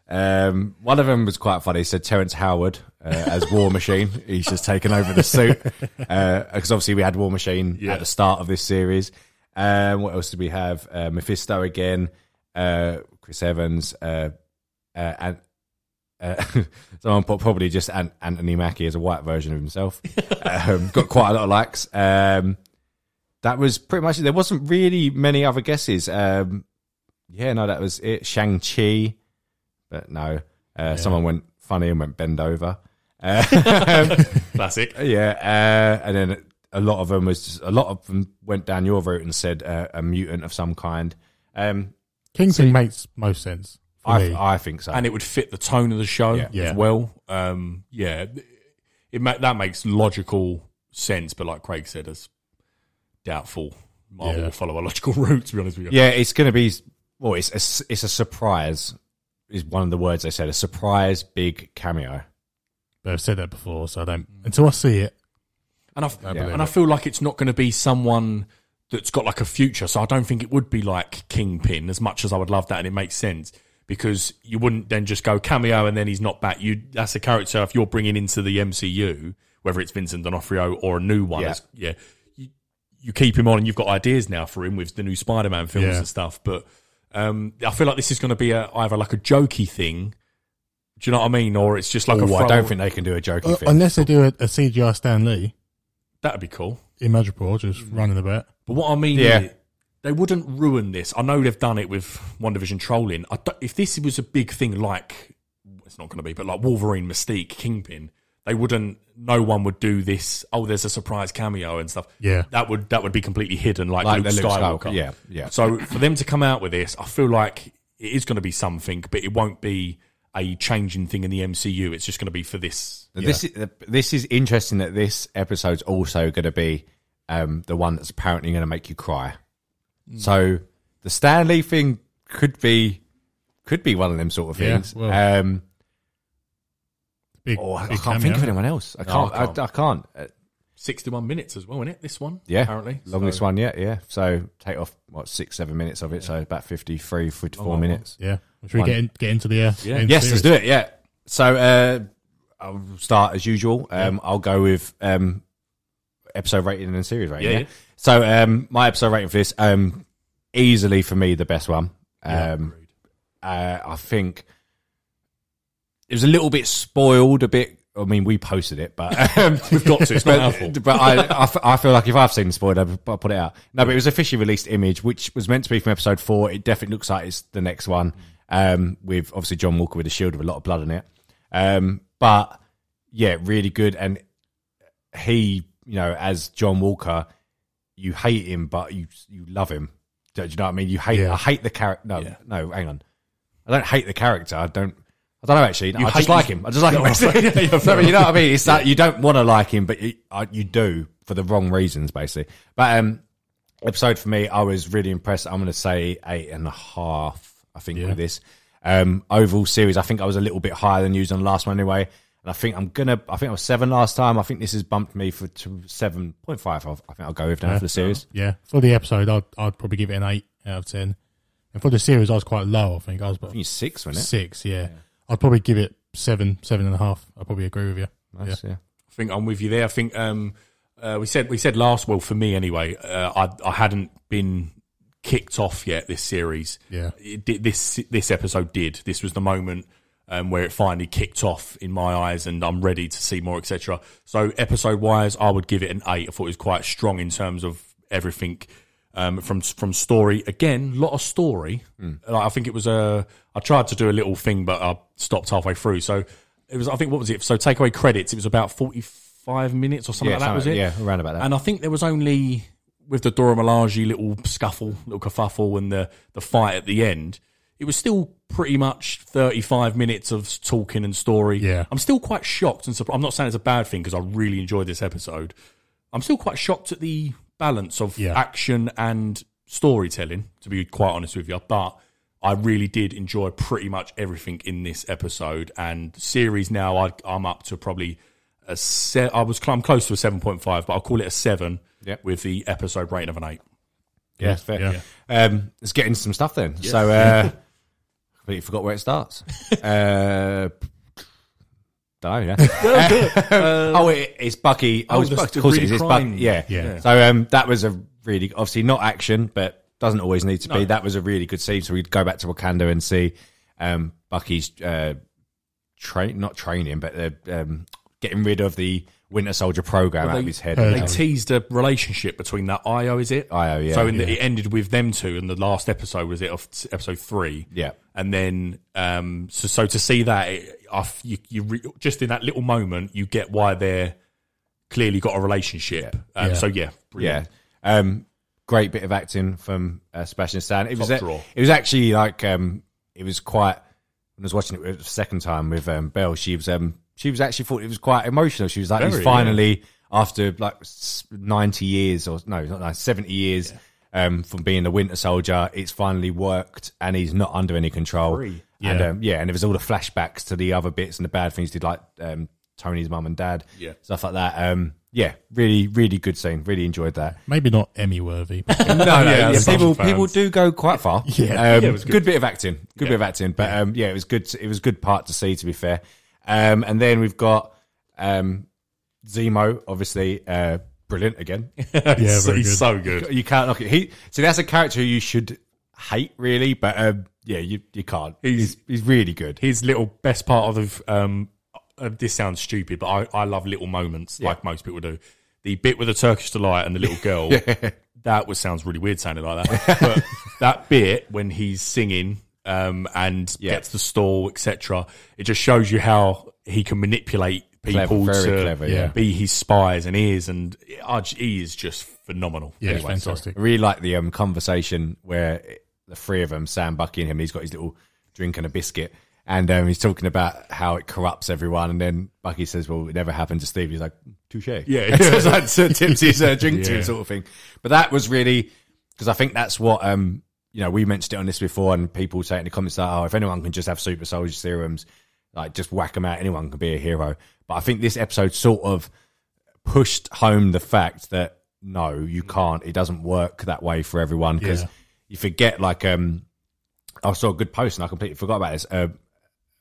A: um, one of them was quite funny. So Terrence Howard uh, as War Machine, he's just taken over the suit because obviously we had War Machine at the start of this series. Um, what else did we have? Uh, Mephisto again, uh, Chris Evans, uh, uh, and uh, (laughs) someone put probably just An- Anthony Mackie as a white version of himself. um, got quite a lot of likes. Um, that was pretty much it. There wasn't really many other guesses. Um, yeah, no, that was it. Shang Chi, but no, uh, someone went funny and went bend over.
C: Classic.
A: Yeah, uh, and then a lot of them was just, a lot of them went down your route and said uh, a mutant of some kind. Um,
B: Kingpin makes most sense. For me.
A: I, I think so.
C: and it would fit the tone of the show
B: Yeah.
C: as well. Um, yeah, it ma- that makes logical sense, but like Craig said, it's doubtful. Marvel
B: Yeah.
C: will follow a logical (laughs) route. To be honest with you,
A: yeah, it's going to be. Well, it's a, s- it's a surprise. Is one of the words they said a surprise big cameo.
B: but I've said that before, so I don't. Until I see it,
C: and I, f-
B: believe
C: and I feel like it's not going to be someone that's got like a future. So I don't think it would be like Kingpin as much as I would love that, and it makes sense because you wouldn't then just go cameo and then he's not back. You that's a character if you're bringing into the MCU, whether it's Vincent D'Onofrio or a new one.
A: Yeah.
C: it's- yeah. You, you keep him on, and you've got ideas now for him with the new Spider-Man films
B: Yeah.
C: and stuff. But um, I feel like this is going to be a, either like a jokey thing. Do you know what I mean? Or it's just like a
A: Oh, I
C: throwaway-
A: don't think they can do a joking
B: Uh,
A: thing.
B: unless they do a, a CGI Stan Lee
C: that'd be cool.
B: in Madripoor, just
A: Mm.
B: running about.
C: But what I mean
A: Yeah.
C: is, they wouldn't ruin this. I know they've done it with One Division trolling. I don't- if this was a big thing, like it's not going to be, but like Wolverine, Mystique, Kingpin, they wouldn't. No one would do this. Oh, there's a surprise cameo and stuff.
B: Yeah.
C: that would that would be completely hidden, like,
A: Like
C: Luke
A: the Luke
C: Skywalker.
A: Skywalker, yeah, yeah.
C: So for them to come out with this, I feel like it is going to be something, but it won't be a changing thing in the MCU. It's just going to be for this.
A: This is, this is interesting that this episode's also going to be um, the one that's apparently going to make you cry. So the Stanley thing could be could be one of them sort of
B: Yeah,
A: things.
B: well.
A: um,
B: Big,
A: oh, I
B: big
A: can't
B: cameo.
A: think of anyone else. I can't. I
C: I
A: can't. I, can't. Uh,
C: Sixty-one minutes as well, isn't it? This one,
A: yeah,
C: apparently
A: longest
C: So-
A: one yet. Yeah. So take off what six, seven minutes of it. So about 53, 54 minutes.
B: Yeah, should we get in, get into the uh, yeah.
A: Yes, let's do it. Yeah. So uh, I'll start as usual. Um, I'll go with um, episode rating and series rating.
C: Yeah,
A: Yeah.
C: yeah.
A: So um, my episode rating for this, um, easily for me, the best one. Um, uh, I think it was a little bit spoiled. A bit. I mean, we posted it, but (laughs) um, we've got to. It's
C: not
A: but,
C: our fault.
A: But I, I, f- I feel like if I've seen the spoiler, I'll put it out. No, but it was officially released image, which was meant to be from episode four. It definitely looks like it's the next one. Um, with obviously John Walker with a shield with a lot of blood on it. Um, but yeah, really good. And he, you know, as John Walker, you hate him, but you you love him. Do you know what I mean? You hate.
B: Yeah.
A: I hate the character. No, no, hang on. I don't hate the character. I don't. I don't know actually. I just
C: hate
A: like
C: him.
A: him. I just like him. (laughs) No, but you know what I mean? It's that you don't want to like him, but you, uh, you do for the wrong reasons, basically. But um, episode for me, I was really impressed. I'm going to say eight and a half. I think with this um, overall series, I think I was a little bit higher than used on the last one anyway. And I think I'm gonna. I think I was seven last time. I think this has bumped me for to seven point five. I think I'll go with now for the series.
B: Yeah, for the episode, I'd, I'd probably give it an eight out of ten, and for the series, I was quite low. I think I was about
A: I think it's six, wasn't it?
B: six. Yeah. I'd probably give it seven, seven and a half. I probably agree with you.
A: Nice, yeah.
C: I think I'm with you there. I think um, uh, we said we said last. Well, for me anyway, uh, I I hadn't been kicked off yet this series.
B: Yeah.
C: it did, this this episode did. This was the moment um, where it finally kicked off in my eyes, and I'm ready to see more, etc. So episode wise, I would give it an eight. I thought it was quite strong in terms of everything. Um, from from story again, lot of story.
A: Hmm.
C: Like, I think it was a. I tried to do a little thing, but I stopped halfway through. So it was. I think what was it? So take away credits. It was about forty five minutes or something
A: Yeah,
C: like that. Was
A: something-
C: it?
A: yeah, around about that.
C: And I think there was only with the Dora Milaje little scuffle, little kerfuffle, and the the fight at the end. It was still pretty much thirty five minutes of talking and story.
B: Yeah.
C: I'm still quite shocked and surprised. I'm not saying it's a bad thing because I really enjoyed this episode. I'm still quite shocked at the balance of
B: Yeah.
C: action and storytelling. To be quite honest with you, but. I really did enjoy pretty much everything in this episode and series. Now I, I'm up to probably a se- I was cl- I'm close to a seven point five, but I'll call it a seven
A: Yeah.
C: with the episode rating of an eight.
A: Yeah, that's fair.
B: yeah.
A: Um, let's get into some stuff then. So, uh, completely forgot where it starts. uh, don't know. (laughs) oh, it, it's Bucky. Oh, it's
C: the-
A: Bucky.
C: the
A: Of course it
C: really
A: is. It's
C: crime.
A: Bucky. Yeah.
B: Yeah.
A: So um, that was a really, obviously not action, but doesn't always need to be. That was a really good scene. So we'd go back to Wakanda and see um, Bucky's uh, train, not training, but uh, um, getting rid of the Winter Soldier program out of his head.
C: They teased a relationship between that IO, is it?
A: Io, yeah,
C: So in the, it ended with them two, and the last episode was it of s- episode three.
A: Yeah.
C: And then, um, so so to see that, it, I f- you, you re, just in that little moment, you get why they're clearly got a relationship. Um, So yeah,
A: Yeah. Um, great bit of acting from uh, Sebastian Stan. It was
C: Top
A: a-
C: drawer.
A: it was actually like um, it was quite. When I was watching it the second time with um, Belle, she was um, she was actually thought it was quite emotional. She was like,
C: Very,
A: he's
C: yeah.
A: finally after like s- ninety years or no, not 90, seventy years. Um, from being a winter soldier, it's finally worked, and he's not under any control. And
B: Yeah.
A: um, yeah, and it was all the flashbacks to the other bits and the bad things he did, like um, Tony's mum and dad,
C: Yeah.
A: stuff like that. Um, yeah, really, really good scene. Really enjoyed that
B: Maybe not Emmy worthy.
A: (laughs) no, no, yeah,
C: as
A: people
C: Marvel
A: people
C: fans.
A: do go quite (laughs) far.
B: Yeah.
A: um, good. bit of acting, good bit of acting, but um, yeah, it was good. It was a good part to see, to be fair. Um, and then we've got um, Zemo, obviously, uh, brilliant again. (laughs)
C: (laughs)
B: Yeah,
C: so,
B: very
C: he's
B: good.
C: so good.
A: you can't knock it. He so that's a character you should hate, really, but um, yeah, you you can't. He's he's really good.
C: his little best part of um uh, this sounds stupid but i i love little moments like most people do the bit with the turkish delight and the little girl
A: (laughs)
C: that was sounds really weird sounding like that but that bit when he's singing um and gets the stall etc it just shows you how he can manipulate people
A: Clever, very
C: to
A: clever, yeah.
C: be his spies and ears and I j- he is just phenomenal
B: yeah,
C: Anyway, sorry.
B: fantastic.
A: I really like the um, conversation where it- the three of them, Sam, Bucky, and him, he's got his little drink and a biscuit. And um, he's talking about how it corrupts everyone. And then Bucky says, Well, it never happened to Steve. He's like, Touche. (laughs)
C: Yeah.
A: so it's like, so tips his uh, drink to him, sort of thing. But that was really, because I think that's what, um, you know, we mentioned it on this before, and people say in the comments that, oh, if anyone can just have super soldier serums, like just whack them out, anyone can be a hero. But I think this episode sort of pushed home the fact that no, you can't. It doesn't work that way for everyone because
B: Yeah.
A: you forget. Like, um, I saw a good post and I completely forgot about this. Uh,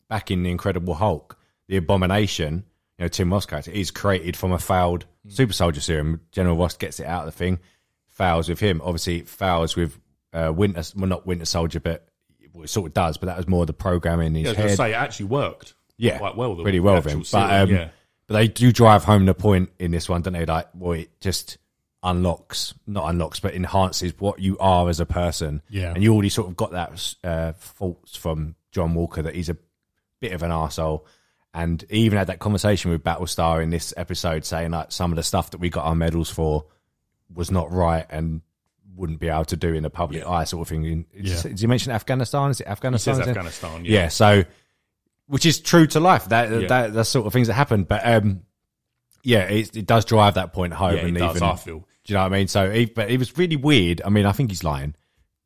A: back in the Incredible Hulk, the Abomination, you know, Tim Ross character is created from a failed
C: Hmm.
A: super soldier serum. General Ross gets it out of the thing, fails with him. Obviously, it fails with uh, Winter. Well, not Winter Soldier, but well, it sort of does. But that was more the programming in his
C: I was gonna
A: head
C: say it actually worked
A: yeah,
C: quite well the
A: really well with him.
C: actual
A: But
C: series,
A: um,
C: yeah.
A: but they do drive home the point in this one, don't they? Like, well, it just unlocks, not unlocks, but enhances what you are as a person.
B: Yeah.
A: and you already sort of got that uh, faults from John Walker that he's a bit of an arsehole. And he even had that conversation with Battlestar in this episode, saying like some of the stuff that we got our medals for was not right and wouldn't be able to do in the public eye, sort of thing. And it's-
B: Yeah.
A: Did you mention Afghanistan? Is it Afghanistan?
C: says
A: Is it-
C: Afghanistan, yeah.
A: um, yeah. So, which is true to life. That
C: Yeah.
A: that that's sort of things that happen. But um, yeah, it, it does drive that point home.
C: yeah, it
A: and
C: does,
A: even,
C: I feel.
A: do you know what I mean? So, he, but it was really weird. I mean, I think he's lying.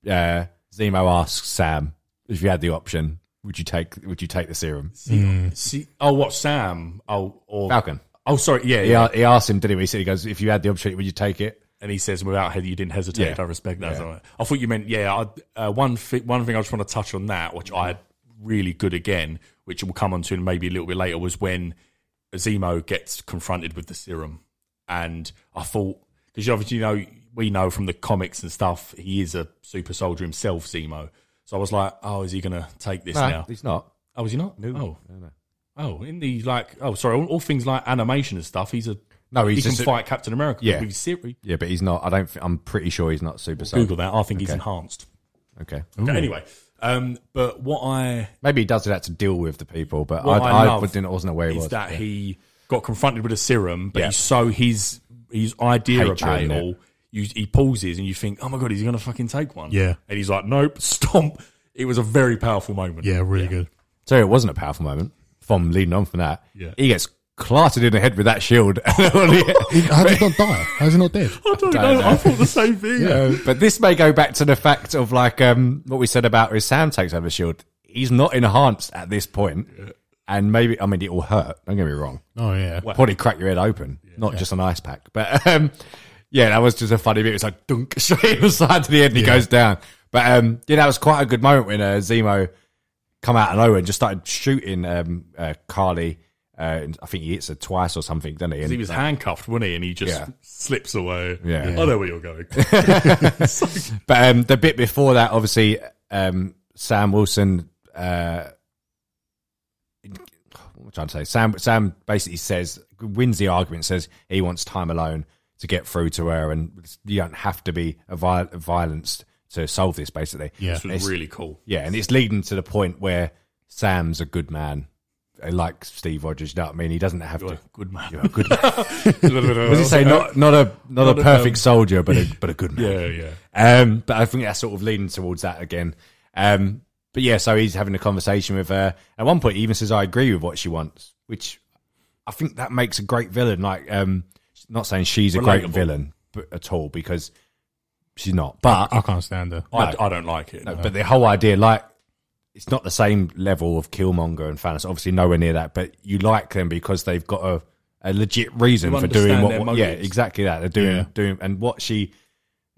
A: Uh, Zemo asks Sam if you had the option, would you take would you take the serum?
C: See, see, oh, what Sam? Oh, or
A: Mm. Falcon.
C: Oh, sorry, yeah, yeah.
A: He, a- he asked him, didn't he? He said, he goes, if you had the option, would you take it?
C: And he says, without head, you didn't
A: Yeah.
C: hesitate. I respect that. I thought you meant, yeah. I, uh, one thi- one thing I just want to touch on that, which I had really good again, which we'll come on to maybe a little bit later, was when Zemo gets confronted with the serum, And I thought because you obviously know we know from the comics and stuff he is a super soldier himself, Zemo. So I was like, oh, is he gonna take this now?
A: he's not.
C: Oh, is he not?
A: No.
C: Oh, oh, in the like, oh, sorry, all, all things like animation and stuff. He's a
A: No, he's
C: he
A: just
C: can
A: a-
C: fight Captain America.
A: Yeah.
C: with his Siri.
A: Yeah, but he's not. I don't. thi- I'm pretty sure he's not super soldier.
C: Google that. I think he's enhanced.
A: Okay,
C: Anyway, um, but what I
A: maybe he does that to deal with the people, but
C: What
A: I,
C: I
A: I,
C: love
A: wasn't, wasn't aware he
C: is
A: was.
C: that he got confronted with a serum, but
A: Yeah.
C: he so his his idea
A: Hatred,
C: about it
A: innit?
C: all, you, he pauses and you think, oh my god, is he going to fucking take one?
B: Yeah.
C: and he's like, nope, (laughs) stomp. It was a very powerful moment.
B: Yeah, really good.
A: So it wasn't a powerful moment from leading on from that.
B: Yeah.
A: He gets clarted in the head with that shield. (laughs)
B: How did he not die? How is he not dead?
C: I don't, know. I thought the same
A: (laughs)
C: thing.
A: Um, but this may go back to the fact of like um, what we said about his Sam takes over the shield. He's not enhanced at this point. And maybe, I mean, it will hurt. Don't get me wrong.
B: Oh yeah.
A: Probably crack your head open, not just an ice pack. But um, yeah, that was just a funny bit. It was like dunk (laughs) straight inside to the end. He goes down. But um, yeah, that was quite a good moment when uh, Zemo come out of nowhere and just started shooting um, uh, Carly. Uh, and I think he hits her twice or something, doesn't he? And
C: He was handcuffed, wasn't he? And he just
A: Yeah.
C: slips away.
A: Yeah.
C: I know where
A: (laughs)
C: you're going.
A: But um, the bit before that, obviously, um, Sam Wilson. Uh, what am I trying to say? Sam Sam basically says wins the argument. Says he wants time alone to get through to her, and you don't have to be a viol- violenced to solve this. Basically,
B: Yeah.
C: This was really cool.
A: yeah, and it's leading to the point where Sam's a good man, uh, like Steve Rogers. You know what I mean? He doesn't have to.
C: Good man.
A: You're a good.
C: (laughs)
A: Man.
C: Was
A: As you say, not not a not, a perfect soldier, but a but a
C: (laughs)
A: good man.
C: Yeah, yeah.
A: Um, but I think that's sort of leaning towards that again. Um, but yeah, so he's having a conversation with her. At one point, he even says, "I agree with what she wants," which I think that makes a great villain. Like, um, not saying she's a great
C: Relatable.
A: villain but, at all because she's not. But
B: I can't stand her.
C: I, I don't like it. no.
A: but the whole idea, like, it's not the same level of Killmonger and Thanos. Obviously, nowhere near that. But you like them because they've got a, a legit reason
C: You
A: for doing
C: understand
A: what.
C: their
A: what- yeah,
C: motives.
A: exactly that. They're doing
B: Yeah.
A: doing and what she,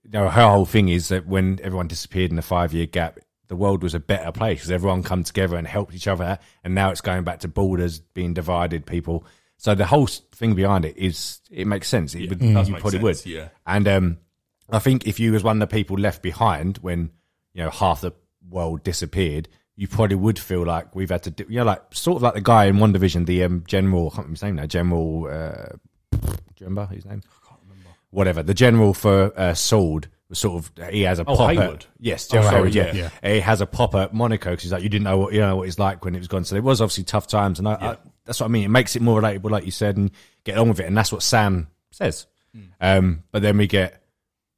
A: you know, her whole thing is that when everyone disappeared in the five year gap, the world was a better place because everyone come together and helped each other. out, And now it's going back to borders being divided, people. So the whole s- thing behind it is it makes sense. It would,
C: does
A: you
C: make
A: probably would.
C: sense, yeah.
A: And um, I think if you was one of the people left behind when you know half the world disappeared, you probably would feel like we've had to, do, you know, like sort of like the guy in One Division, the um, general, I can't remember his name now, General. Uh, do you remember his name? I can't remember. Whatever the general for uh, Sword was sort of he has a pop at-
C: Hayward.
A: Yes, General
C: sorry,
A: Hayward. Yeah.
B: yeah.
A: he has a pop at Monaco because he's like you didn't know what you know what it's like when it was gone. So it was obviously tough times, and I, I, that's what I mean. It makes it more relatable, like you said, and get on with it. And that's what Sam says.
B: Hmm.
A: Um, but then we get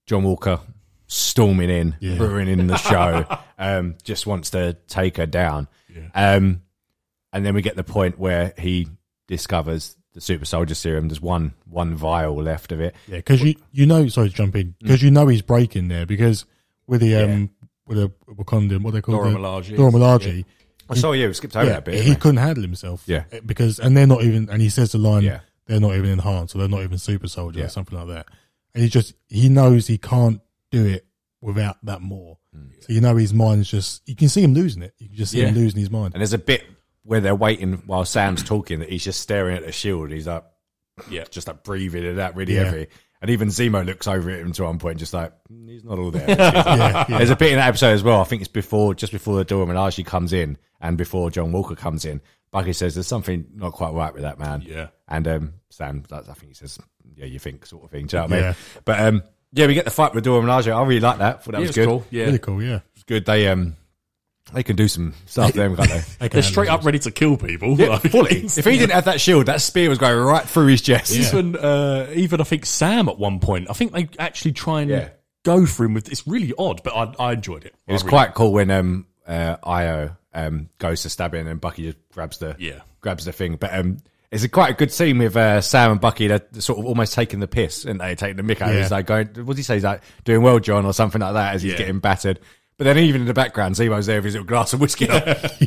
A: John Walker storming in, ruining the
B: (laughs)
A: show. um, just wants to take her down. Um, and then we get the point where he discovers the super soldier serum. There's one one vial left of it.
B: Yeah, because you you know, sorry to jump in,
A: Mm.
B: because you know he's breaking there because with the um with the Wakandan, what they call
C: Dora
B: the-
C: Milaje.
B: Dora Milaje,
A: I saw you. We skipped over
B: yeah,
A: that bit.
B: he
A: didn't we?
B: couldn't handle himself. eh,
A: Yeah.
B: because and they're not even, and he says the line,
A: Yeah.
B: they're not even enhanced, or they're not even super soldier,
A: Yeah.
B: or something like that. And he just he knows he can't do it without that more.
A: Mm.
B: So you know his mind's just you can see him losing it. You can just see him
C: Yeah.
B: losing his
A: (laughs)
B: mind.
A: And there's a bit where they're waiting while Sam's talking that he's just staring at the shield. He's like,
C: Yeah.
A: just like breathing it out really
B: Yeah.
A: heavy. And even Zemo looks over at him to one point, just like "Mm, he's not all there.
B: (laughs)
A: There's a bit in that episode as well. I think it's before, just before the Dora Milaje comes in, and before John Walker comes in. Bucky says there's something not quite right with that man.
C: Yeah.
A: And um, Sam, that's, I think he says, yeah, you think sort of thing. Do you know what I mean?
B: Yeah.
A: But um, yeah, we get the fight with Dora Milaje. I really like that. Thought that was good.
C: cool. Yeah.
B: Really cool, yeah.
A: It's good. They um, they can do some stuff. them can't they?
C: They're straight up ready to kill people.
A: Yeah,
C: Like, (laughs)
A: fully. If he didn't have that shield, that spear was going right through his chest.
C: Even uh, even I think Sam at one point. I think they actually try and
A: Yeah.
C: go for him with. It's really odd, but I, I enjoyed it.
A: It was quite cool when um uh, Io um goes to stab him and Bucky just grabs the
C: Yeah.
A: grabs the thing. But um it's a quite a good scene with uh, Sam and Bucky. They're sort of almost taking the piss and they taking the mick out. of him.
B: Yeah.
A: He's like going, what did he say? He's like doing well, John, or something like that as he's
C: Yeah.
A: getting battered. But then even in the background, Zemo's there with his little glass of
C: (laughs)
A: whiskey. (laughs) Goes (laughs)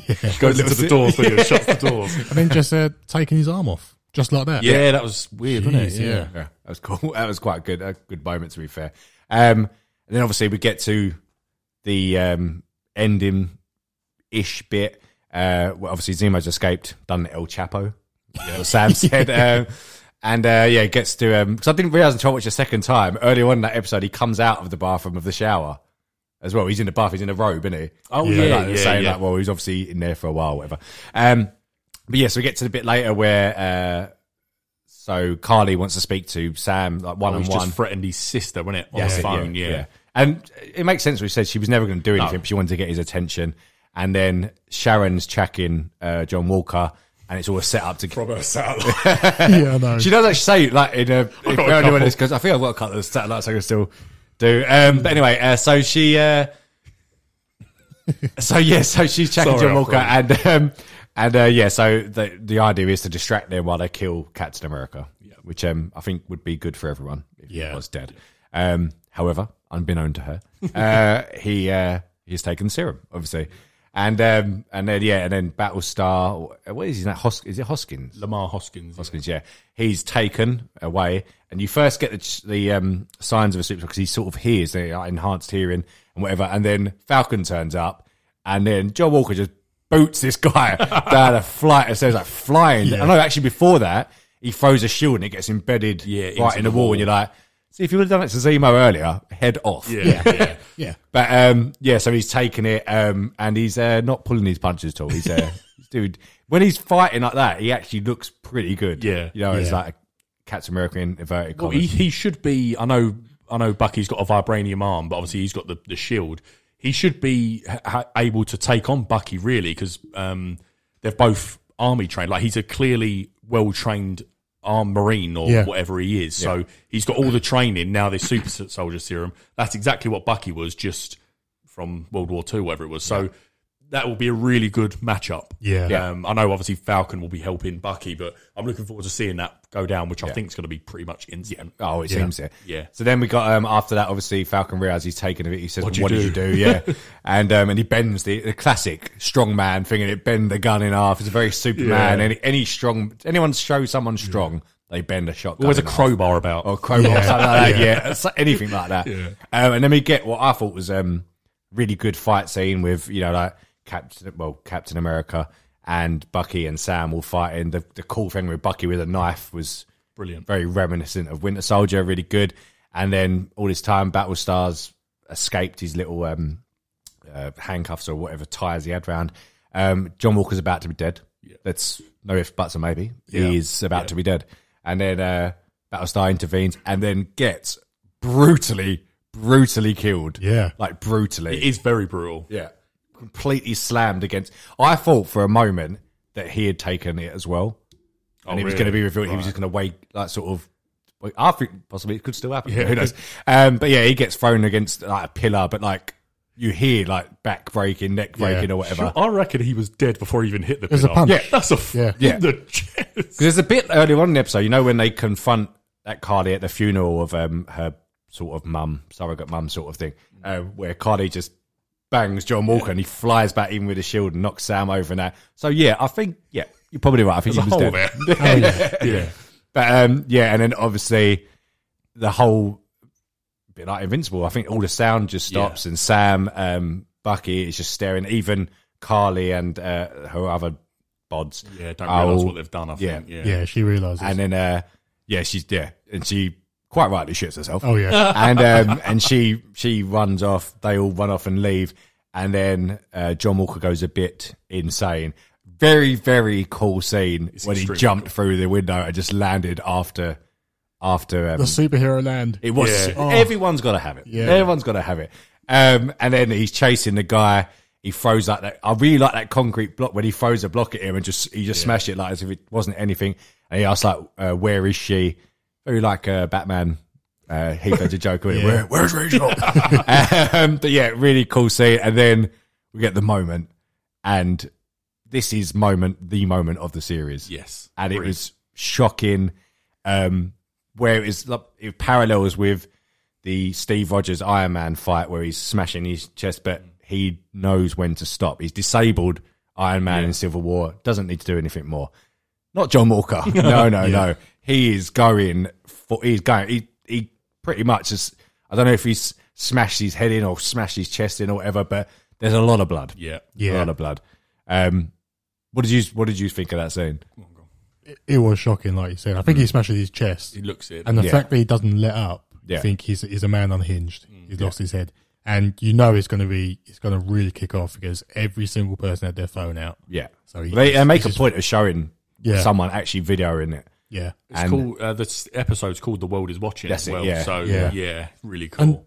C: into the door for you, shuts the doors.
B: And then just uh, taking his arm off, just like that.
C: Yeah, that was weird, wasn't
B: Jeez,
C: it? Yeah.
B: yeah.
A: Yeah, (laughs) that was cool. That was quite a good, a good moment to be fair. Um, and then obviously we get to the um, ending ish bit. Uh, well, obviously Zemo's escaped, done El Chapo. You know, Sam (laughs) said, um, And uh, yeah, he gets to um because I didn't realize until I watched the second time earlier on in that episode he comes out of the bathroom of the shower as well. He's in the bath, he's in a robe, isn't he?
C: Oh
A: So,
C: yeah, yeah,
A: like,
C: yeah,
A: saying like, well, he's obviously in there for a while, whatever. Um, but yeah, so we get to the bit later where uh, so Carly wants to speak to Sam like one on
C: Oh, He's
A: one.
C: just threatened his sister, wasn't it? On
A: That's
C: the
A: it,
C: phone, yeah.
A: And it makes sense. We said she was never going to do anything, but she wanted to get his attention. And then Sharon's tracking uh, John Walker, and it's all set up to.
C: Robert
B: (laughs) yeah, I know.
A: She does actually say like in um, a
C: got a couple.
A: because I think I've got a couple of satellites I can still do. Um, but anyway, uh, so she,
C: (laughs)
A: uh, so yeah, so she's checking
C: Sorry,
A: John Walker,
C: I've
A: and um, and uh, yeah, so the the idea is to distract them while they kill Captain America, which um, I think would be good for everyone if
B: Yeah.
A: he was dead. Um, however, unbeknown to her, uh, (laughs) he uh, he's taken the serum, obviously. And um, and then yeah, and then Battlestar, what is his name? Hos- is it Hoskins?
C: Lamar Hoskins.
A: Hoskins, yeah, he's taken away, and you first get the the um, signs of a sleepwalker because he sort of hears the uh, enhanced hearing and whatever, and then Falcon turns up, and then John Walker just boots this guy (laughs) down a flight of stairs like flying. I know actually before that he throws a shield and it gets embedded
C: Yeah,
A: right
C: into
A: in the
C: the
A: wall,
C: wall.
A: and you're like, see if you would have done it to Zemo earlier, head off.
C: Yeah, yeah.
B: (laughs) yeah.
A: But um, yeah, so he's taking it, um, and he's uh, not pulling his punches at all. He's
B: (laughs)
A: uh, dude when he's fighting like that, he actually looks pretty good.
C: Yeah.
A: you know, it's
B: Yeah.
A: like Captain America in inverted
C: Well,
A: commas.
C: he, he should be. I know. I know. Bucky's got a vibranium arm, but obviously he's got the, the shield. He should be ha- ha- able to take on Bucky really because um, they're both army trained. Like he's a clearly well trained armed marine or
B: Yeah.
C: whatever he is. So he's got all the training now. This super soldier serum. That's exactly what Bucky was just from World War Two, whatever it was. So that will be a really good matchup.
B: Yeah. Yeah.
C: Um, I know obviously Falcon will be helping Bucky, but I'm looking forward to seeing that go down, which I think is going to be pretty much instant. Uh,
A: Oh, it seems it.
C: Yeah.
A: So then we got um after that, obviously Falcon realizes he's taken a bit. He says, "What,
C: What'd you
A: did you do?"
C: (laughs)
A: Yeah, and um and he bends the, the classic strongman thing, and it bend the gun in half. It's a very Superman.
C: Yeah.
A: Any any strong anyone show someone strong, they bend a shotgun.
C: Always a
A: in half.
C: crowbar about.
A: or Chrome or something like that. Yeah, so- anything like that. Um, and then we get what I thought was um really good fight scene with you know like Captain well Captain America and Bucky and Sam all fighting. The the cool thing with Bucky with a knife was
C: Brilliant.
A: very reminiscent of Winter Soldier, really good. And then all this time, Battlestar's escaped his little um, uh, handcuffs or whatever ties he had round. Um, John Walker's about to be dead. That's no ifs, buts, or maybe. He is about to be dead. And then uh, Battlestar intervenes and then gets brutally, brutally killed.
B: Yeah.
A: Like brutally.
C: It is very brutal.
A: Yeah. Completely slammed against. I thought for a moment that he had taken it as well. And it was
C: Oh, really?
A: going to be revealed. He was just going to wait, like, sort of. Wait, I think possibly it could still happen. Who knows? Um, but yeah, he gets thrown against like a pillar, but like you hear like back breaking, neck breaking, or whatever.
C: I reckon he was dead before he even hit the
B: There's a
C: pillar.
B: punch.
A: Yeah.
C: That's a f-
B: Yeah.
A: Yeah.
C: the chest.
A: 'Cause there's a bit earlier on in the episode, you know, when they confront that Carly at the funeral of um, her sort of mum, surrogate mum sort of thing, uh, where Carly just bangs John Walker and he flies back in with a shield and knocks Sam over and that. So, yeah, I think, yeah, you're probably right. I think he was
C: hole
A: dead.
C: there.
A: (laughs)
C: Oh, yeah.
A: But um, yeah, and then obviously the whole bit like Invincible. I think all the sound just stops, and Sam, um, Bucky is just staring. Even Carly and uh, her other bods.
C: Yeah. Don't
A: are
C: realize
A: all-
C: what they've done. I
A: Yeah.
C: think. Yeah.
B: Yeah, she realizes.
A: And then uh, yeah, she's yeah, and she quite rightly shits herself.
B: oh yeah,
A: (laughs) and um, and she she runs off. They all run off and leave. And then uh, John Walker goes a bit insane. Very very cool scene when he
C: extremely
A: jumped through the window and just landed after after
B: the
A: um,
B: superhero land.
A: it was
C: Yeah.
B: Oh.
A: everyone's got to have it. Everyone's got to have it. Um, and then he's chasing the guy. He throws like that. I really like that concrete block when he throws a block at him and just he just smashed it like as if it wasn't anything. And he asks like, uh, "Where is she?" Very like uh, Batman. Uh, Heath
B: (laughs)
A: Ledger Joker.
B: Yeah.
A: Where, where's
B: (laughs)
A: Rachel? um, but yeah, really cool scene. And then we get the moment, and this is moment the moment of the series
C: Yes.
A: and it
C: Brilliant.
A: was shocking. Um, where it's like, it parallels with the Steve Rogers Iron Man fight where he's smashing his chest, but he knows when to stop. He's disabled Iron Man in Civil War, doesn't need to do anything more. Not John Walker. No, no, no. He is going for. He's going. He he pretty much is. I don't know if he's smashed his head in or smashed his chest in or whatever, but there's a lot of blood.
C: Yeah.
A: a lot of blood. Um, what did you What did you think of that scene?
B: it, it was shocking, like you said. I think he smashes his chest,
C: He looks it.
B: and the
A: Mm. Yeah.
B: fact that he doesn't let up, you
A: Yeah. Mm.
B: think he's he's a man unhinged. He's lost his head, and you know it's going to be it's going to really kick off because every single person had their phone out.
A: Yeah.
B: So he-
A: they, they make a
B: he's-
A: point of showing
B: Yeah.
A: someone actually videoing it.
B: Yeah,
C: It's
A: and-
C: called uh, this episode's called "The World Is Watching"
A: That's
C: as
A: it,
C: well.
A: yeah,
C: so yeah.
B: yeah.
C: really cool.
B: and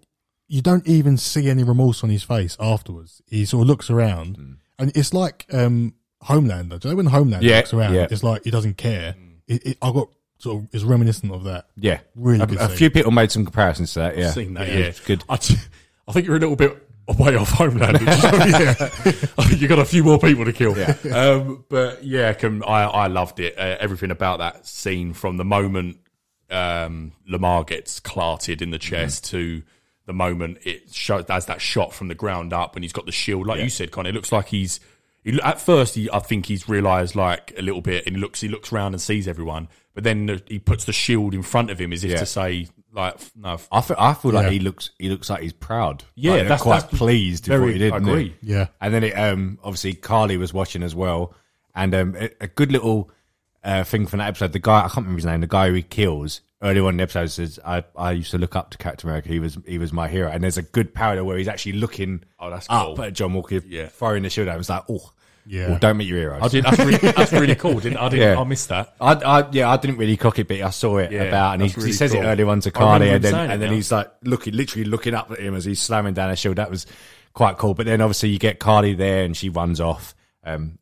B: you don't even see any remorse on his face afterwards. He sort of looks around, and it's like um, Homelander. Do you know when Homelander
A: Mm. Yeah,
B: looks around,
A: yeah. Mm.
B: it's like he doesn't care. It, it, I got sort of it's reminiscent of that.
A: Yeah.
B: Really
A: a,
B: good
A: a
B: scene.
A: few people made some comparisons to that. Yeah.
C: seen that. Yeah,
A: Yeah, it's good.
C: I, t- I think you're a little bit way off Homeland.
A: (laughs)
C: you got a few more people to kill. Um, but yeah, can, I I loved it. Uh, everything about that scene from the moment um, Lamar gets clarted in the
A: Mm-hmm.
C: chest to the moment it shows as that shot from the ground up, and he's got the shield. Like you said, Con, it looks like he's. He, lo- at first, he, I think he's realised like a little bit, and he looks he looks round and sees everyone. But then he puts the shield in front of him as if
A: Yeah.
C: to say, like, no,
A: I feel, I feel like
B: Yeah.
A: he looks he looks like he's proud.
C: Yeah,
A: Like,
C: that's-
A: quite
C: that's
A: pleased with
C: very-
A: what he did.
C: I
A: isn't
C: agree.
A: he?
B: Yeah.
A: And then it um obviously Carly was watching as well, and um a, a good little uh, thing from that episode. The guy I can't remember his name. The guy who he kills early on in the episode says, "I I used to look up to Captain America. He was he was my hero." And there's a good parallel where he's actually looking
C: Oh, that's
A: up
C: cool.
A: at John Walker,
C: Yeah.
A: throwing the shield at him. It's like, oh,
B: Yeah.
A: well, don't meet your heroes.
C: I did. That's really,
A: (laughs)
C: that's really cool. Didn't I? Didn't
A: Yeah.
C: I missed that?
A: I, I yeah, I didn't really cock it, but I saw it
C: Yeah,
A: about, and he,
C: that's
A: he
C: really
A: says
C: cool.
A: it early on to
C: I remember
A: Carly,
C: him
A: and then
C: saying it
A: and then
C: now.
A: he's like looking, literally looking up at him as he's slamming down a shield. That was quite cool. But then obviously you get Carly there, and she runs off, um,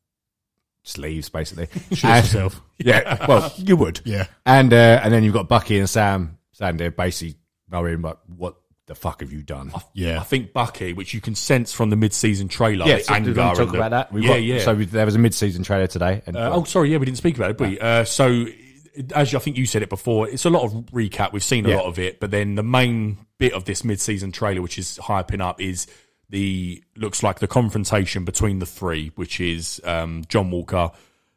A: just leaves
C: (laughs)
A: basically.
B: Shoots
A: And-
B: himself.
A: (laughs) yeah, well, you would.
B: Yeah.
A: and uh, and then you've got Bucky and Sam standing there, basically knowing like what the fuck have you done? (laughs)
B: Yeah.
C: I think Bucky, which you can sense from the mid-season trailer,
A: Yeah,
C: the
A: so do
C: anger
A: you want to talk
C: and the-
A: about that? We've
C: yeah,
A: got-
C: yeah.
A: So we, there was a mid-season trailer today, and
C: Uh, oh, sorry, yeah, we didn't speak about it, did we? Uh, so, as you- I think you said it before, it's a lot of recap. We've seen a
A: Yeah.
C: lot of it, but then the main bit of this mid-season trailer, which is hyping up, is the looks like the confrontation between the three, which is um, John Walker,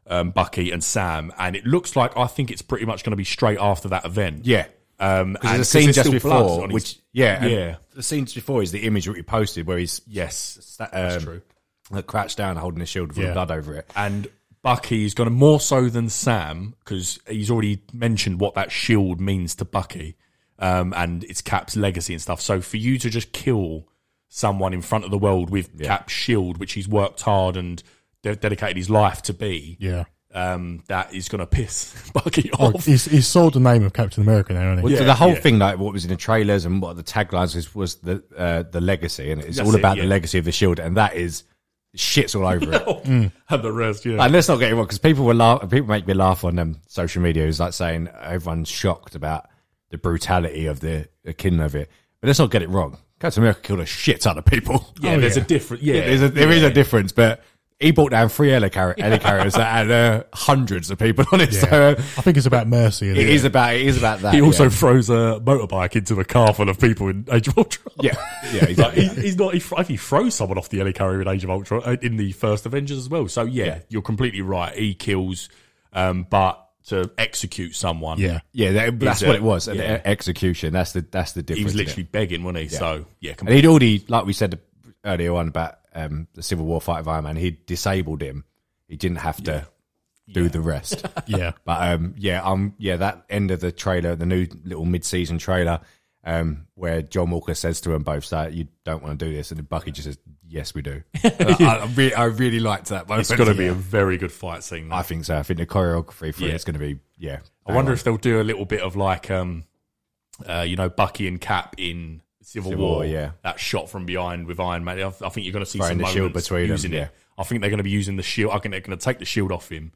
C: um, Bucky, and Sam, and it looks like I think it's pretty much going to be straight after that event.
A: yeah.
C: Um,
A: Because
C: and-
A: the scene
C: there's
A: just
C: still blood
A: before,
C: on his-
A: which yeah, and
C: Yeah.
A: the scenes before is the image that he posted where he's
C: yes,
A: sta- um, like, crouched down holding a shield with
B: Yeah.
A: blood over it.
C: and Bucky's going to more so than Sam because he's already mentioned what that shield means to Bucky um, and it's Cap's legacy and stuff. So for you to just kill someone in front of the world with Cap's shield, which he's worked hard and de- dedicated his life to be,
B: Yeah.
C: um, that is going to (laughs) piss Bucky
B: Oh, (laughs)
C: off.
B: he's, he's sold the name of Captain America now, hasn't he?
A: so the whole
C: yeah.
A: thing, like what was in the trailers and what the taglines was, was the uh, the legacy, and it's
C: That's
A: all
C: it,
A: about
C: yeah.
A: the legacy of the shield, and that is shits all over it.
C: (laughs) and the rest, yeah.
A: And let's not get it wrong, because people will laugh. People make me laugh on um, social media. It's like saying everyone's shocked about the brutality of the akin of it, but let's not get it wrong. Captain America killed a shit ton of people.
C: (laughs) yeah, there's a different. Yeah,
A: There's a, there is a difference, but he brought down three helicar- helicarriers that had uh, hundreds of people on it. So uh,
B: I think it's about mercy. Isn't
A: it
B: it?
A: is about it is about that.
C: he also
A: yeah.
C: throws a motorbike into a car full of people in (laughs) Age of Ultron.
A: yeah yeah
C: (laughs) Like,
A: exactly.
C: he's, he's not. He, fr- I think he throws someone off the helicarrier in Age of Ultron uh, in the first Avengers as well. So yeah, you're completely right. He kills, um, but to execute someone,
B: Yeah.
A: yeah, that, that's
C: a-
A: what it was. an
C: yeah.
A: e- execution. That's the that's the difference.
C: he was
A: isn't it?
C: literally begging, wasn't he? So yeah,
A: and
C: completely.
A: he'd already like we said earlier on about um, the Civil War fight of Iron Man. He disabled him. He didn't have to do the
C: (laughs)
A: rest.
B: Yeah.
A: But um, yeah, um, yeah, that end of the trailer, the new little mid-season trailer, um, where John Walker says to them both that you don't want to do this, and then Bucky just says, "Yes, we
C: (laughs)
A: do." I, I, really, I really liked that. Moment.
C: it's got to be a very good fight scene.
A: I
C: I,
A: think so. I think the choreography for
C: Yeah.
A: it's going to be yeah.
C: wonder if they'll do a little bit of like, um, uh, you know, Bucky and Cap in Civil,
A: Civil
C: War,
A: War, yeah.
C: that shot from behind with Iron Man. I, I think you're going to see
A: Throwing
C: some
A: the shield
C: moments
A: between them,
C: using it.
A: yeah.
C: I think they're going to be using the shield. I think they're going to take the shield off him.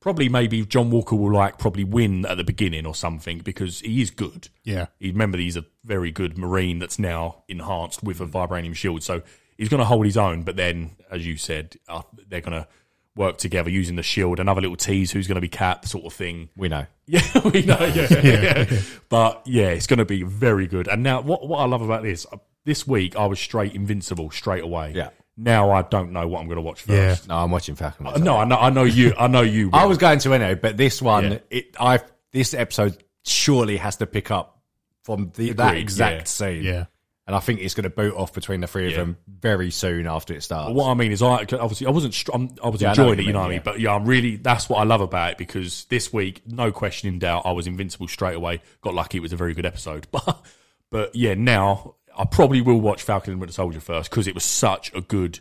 C: Probably, maybe John Walker will like probably win at the beginning or something because he is good.
B: Yeah.
C: He, remember, he's a very good marine that's now enhanced with a vibranium shield, so he's going to hold his own. But then, as you said, uh, they're going to work together using the shield. Another little tease: who's going to be Cap, sort of thing.
A: we know.
C: (laughs) Yeah, we know. Yeah, yeah. (laughs) But yeah, it's going to be very good. And now, what what I love about this uh, this week, I was straight invincible straight away.
A: Yeah.
C: Now I don't know what I'm going to watch
B: Yeah.
C: first.
A: No, I'm watching Falcon. Winter
C: No, I know. I know you. I know you.
A: I
C: will.
A: was going to anyway, but this one,
C: Yeah.
A: it I this episode surely has to pick up from the, that
C: Agreed,
A: exact
C: yeah.
A: scene.
B: Yeah.
A: and and I think it's going to boot off between the three of them very soon after it starts.
C: But what I mean is, I obviously I wasn't str- I'm, I was
A: Yeah, I know
C: enjoying
A: what
C: it,
A: you
C: you know
A: mean,
C: what I mean.
A: yeah.
C: But yeah, I'm really that's what I love about it because this week, no question in doubt, I was invincible straight away. Got lucky; it was a very good episode. (laughs) But but yeah, now I probably will watch Falcon and Winter Soldier first because it was such a good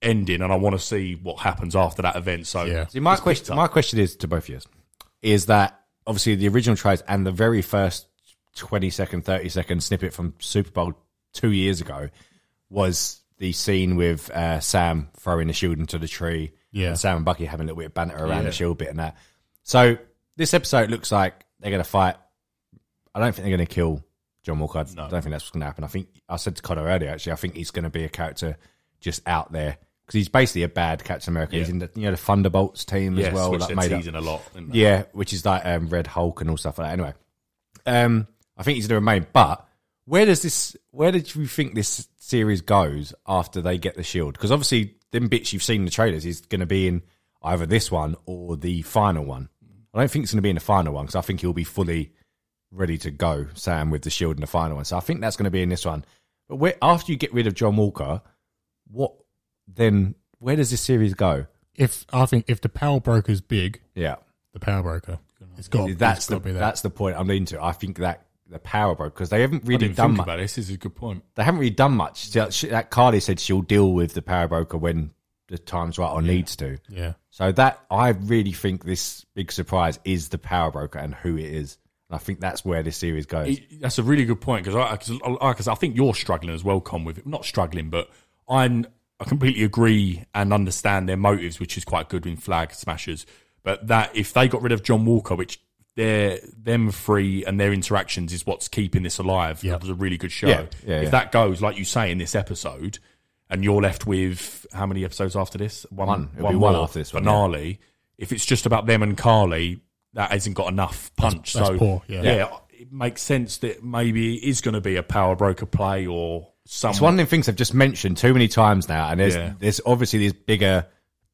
C: ending, and I want to see what happens after that event. So
B: Yeah.
A: See, my question, my question is to both of you, is that obviously the original trailers and the very first 20 second, 30 second snippet from Super Bowl two years ago was the scene with uh, Sam throwing the shield into the tree.
B: Yeah.
A: And Sam and Bucky having a little bit of banter around the shield bit and that. So this episode looks like they're going to fight. I don't think they're going to kill John Walker. I don't think that's what's going to happen. I think I said to Connor earlier, actually, I think he's going to be a character just out there because he's basically a bad Captain America. He's in the you know the Thunderbolts team
C: yes,
A: as well,
C: which
A: like
C: they're
A: made up.
C: teasing a lot. isn't they?
A: Yeah, which is like um, Red Hulk and all stuff like that. Anyway, um, I think he's going to remain. But where does this? Where did you think this series goes after they get the shield? Because obviously, them bits you've seen in the trailers is going to be in either this one or the final one. I don't think it's going to be in the final one because I think he'll be fully ready to go, Sam, with the shield in the final one. So I think that's going to be in this one. But where, after you get rid of John Walker, what then? Where does this series go?
B: If I think if the power broker's big,
A: Yeah.
B: the power broker, it's got
A: that's
B: it's got
A: the
B: to be there.
A: that's the point I'm leaning to. I think that the power broke because they haven't
C: I
A: really
C: didn't
A: done
C: think
A: much.
C: about this. This is a good point.
A: They haven't really done much. So That, she- that Carly said she'll deal with the power broker when the time's right or needs to.
B: yeah.
A: So that I really think this big surprise is the power broker and who it is. And I think that's where this series goes.
C: It- that's a really good point because I, cause I, 'cause I think you're struggling as well, Con, with it. Not struggling, but I'm, I completely agree and understand their motives, which is quite good in Flag Smashers. But that if they got rid of John Walker, which they're them three and their interactions is what's keeping this alive. That was a really good show.
A: Yeah, yeah,
C: if
A: yeah.
C: that goes, like you say in this episode, and you're left with how many episodes after this?
A: One. It'll be one
C: more
A: after this one,
C: finale. If it's just about them and Carly, that hasn't got enough punch.
B: that's
C: so
B: poor, yeah.
C: yeah, it makes sense that maybe it is going to be a power broker play or some.
A: It's one of the things I've just mentioned too many times now, and there's
C: Yeah.
A: there's obviously this bigger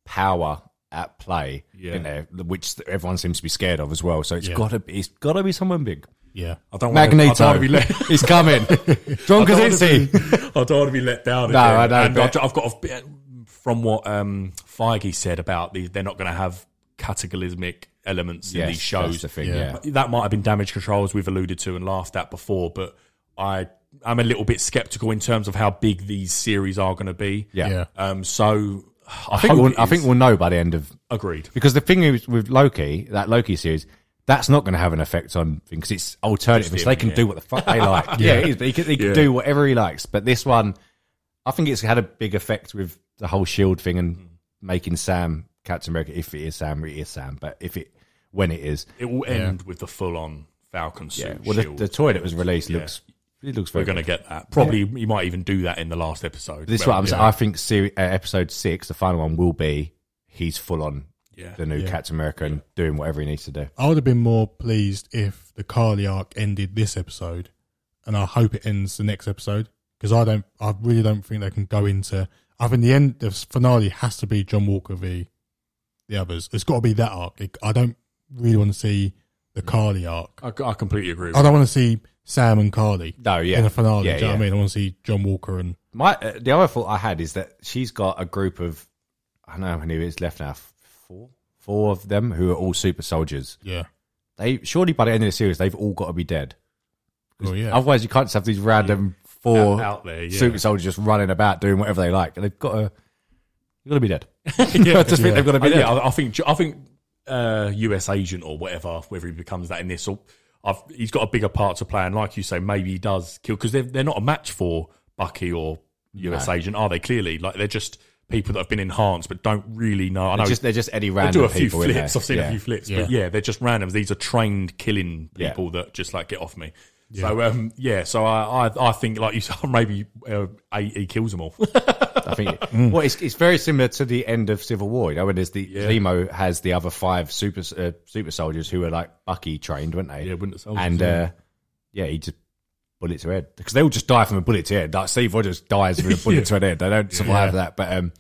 A: power at play
C: Yeah.
A: in there, which everyone seems to be scared of as well. So it's gotta be it's gotta be someone big.
B: Yeah.
C: I don't wanna- I don't
A: Magneto,
C: wanna
A: (laughs)
C: be let.
A: he's coming. John
C: I don't wanna
A: Krasinski.
C: be- (laughs) I don't want to be let down.
A: No,
C: again.
A: I know,
C: And
A: but-
C: I've got I've been- from what um, Feige said about these. They're not going to have cataclysmic elements in
A: Yes,
C: these
A: that's
C: shows.
A: the thing,
B: Yeah.
A: yeah.
C: that might have been damage control as we've alluded to and laughed at before but i i'm a little bit skeptical in terms of how big these series are going to be
A: Yeah.
B: Yeah.
C: um so i,
A: I think,
C: hope
A: we'll,
C: it
A: I think
C: is.
A: we'll know by the end of
C: agreed
A: because the thing is with Loki, that Loki series, that's not going to have an effect on things. 'cause It's alternative, so they can do what the fuck (laughs) they like. yeah. it is. But he can, he can do whatever he likes. But this one, I think it's had a big effect with the whole Shield E thing and making Sam Captain America. If it is Sam, it is Sam. But if it when it is,
C: it will end with the full-on falcon suit
A: yeah. Well, the,
C: shield.
A: the toy that was released looks it looks very
C: we're going to get that probably you might even do that in the last episode
A: This is
C: Well,
A: what I'm saying. I think seri- uh, episode six, the final one, will be he's full on
C: Yeah.
A: the new Captain America and doing whatever he needs to do.
B: I would have been more pleased if the Carly arc ended this episode, and I hope it ends the next episode because I don't, I really don't think they can go into. I think the end, the finale has to be John Walker v. the others. It's got to be that arc. It, I don't really want to see the Carly arc.
C: I, I completely agree with
B: I don't want to see Sam and Carly
A: No, yeah,
B: in the finale.
A: Yeah,
B: do you know
A: yeah.
B: what I mean? I want to see John Walker and
A: My uh, the other thought I had is that she's got a group of I don't know how many it's left now four four of them who are all super soldiers.
B: yeah,
A: They surely by the end of the series they've all got to be dead.
B: well, Oh, yeah.
A: Otherwise you can't just have these random four
C: Out- out there, yeah.
A: super soldiers just running about doing whatever they like. They've got to they've got to be dead. (laughs) I just think they've got to be
C: Uh,
A: dead.
C: (laughs) yeah, I, I think I think uh, US agent or whatever, whether he becomes that in this or I've, he's got a bigger part to play. And like you say, maybe he does kill because they're they're not a match for Bucky or US agent, are they? Clearly, like they're just people that have been enhanced but don't really know. I know
A: They're just they're just any
C: they
A: random
C: do a few
A: people in there.
C: flips. I've seen
A: Yeah.
C: a few flips,
B: Yeah.
C: but yeah, they're just randoms. These are trained killing
A: Yeah.
C: people that just like get off me. So um, yeah, so I, I I think like you said, (laughs) maybe uh, he, he kills them (laughs) all.
A: I (laughs) think.
C: Mm.
A: Well, it's, it's very similar to the end of Civil War. You know, when there's the Lemo has the other five super uh, super soldiers who are like Bucky trained, weren't they?
C: Yeah, Winter Soldiers,
A: And
C: yeah.
A: Uh, yeah, he just bullet to head because they all just die from a bullet to head. Like Steve Rogers dies from a bullet
C: (laughs)
A: to head. They don't survive that, but um,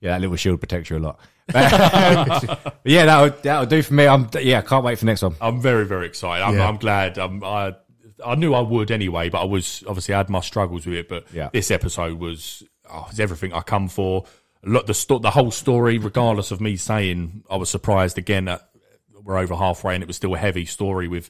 A: yeah, that little shield protects you a lot. (laughs) but yeah, that'll that'll do for me. I'm yeah, I can't wait for next one.
C: I'm very, very excited. I'm,
B: Yeah.
C: I'm glad. I'm, I I knew I would anyway, but I was obviously I had my struggles with it. But
A: Yeah.
C: this episode was oh, it's everything I come for. Look, the sto- the whole story, regardless of me saying I was surprised again that we're over halfway and it was still a heavy story with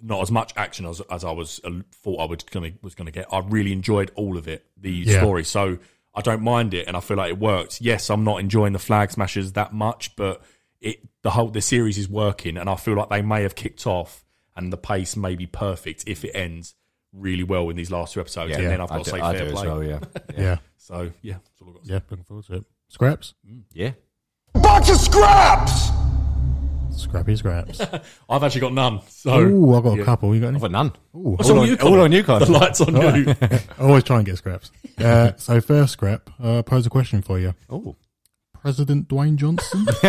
C: not as much action as, as I was uh, thought I would gonna, was going to get. I really enjoyed all of it, the
B: Yeah.
C: story. So I don't mind it, and I feel like it worked. Yes, I'm not enjoying the flag smashers that much, but it the whole the series is working, and I feel like they may have kicked off, and the pace may be perfect if it ends really well in these last two episodes. and then I've
A: I
C: got to
A: do,
C: say
A: I do
C: fair
A: as
C: play.
A: well,
C: (laughs)
A: yeah.
B: Yeah. yeah,
C: So yeah, that's all I've got. to say.
B: Looking forward to it. Scraps,
A: yeah.
E: Bunch of scraps!
A: (laughs)
B: scrappy scraps.
C: I've actually got none. So
B: Ooh, I got a couple. You got any?
A: I've got none.
C: What's
A: all,
C: on
A: on,
C: you,
A: all
C: Colin?
A: on you,
C: the
A: Colin. (laughs)
C: (laughs) lights on you.
B: (laughs) I always try and get scraps. Uh, so first scrap, uh, pose a question for you.
A: Oh,
B: President Dwayne Johnson. (laughs)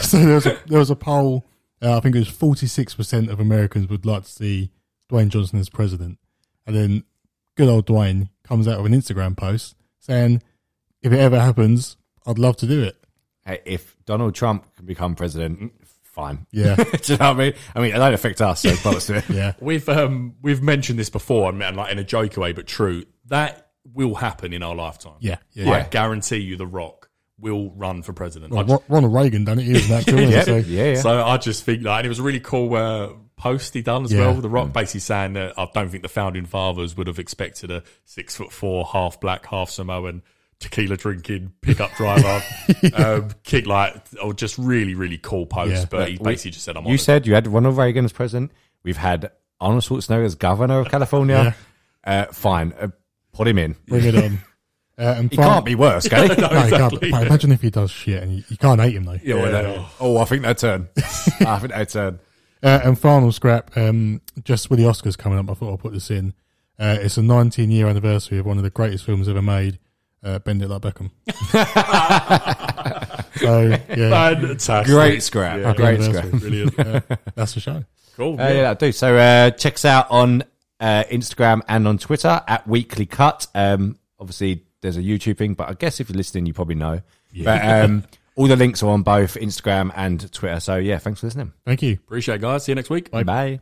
B: so there was a, there was a poll. Uh, I think it was forty six percent of Americans would like to see Dwayne Johnson as president, and then good old Dwayne comes out with an Instagram post saying, "If it ever happens, I'd love to do it."
A: Hey, if Donald Trump can become president, fine. (laughs)
B: Yeah.
A: do you know what I mean? I mean, it don't affect us, so it's bollocks to it.
B: (laughs) Yeah,
C: We've um we've mentioned this before, and and, like in a joke way, but true. That will happen in our lifetime.
B: yeah, yeah.
C: I guarantee you, The Rock will run for president. I
B: Well, Ro- Ronald Reagan done it. He was an actor. wasn't he?
A: (laughs)
B: So,
A: (laughs) Yeah, yeah.
C: So I just think like, and it was a really cool uh, post he done as
B: Yeah.
C: well. The
A: Mm.
C: Rock basically saying that I don't think the founding fathers would have expected a six foot four, half black, half Samoan, tequila drinking pickup
A: (laughs)
C: driver, um, kick like, or just really, really cool post.
B: Yeah.
C: But he basically just said, "I'm on
A: you
C: it."
A: said you had Ronald Reagan as president. We've had Arnold Schwarzenegger as governor
B: (laughs)
A: of California. Uh, fine. Uh, put him in.
B: bring it on. Uh, and
A: He
B: fi-
A: can't be worse, can he?
B: (laughs)
A: (laughs)
B: No, he can't. But imagine if he does shit and you, you can't hate him though.
C: Yeah, well, that-
A: Oh, I think they turn. I think they turn.
B: Uh, and final scrap, um, just with the Oscars coming up, I thought I'll put this in. Uh, it's a 19 year anniversary of one of the greatest films ever made, uh, Bend It
A: (laughs)
B: Like Beckham. so, yeah,
C: Fantastic.
A: Great scrap.
B: happy
A: Great
B: anniversary.
A: scrap.
C: Brilliant.
B: Uh, that's the show.
C: Cool.
A: Uh, yeah, that do. So uh, check us out on uh, Instagram and on Twitter at Weekly Cut. Um, obviously, there's a YouTube thing, but I guess if you're listening, you probably know. But um, all the links are on both Instagram and Twitter. So yeah, thanks for listening.
B: Thank you.
C: Appreciate it, guys. See you next week.
A: Bye.